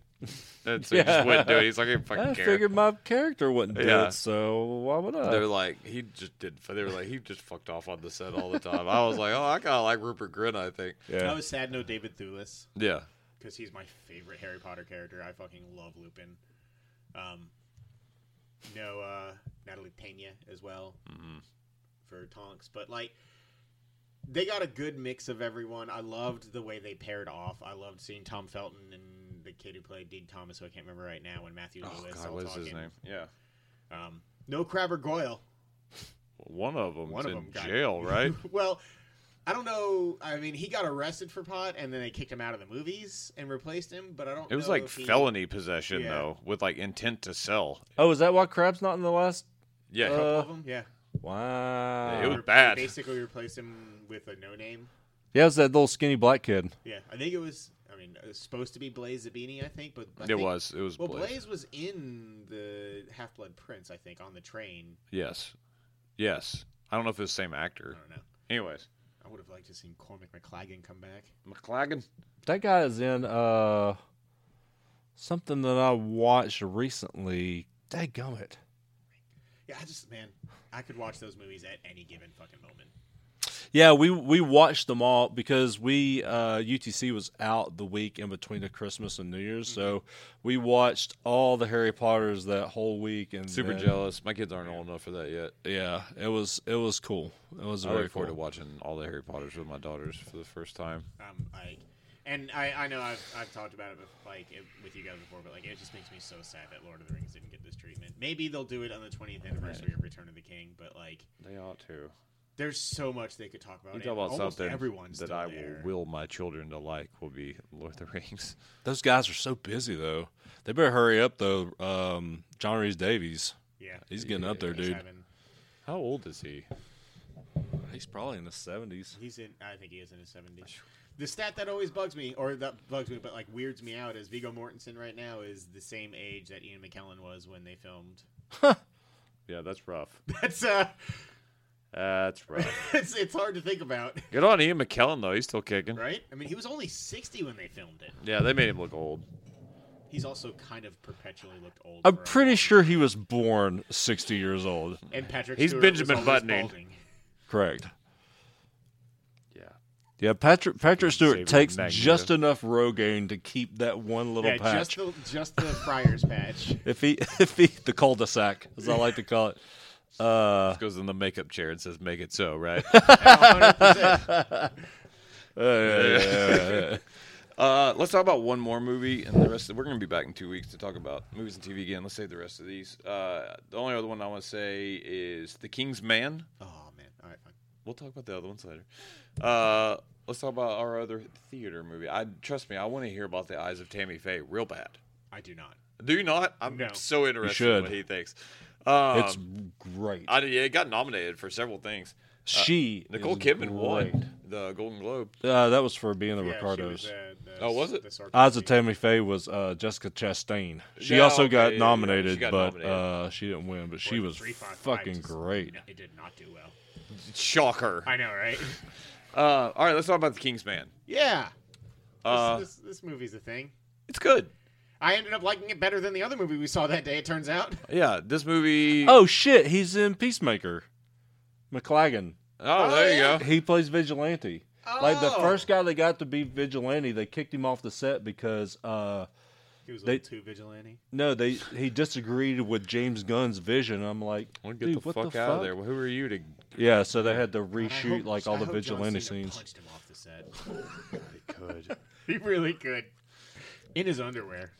Speaker 1: and so he
Speaker 3: Yeah.
Speaker 1: just wouldn't do it. He's like, [LAUGHS] I don't fucking
Speaker 3: I
Speaker 1: care.
Speaker 3: figured my character wouldn't do
Speaker 1: Yeah.
Speaker 3: it, so why would I?
Speaker 1: They were like, he just did. They were like, he just fucked off on the set all the time. I was like, oh, I kind of like Rupert Grin. I think.
Speaker 3: yeah.
Speaker 2: I was sad no David Thewlis
Speaker 1: Yeah.
Speaker 2: because he's my favorite Harry Potter character. I fucking love Lupin. Um, no uh, Natalie Pena as well
Speaker 1: Mm-hmm.
Speaker 2: for Tonks, but like they got a good mix of everyone. I loved the way they paired off. I loved seeing Tom Felton and the kid who played Dean Thomas, who I can't remember right now, and Matthew
Speaker 1: Oh
Speaker 2: Lewis.
Speaker 1: God,
Speaker 2: all
Speaker 1: what is his
Speaker 2: talking.
Speaker 1: name?
Speaker 4: Yeah.
Speaker 2: Um, no Crab or Goyle. [LAUGHS]
Speaker 1: One of them.
Speaker 2: One
Speaker 1: One
Speaker 2: of
Speaker 1: in
Speaker 2: them got- [LAUGHS]
Speaker 1: jail, right?
Speaker 2: well, I don't know. I mean, he got arrested for pot, and then they kicked him out of the movies and replaced him. But I don't.
Speaker 1: It was
Speaker 2: know
Speaker 1: like
Speaker 2: if he-
Speaker 1: felony possession
Speaker 2: Yeah.
Speaker 1: though, with like intent to sell.
Speaker 3: oh, is that why Crab's not in the last?
Speaker 1: Yeah.
Speaker 3: Uh,
Speaker 2: All of them, Um, yeah.
Speaker 3: Wow.
Speaker 1: It was
Speaker 2: They
Speaker 1: bad.
Speaker 2: Basically, replaced him with a no name.
Speaker 3: yeah, it was that little skinny black kid.
Speaker 2: Yeah, I think it was. I mean, it was supposed to be Blaze Zabini, I think, but I
Speaker 1: it
Speaker 2: think-
Speaker 1: was. It was
Speaker 2: Well,
Speaker 1: Blaze.
Speaker 2: Blaze. was in the Half Blood Prince, I think, on the train.
Speaker 1: Yes. Yes. I don't know if it's the same
Speaker 2: I
Speaker 1: actor.
Speaker 2: don't know.
Speaker 1: Anyways,
Speaker 2: I would have liked to seen Cormac McLagan come back.
Speaker 1: McLagan.
Speaker 3: That guy is in uh something that I watched recently. Dadgummit.
Speaker 2: Yeah, I just man, I could watch those movies at any given fucking moment.
Speaker 3: Yeah, we we watched them all because we uh, UTC was out the week in between the Christmas and New Year's, so we watched all the Harry Potters that whole week. And
Speaker 1: Super
Speaker 3: then-
Speaker 1: jealous. My kids aren't old enough for that yet.
Speaker 3: Yeah, it was it was cool. It was
Speaker 1: I
Speaker 3: very
Speaker 1: look forward to
Speaker 3: cool.
Speaker 1: watching all the Harry Potters with my daughters for the first time.
Speaker 2: Um, I, and I, I know I've, I've talked about it bef- like it, with you guys before, but like it just makes me so sad that Lord of the Rings didn't get this treatment. Maybe they'll do it on the 20th anniversary of Return of the King, but like
Speaker 1: They ought to.
Speaker 2: there's so much they could talk about.
Speaker 1: You
Speaker 2: and
Speaker 1: talk about
Speaker 2: almost
Speaker 1: something
Speaker 2: everyone's
Speaker 1: that
Speaker 2: still
Speaker 1: I
Speaker 2: there.
Speaker 1: will will my children to like will be Lord of the Rings.
Speaker 3: Those guys are so busy though. They better hurry up though. Um, John Reese Davies,
Speaker 2: Yeah,
Speaker 3: he's getting up there,
Speaker 2: he's
Speaker 3: dude.
Speaker 2: having-
Speaker 1: [LAUGHS] How old is he?
Speaker 3: He's probably in the seventies.
Speaker 2: He's in. I think he is in his seventies. The stat that always bugs me, or that bugs me, but like weirds me out, is Vigo Mortensen right now is the same age that Ian McKellen was when they filmed. [LAUGHS]
Speaker 1: Yeah, that's rough.
Speaker 2: That's uh,
Speaker 1: That's rough.
Speaker 2: it's it's hard to think about,
Speaker 1: Good on Ian McKellen though. He's still kicking.
Speaker 2: right? I mean, he was only sixty when they filmed it.
Speaker 1: Yeah, they made him look old.
Speaker 2: He's also kind of perpetually looked old.
Speaker 3: I'm
Speaker 2: for a
Speaker 3: pretty
Speaker 2: while.
Speaker 3: sure he was born 60 years old.
Speaker 2: And Patrick.
Speaker 1: He's
Speaker 2: Stewart was
Speaker 1: Benjamin
Speaker 2: always
Speaker 1: Buttoning.
Speaker 2: balding.
Speaker 3: Correct.
Speaker 1: Yeah.
Speaker 3: Yeah, Patrick Patrick Stewart
Speaker 1: Saving
Speaker 3: takes
Speaker 1: Magneto.
Speaker 3: just enough Rogaine to keep that one little
Speaker 2: Yeah,
Speaker 3: patch.
Speaker 2: just the just the Friars patch. [LAUGHS]
Speaker 3: If he [LAUGHS] if he the cul-de-sac, as I like to call it. Uh,
Speaker 1: Goes in the makeup chair and says, "Make it so."
Speaker 2: [LAUGHS]
Speaker 1: Right.
Speaker 2: 100%.
Speaker 3: uh, yeah, yeah, yeah.
Speaker 4: [LAUGHS] Uh, let's talk about one more movie, and the rest. Of, we're going to be back in two weeks to talk about movies and TV again. Let's save the rest of these. Uh, the only other one I want to say is The King's Man.
Speaker 2: Oh man. All right. Fine.
Speaker 4: We'll talk about the other ones later. Uh, let's talk about our other theater movie. I trust me, I want to hear about the Eyes of Tammy Faye real bad.
Speaker 2: I do not.
Speaker 4: Do you not? I'm
Speaker 2: No.
Speaker 4: so interested
Speaker 3: should.
Speaker 4: in what he thinks. Um,
Speaker 3: It's great.
Speaker 4: I, yeah, it got nominated for several things.
Speaker 3: she
Speaker 4: Nicole
Speaker 3: is
Speaker 4: Kidman
Speaker 3: great.
Speaker 4: won the Golden Globe.
Speaker 3: Uh, that was for being the
Speaker 2: Yeah, she
Speaker 3: Ricardos.
Speaker 2: was, uh, the-
Speaker 4: Oh, was it?
Speaker 2: the Sarkozy.
Speaker 3: Eyes of Tammy Faye was uh, Jessica Chastain. She
Speaker 4: Yeah, okay,
Speaker 3: also
Speaker 4: yeah,
Speaker 3: got
Speaker 4: yeah,
Speaker 3: nominated,
Speaker 4: she got
Speaker 3: but
Speaker 4: nominated.
Speaker 3: Uh, she didn't win. But she
Speaker 2: Like,
Speaker 3: was
Speaker 2: three, five, five,
Speaker 3: fucking
Speaker 2: just-
Speaker 3: great.
Speaker 2: No, It did not do well.
Speaker 4: Shocker.
Speaker 2: I know,
Speaker 3: [LAUGHS]
Speaker 2: right?
Speaker 4: Uh, all right, let's talk about The King's Man.
Speaker 2: Yeah.
Speaker 4: Uh,
Speaker 2: this, this, this movie's a thing.
Speaker 4: It's good.
Speaker 2: I ended up liking it better than the other movie we saw that day. It
Speaker 3: [LAUGHS]
Speaker 2: turns out.
Speaker 4: Yeah, this movie.
Speaker 3: Oh shit, he's in Peacemaker. McLagan.
Speaker 4: Oh, there you go.
Speaker 3: He plays vigilante. Like the
Speaker 2: Oh.
Speaker 3: first guy that got to be vigilante, they kicked him off the set because uh
Speaker 2: He was a
Speaker 3: They-
Speaker 2: little too vigilante.
Speaker 3: no, they he disagreed with James Gunn's vision. I'm like,
Speaker 1: Well, get
Speaker 3: dude,
Speaker 1: the
Speaker 3: what
Speaker 1: fuck
Speaker 3: the
Speaker 1: out
Speaker 3: fuck?
Speaker 1: of there. Who are you to?
Speaker 3: Yeah, so they had to reshoot
Speaker 2: I hope-
Speaker 3: like all
Speaker 2: I
Speaker 3: the
Speaker 2: hope
Speaker 3: vigilante
Speaker 2: John Cena
Speaker 3: scenes.
Speaker 2: Punched him off
Speaker 3: [LAUGHS]
Speaker 2: the set.
Speaker 1: They could.
Speaker 2: [LAUGHS] He really could. In his underwear.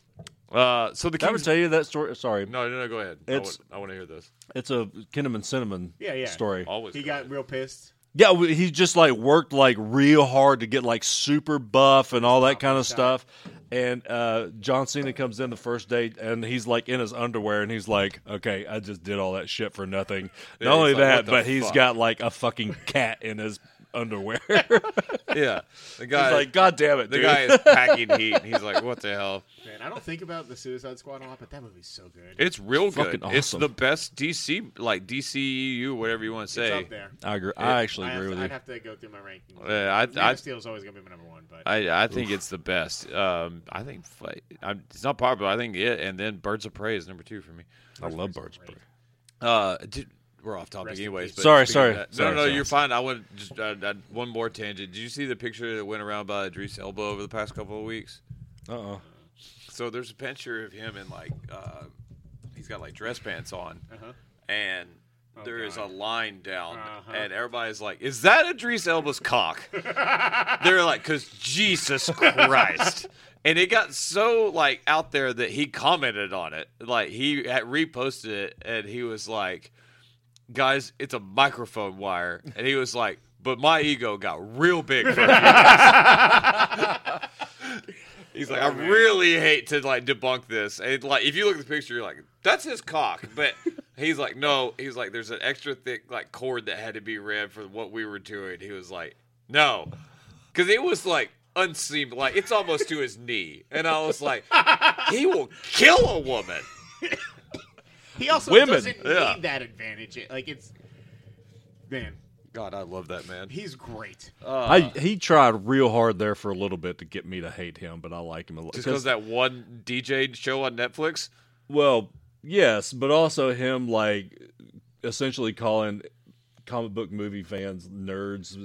Speaker 1: Uh, so the
Speaker 3: Did I ever
Speaker 1: King's.
Speaker 3: tell you that story? Sorry,
Speaker 1: no, no, no. Go ahead.
Speaker 3: It's-
Speaker 1: I want to hear this.
Speaker 3: it's a Kinnaman Cinnamon
Speaker 2: Yeah, yeah.
Speaker 3: story.
Speaker 1: Always.
Speaker 2: He
Speaker 1: go
Speaker 2: got
Speaker 1: ahead.
Speaker 2: real pissed.
Speaker 3: Yeah, w- he just like worked like real hard to get like super buff and all that kind of
Speaker 2: Stop.
Speaker 3: stuff. And uh, John Cena comes in the first date and he's like in his underwear and he's like, "Okay, I just did all that shit for nothing."
Speaker 1: Yeah,
Speaker 3: Not only
Speaker 1: he's like,
Speaker 3: that,
Speaker 1: "What the
Speaker 3: but he's
Speaker 1: fuck?"
Speaker 3: got like a fucking cat in his [LAUGHS]
Speaker 1: [LAUGHS]
Speaker 3: underwear. he's
Speaker 1: Yeah. The guy.
Speaker 3: like, "God damn it,
Speaker 1: the
Speaker 3: dude!"
Speaker 1: guy is packing heat. And he's like, "What the hell?"
Speaker 2: Man, I don't think about the Suicide Squad a lot, but that movie's so good.
Speaker 1: It's real
Speaker 3: Fucking
Speaker 1: good. It's
Speaker 3: awesome.
Speaker 1: the best DC, like DCEU, whatever you want to
Speaker 2: It's
Speaker 1: say.
Speaker 2: up there.
Speaker 3: I agree. I
Speaker 2: I
Speaker 3: actually
Speaker 2: have
Speaker 3: agree
Speaker 2: to-
Speaker 3: with
Speaker 2: I'd
Speaker 3: you.
Speaker 2: have to go through my rankings.
Speaker 1: Yeah, I-
Speaker 2: Man
Speaker 1: I-
Speaker 2: of Steel is always going to be my number one, but
Speaker 1: I, I think it's the best. Um, I think fi- I'm, it's not popular. I think it, and then Birds of Prey is number two for me.
Speaker 3: I love Birds of Prey.
Speaker 1: Uh, dude, we're off topic,
Speaker 2: Rest in
Speaker 1: anyways.
Speaker 2: peace.
Speaker 1: but
Speaker 3: Sorry,
Speaker 1: speaking of
Speaker 3: sorry,
Speaker 1: that- No,
Speaker 3: sorry,
Speaker 1: no,
Speaker 3: sorry.
Speaker 1: you're fine. I went just uh, uh, one more tangent. Did you see the picture that went around by Idris Elba over the past couple of weeks?
Speaker 3: Uh-oh.
Speaker 1: So there's a picture of him in like uh, he's got like dress pants on,
Speaker 2: Uh-huh. Oh,
Speaker 1: and there is
Speaker 2: God.
Speaker 1: a line down,
Speaker 2: Uh-huh.
Speaker 1: and everybody's like, "Is that Idris Elba's
Speaker 2: [LAUGHS]
Speaker 1: cock?" They're like, "Cause Jesus Christ!" and it got so like out there that he commented on it, like he had reposted it, and he was like, "Guys, it's a microphone wire," and he was like. But my ego got real big for you guys." He's like, I really hate to like debunk this. And like, if you look at the picture, you're like, that's his cock. But he's like, no. He's like, there's an extra thick like cord that had to be read for what we were doing. He was like, no, because it was like unseem like it's almost to his knee. And I was like, he will kill a woman.
Speaker 2: he also
Speaker 3: Women,
Speaker 2: doesn't
Speaker 1: yeah.
Speaker 2: need that advantage. It- Like it's man,
Speaker 1: God, I love that man.
Speaker 2: he's great.
Speaker 3: I, he tried real hard there for a little bit to get me to hate him, but I like him a lot.
Speaker 1: Just because that one DJ show on Netflix.
Speaker 3: Well, yes, but also him like essentially calling comic book movie fans nerds.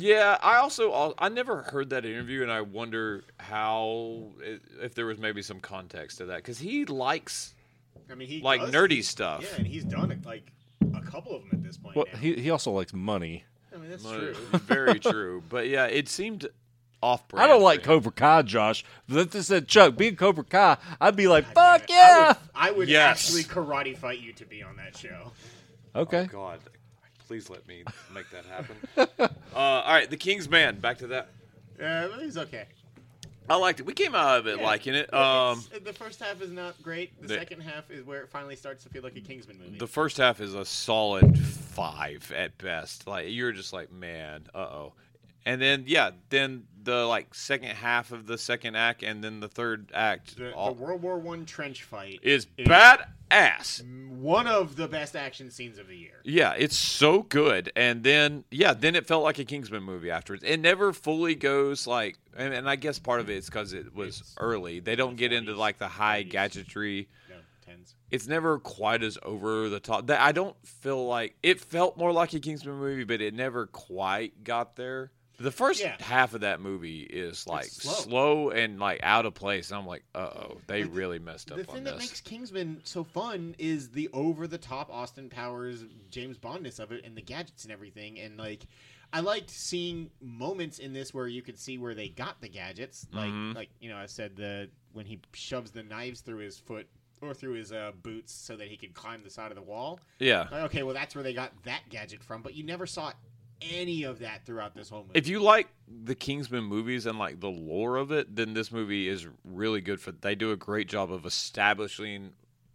Speaker 1: Yeah, I also al- I never heard that interview, and I wonder how i- if there was maybe some context to that because he likes
Speaker 2: I mean, he
Speaker 1: like
Speaker 2: does-
Speaker 1: nerdy stuff.
Speaker 2: Yeah, and he's done it, like a couple of them at this point.
Speaker 3: Well,
Speaker 2: now.
Speaker 3: he he also likes money.
Speaker 2: I mean, that's
Speaker 1: Uh,
Speaker 2: true. [LAUGHS]
Speaker 1: [LAUGHS]
Speaker 3: [LAUGHS]
Speaker 1: Very true. But yeah, it seemed off brand.
Speaker 3: I don't like Cobra Kai, Josh. But if this said Chuck being Cobra Kai, I'd be like, fuck yeah.
Speaker 2: I would, I would
Speaker 1: Yes.
Speaker 2: actually karate fight you to be on that show. Oh,
Speaker 3: okay,
Speaker 1: Oh, God, please let me make that
Speaker 3: [LAUGHS]
Speaker 1: happen. uh, all right, The King's Man. Back to that.
Speaker 2: Uh, but he's okay.
Speaker 1: I liked it. We came out of it
Speaker 2: Yeah.
Speaker 1: liking it.
Speaker 2: Well,
Speaker 1: Um,
Speaker 2: it's- uh, the first half is not great. The,
Speaker 1: the-
Speaker 2: second half is where it finally starts to feel like a Kingsman movie.
Speaker 1: the first half is a solid five at best. Like you're just like, man, uh oh. And then yeah, then the like second half of the second act, and then the third act
Speaker 2: the, the
Speaker 1: all-
Speaker 2: World War One trench fight
Speaker 1: is Mm-hmm.
Speaker 2: is
Speaker 1: bad ass.
Speaker 2: One of the best action scenes of the year.
Speaker 1: Yeah, it's so good. And then yeah, then it felt like a Kingsman movie afterwards. It never fully goes like and, and I guess part of it is because it was
Speaker 2: It's-
Speaker 1: early. They don't get into
Speaker 2: 40s,
Speaker 1: like the high
Speaker 2: 30s.
Speaker 1: gadgetry.
Speaker 2: No, tens.
Speaker 1: It's never quite as over the top. That I don't feel like it felt more like a Kingsman movie, but it never quite got there. The first
Speaker 2: Yeah.
Speaker 1: half of that movie is like
Speaker 2: slow.
Speaker 1: slow. and like out of place. And I'm like, uh oh, they
Speaker 2: But the-
Speaker 1: really messed up
Speaker 2: The
Speaker 1: on
Speaker 2: thing
Speaker 1: this.
Speaker 2: that makes Kingsman so fun is the over the top Austin Powers James Bondness of it and the gadgets and everything and like I liked seeing moments in this where you could see where they got the gadgets like
Speaker 1: Mhm.
Speaker 2: like you know I said the when he shoves the knives through his foot or through his uh, boots so that he could climb the side of the wall
Speaker 1: yeah.
Speaker 2: like, okay well that's where they got that gadget from but you never saw any of that throughout this whole movie
Speaker 1: if you like the Kingsman movies and like the lore of it, then this movie is really good for. They do a great job of establishing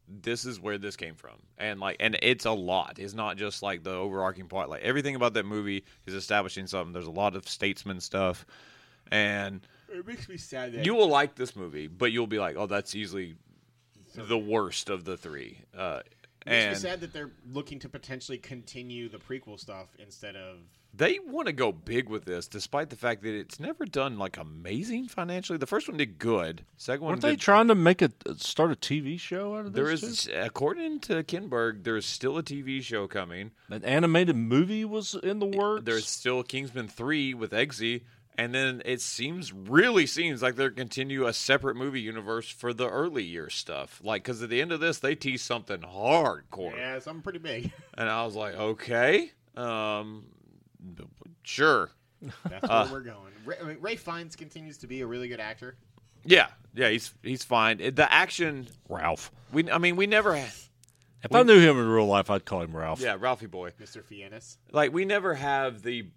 Speaker 1: this is where this came from, and like, and it's a lot. It's not just like the overarching part. Like everything about that movie is establishing something. There's a lot of statesman stuff, and
Speaker 2: it makes me sad that
Speaker 1: you will like this movie, but you'll be like, oh, that's easily the worst of the three. Uh,
Speaker 2: Makes
Speaker 1: and
Speaker 2: me sad that they're looking to potentially continue the prequel stuff instead of
Speaker 1: they want to go big with this, despite the fact that it's never done like amazing financially. The first one did good. Second one
Speaker 3: Weren't they
Speaker 1: did
Speaker 3: trying to make a start a TV show out of this?
Speaker 1: There is, according to Kinberg, there is still a TV show coming.
Speaker 3: an animated movie was in the works.
Speaker 1: There's still Kingsman three with Eggsy, and then it seems really seems like they're continue a separate movie universe for the early year stuff. Like, because at the end of this, they tease something hardcore,
Speaker 2: yeah, something pretty big. [LAUGHS]
Speaker 1: and I was like, okay, um, sure,
Speaker 2: That's where we're going. Ray, I mean, Ray Fiennes continues to be a really good actor.
Speaker 1: yeah, yeah, he's he's fine. The action,
Speaker 3: Ralph.
Speaker 1: we, I mean, we never, had,
Speaker 3: If I knew him in real life, I'd call him Ralph.
Speaker 1: yeah, Ralphie boy.
Speaker 2: Mr. Fiennes.
Speaker 1: like we never have the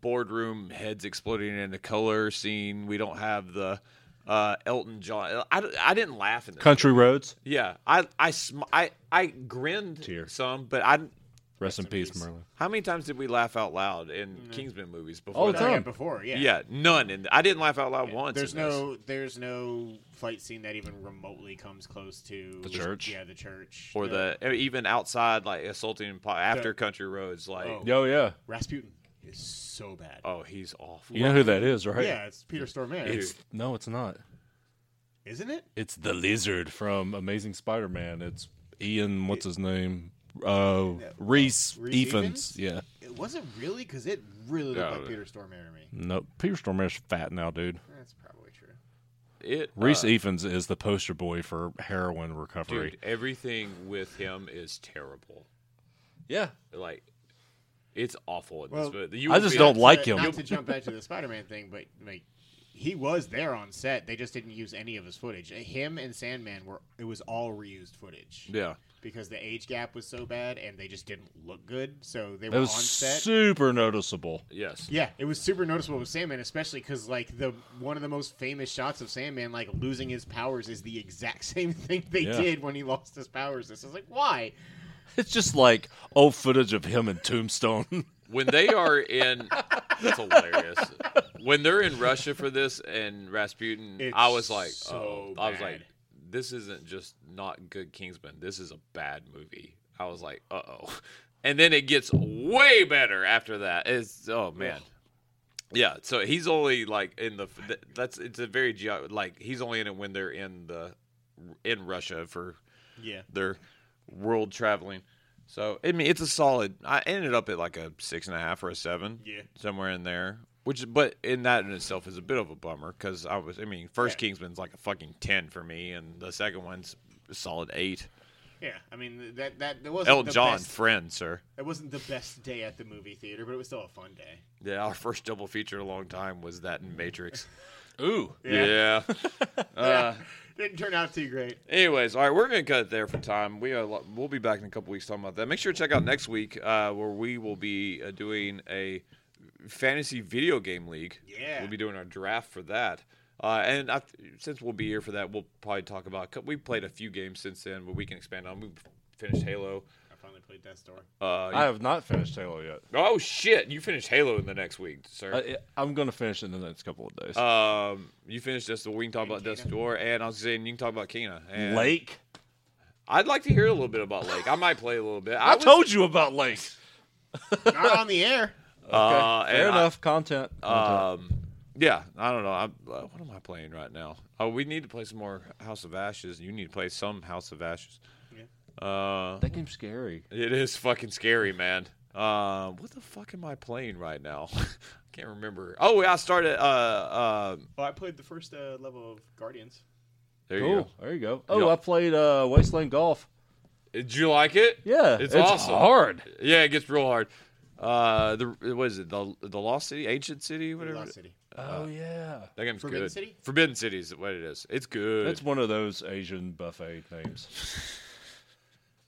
Speaker 1: boardroom heads exploding into color scene. We don't have the uh, Elton John. I, I didn't laugh in this.
Speaker 3: Country Roads.
Speaker 1: Yeah, I I sm- I I grinned
Speaker 3: Tear.
Speaker 1: some, but I.
Speaker 3: Rest, in peace, Merlin.
Speaker 1: How many times did we laugh out loud in
Speaker 2: Mm-hmm.
Speaker 1: Kingsman movies before?
Speaker 3: All the
Speaker 1: that?
Speaker 3: time.
Speaker 2: Like before, Oh, yeah.
Speaker 1: Yeah, none. And I didn't laugh out loud once.
Speaker 2: There's
Speaker 1: in this.
Speaker 2: no there's no fight scene that even remotely comes close to
Speaker 3: The church?
Speaker 2: Yeah, the church.
Speaker 1: or
Speaker 2: No.
Speaker 1: the e, even outside like assaulting po- after country roads like
Speaker 2: Oh.
Speaker 1: oh,
Speaker 3: Yo, yeah.
Speaker 2: Rasputin is so bad.
Speaker 1: he's awful.
Speaker 3: You know who that is, right?
Speaker 2: Yeah, it's Peter Stormare,
Speaker 3: It's no, it's not.
Speaker 2: isn't it?
Speaker 3: It's the lizard from Amazing Spider-Man. It's Ian. What's his name? Uh, Reese,
Speaker 2: Reese
Speaker 3: Evans.
Speaker 2: Evans?
Speaker 3: Yeah.
Speaker 2: It wasn't really because it really looked
Speaker 1: Yeah,
Speaker 2: like
Speaker 1: but-
Speaker 2: Peter Stormare to me.
Speaker 3: No, Peter Stormare's fat now, dude.
Speaker 2: That's probably true.
Speaker 1: It uh,
Speaker 3: Reese Evans is the poster boy for heroin recovery.
Speaker 1: dude, everything with him is terrible.
Speaker 3: Yeah.
Speaker 1: like it's awful in
Speaker 2: Well,
Speaker 1: this movie. You
Speaker 3: I
Speaker 1: will
Speaker 3: just
Speaker 1: be-
Speaker 3: don't like
Speaker 2: to-
Speaker 3: him.
Speaker 2: Not to jump back to the Spider-Man thing, but like he was there on set. They just didn't use any of his footage. Him and Sandman were it was all reused footage
Speaker 1: Yeah,
Speaker 2: because the age gap was so bad and they just didn't look good. So they
Speaker 3: It
Speaker 2: were on
Speaker 3: was
Speaker 2: set.
Speaker 3: super noticeable.
Speaker 1: yes.
Speaker 2: yeah, it was super noticeable with Sandman, especially because like the one of the most famous shots of Sandman, like losing his powers, is the exact [LAUGHS] same thing they
Speaker 3: Yeah.
Speaker 2: did when he lost his powers. This is like why?
Speaker 3: [LAUGHS] It's just like old footage of him in Tombstone.
Speaker 1: When they are
Speaker 2: [LAUGHS]
Speaker 1: in, that's hilarious. When they're in Russia for this and Rasputin,
Speaker 2: It's
Speaker 1: I was like,
Speaker 2: so
Speaker 1: oh, I was like,
Speaker 2: bad.
Speaker 1: this isn't just not good Kingsman. This is a bad movie. I was like, uh oh. And then it gets way better after that. It's oh man. Yeah, so he's only like in the th- that's it's a very geo like he's only in it when they're in the in Russia for
Speaker 2: Yeah,
Speaker 1: their world traveling. So I mean, it's a solid. I ended up at like a six and a half or a seven,
Speaker 2: Yeah.
Speaker 1: somewhere in there. Which, but in that in itself is a bit of a bummer because I was. I mean, first
Speaker 2: Yeah.
Speaker 1: Kingsman's like a fucking ten for me, and the second one's a solid eight.
Speaker 2: yeah. I mean that that, that wasn't
Speaker 1: El
Speaker 2: the
Speaker 1: John,
Speaker 2: best-
Speaker 1: friend, sir.
Speaker 2: It wasn't the best day at the movie theater, but it was still a fun day.
Speaker 1: Yeah, our first double feature in a long time was that in
Speaker 2: [LAUGHS]
Speaker 1: Matrix.
Speaker 3: [LAUGHS] Ooh.
Speaker 1: yeah. uh,
Speaker 2: Didn't turn out too great.
Speaker 1: Anyways, all right, we're gonna cut it there for time. We are, lo- we'll be back in a couple weeks talking about that. Make sure to check out next week uh, where we will be uh, doing a fantasy video game league.
Speaker 2: Yeah.
Speaker 1: we'll be doing our draft for that. Uh, and I, since we'll be here for that, we'll probably talk about. We played a few games since then, but we can expand on. We finished Halo.
Speaker 2: I finally played Death Door.
Speaker 1: Uh,
Speaker 3: I have not finished Halo yet.
Speaker 1: oh shit! You finished Halo in the next week,
Speaker 5: Uh,
Speaker 1: sir.
Speaker 3: I, I'm going to finish it in the next couple of days.
Speaker 1: Uh, um, you finished this. We can talk about
Speaker 2: Kena.
Speaker 1: Dust Door, and I was saying you can talk about Kena. And
Speaker 3: Lake.
Speaker 1: I'd like to hear a little bit about Lake. I might play a little bit.
Speaker 5: I,
Speaker 1: was-
Speaker 5: told you about Lake.
Speaker 6: Not on the air.
Speaker 1: Uh,
Speaker 5: Okay, Fair
Speaker 1: and I-
Speaker 5: enough. content. content.
Speaker 1: Um, yeah, I don't know. I'm, uh, what am I playing right now? Oh, we need to play some more House of Ashes. You need to play some House of Ashes. Uh,
Speaker 5: that game's scary.
Speaker 1: it is fucking scary, man. Uh, what the fuck am I playing right now? [LAUGHS] I can't remember. Oh, I started. Uh, uh,
Speaker 2: Oh, I played the first uh, level of Guardians.
Speaker 1: there
Speaker 5: Cool.
Speaker 1: you go. Uh,
Speaker 5: There you go. Oh,
Speaker 1: Yeah.
Speaker 5: I played uh, Wasteland Golf.
Speaker 1: Did you like it?
Speaker 5: Yeah,
Speaker 1: it's, awesome.
Speaker 5: hard.
Speaker 1: Yeah, it gets real hard. Uh, the what is it? The the Lost City, Ancient City, whatever.
Speaker 6: Lost City.
Speaker 5: oh yeah,
Speaker 1: That game's
Speaker 6: Forbidden
Speaker 1: good.
Speaker 6: City?
Speaker 1: Forbidden City is what it is. It's good.
Speaker 5: that's one of those Asian buffet names.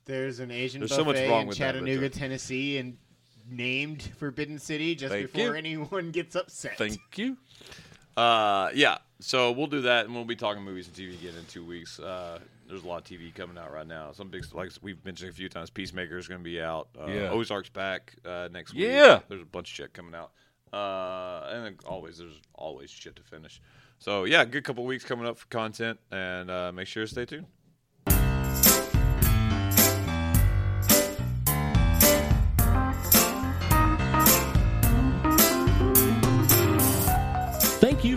Speaker 6: There's an Asian
Speaker 1: There's
Speaker 6: buffet
Speaker 1: so much wrong
Speaker 6: in
Speaker 1: with that, but
Speaker 6: Chattanooga,
Speaker 1: the-
Speaker 6: Tennessee, and named Forbidden City just
Speaker 5: Thank
Speaker 6: before
Speaker 5: you.
Speaker 6: anyone gets upset.
Speaker 5: Thank you.
Speaker 1: uh, yeah.
Speaker 7: So we'll do that, and we'll be talking movies and TV again in two weeks. Uh, there's a lot of TV coming out right now. Some big, like we've mentioned a few times, Peacemaker is going to be out. Uh,
Speaker 5: Yeah.
Speaker 7: Ozark's back uh, next week.
Speaker 5: Yeah.
Speaker 7: there's a bunch of shit coming out, uh, and then always there's always shit to finish. So yeah, good couple weeks coming up for content, and uh, make sure to stay tuned.
Speaker 3: Thank you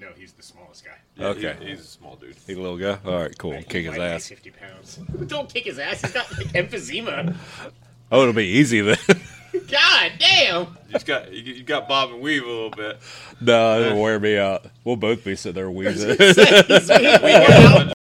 Speaker 2: No, he's the smallest guy.
Speaker 5: Okay,
Speaker 7: He- he's a small dude.
Speaker 5: Hey, little guy. All right, cool. Kick his
Speaker 2: Might weigh
Speaker 5: ass.
Speaker 2: Fifty pounds. Don't kick his ass. He's got [LAUGHS] like, emphysema.
Speaker 5: Oh, it'll be easy then. [LAUGHS]
Speaker 2: God damn.
Speaker 1: [LAUGHS]
Speaker 7: He's got you, you got Bob and Weave a little bit.
Speaker 5: no, it'll wear me out. We'll both be sitting there wheezing.
Speaker 2: He's- we got-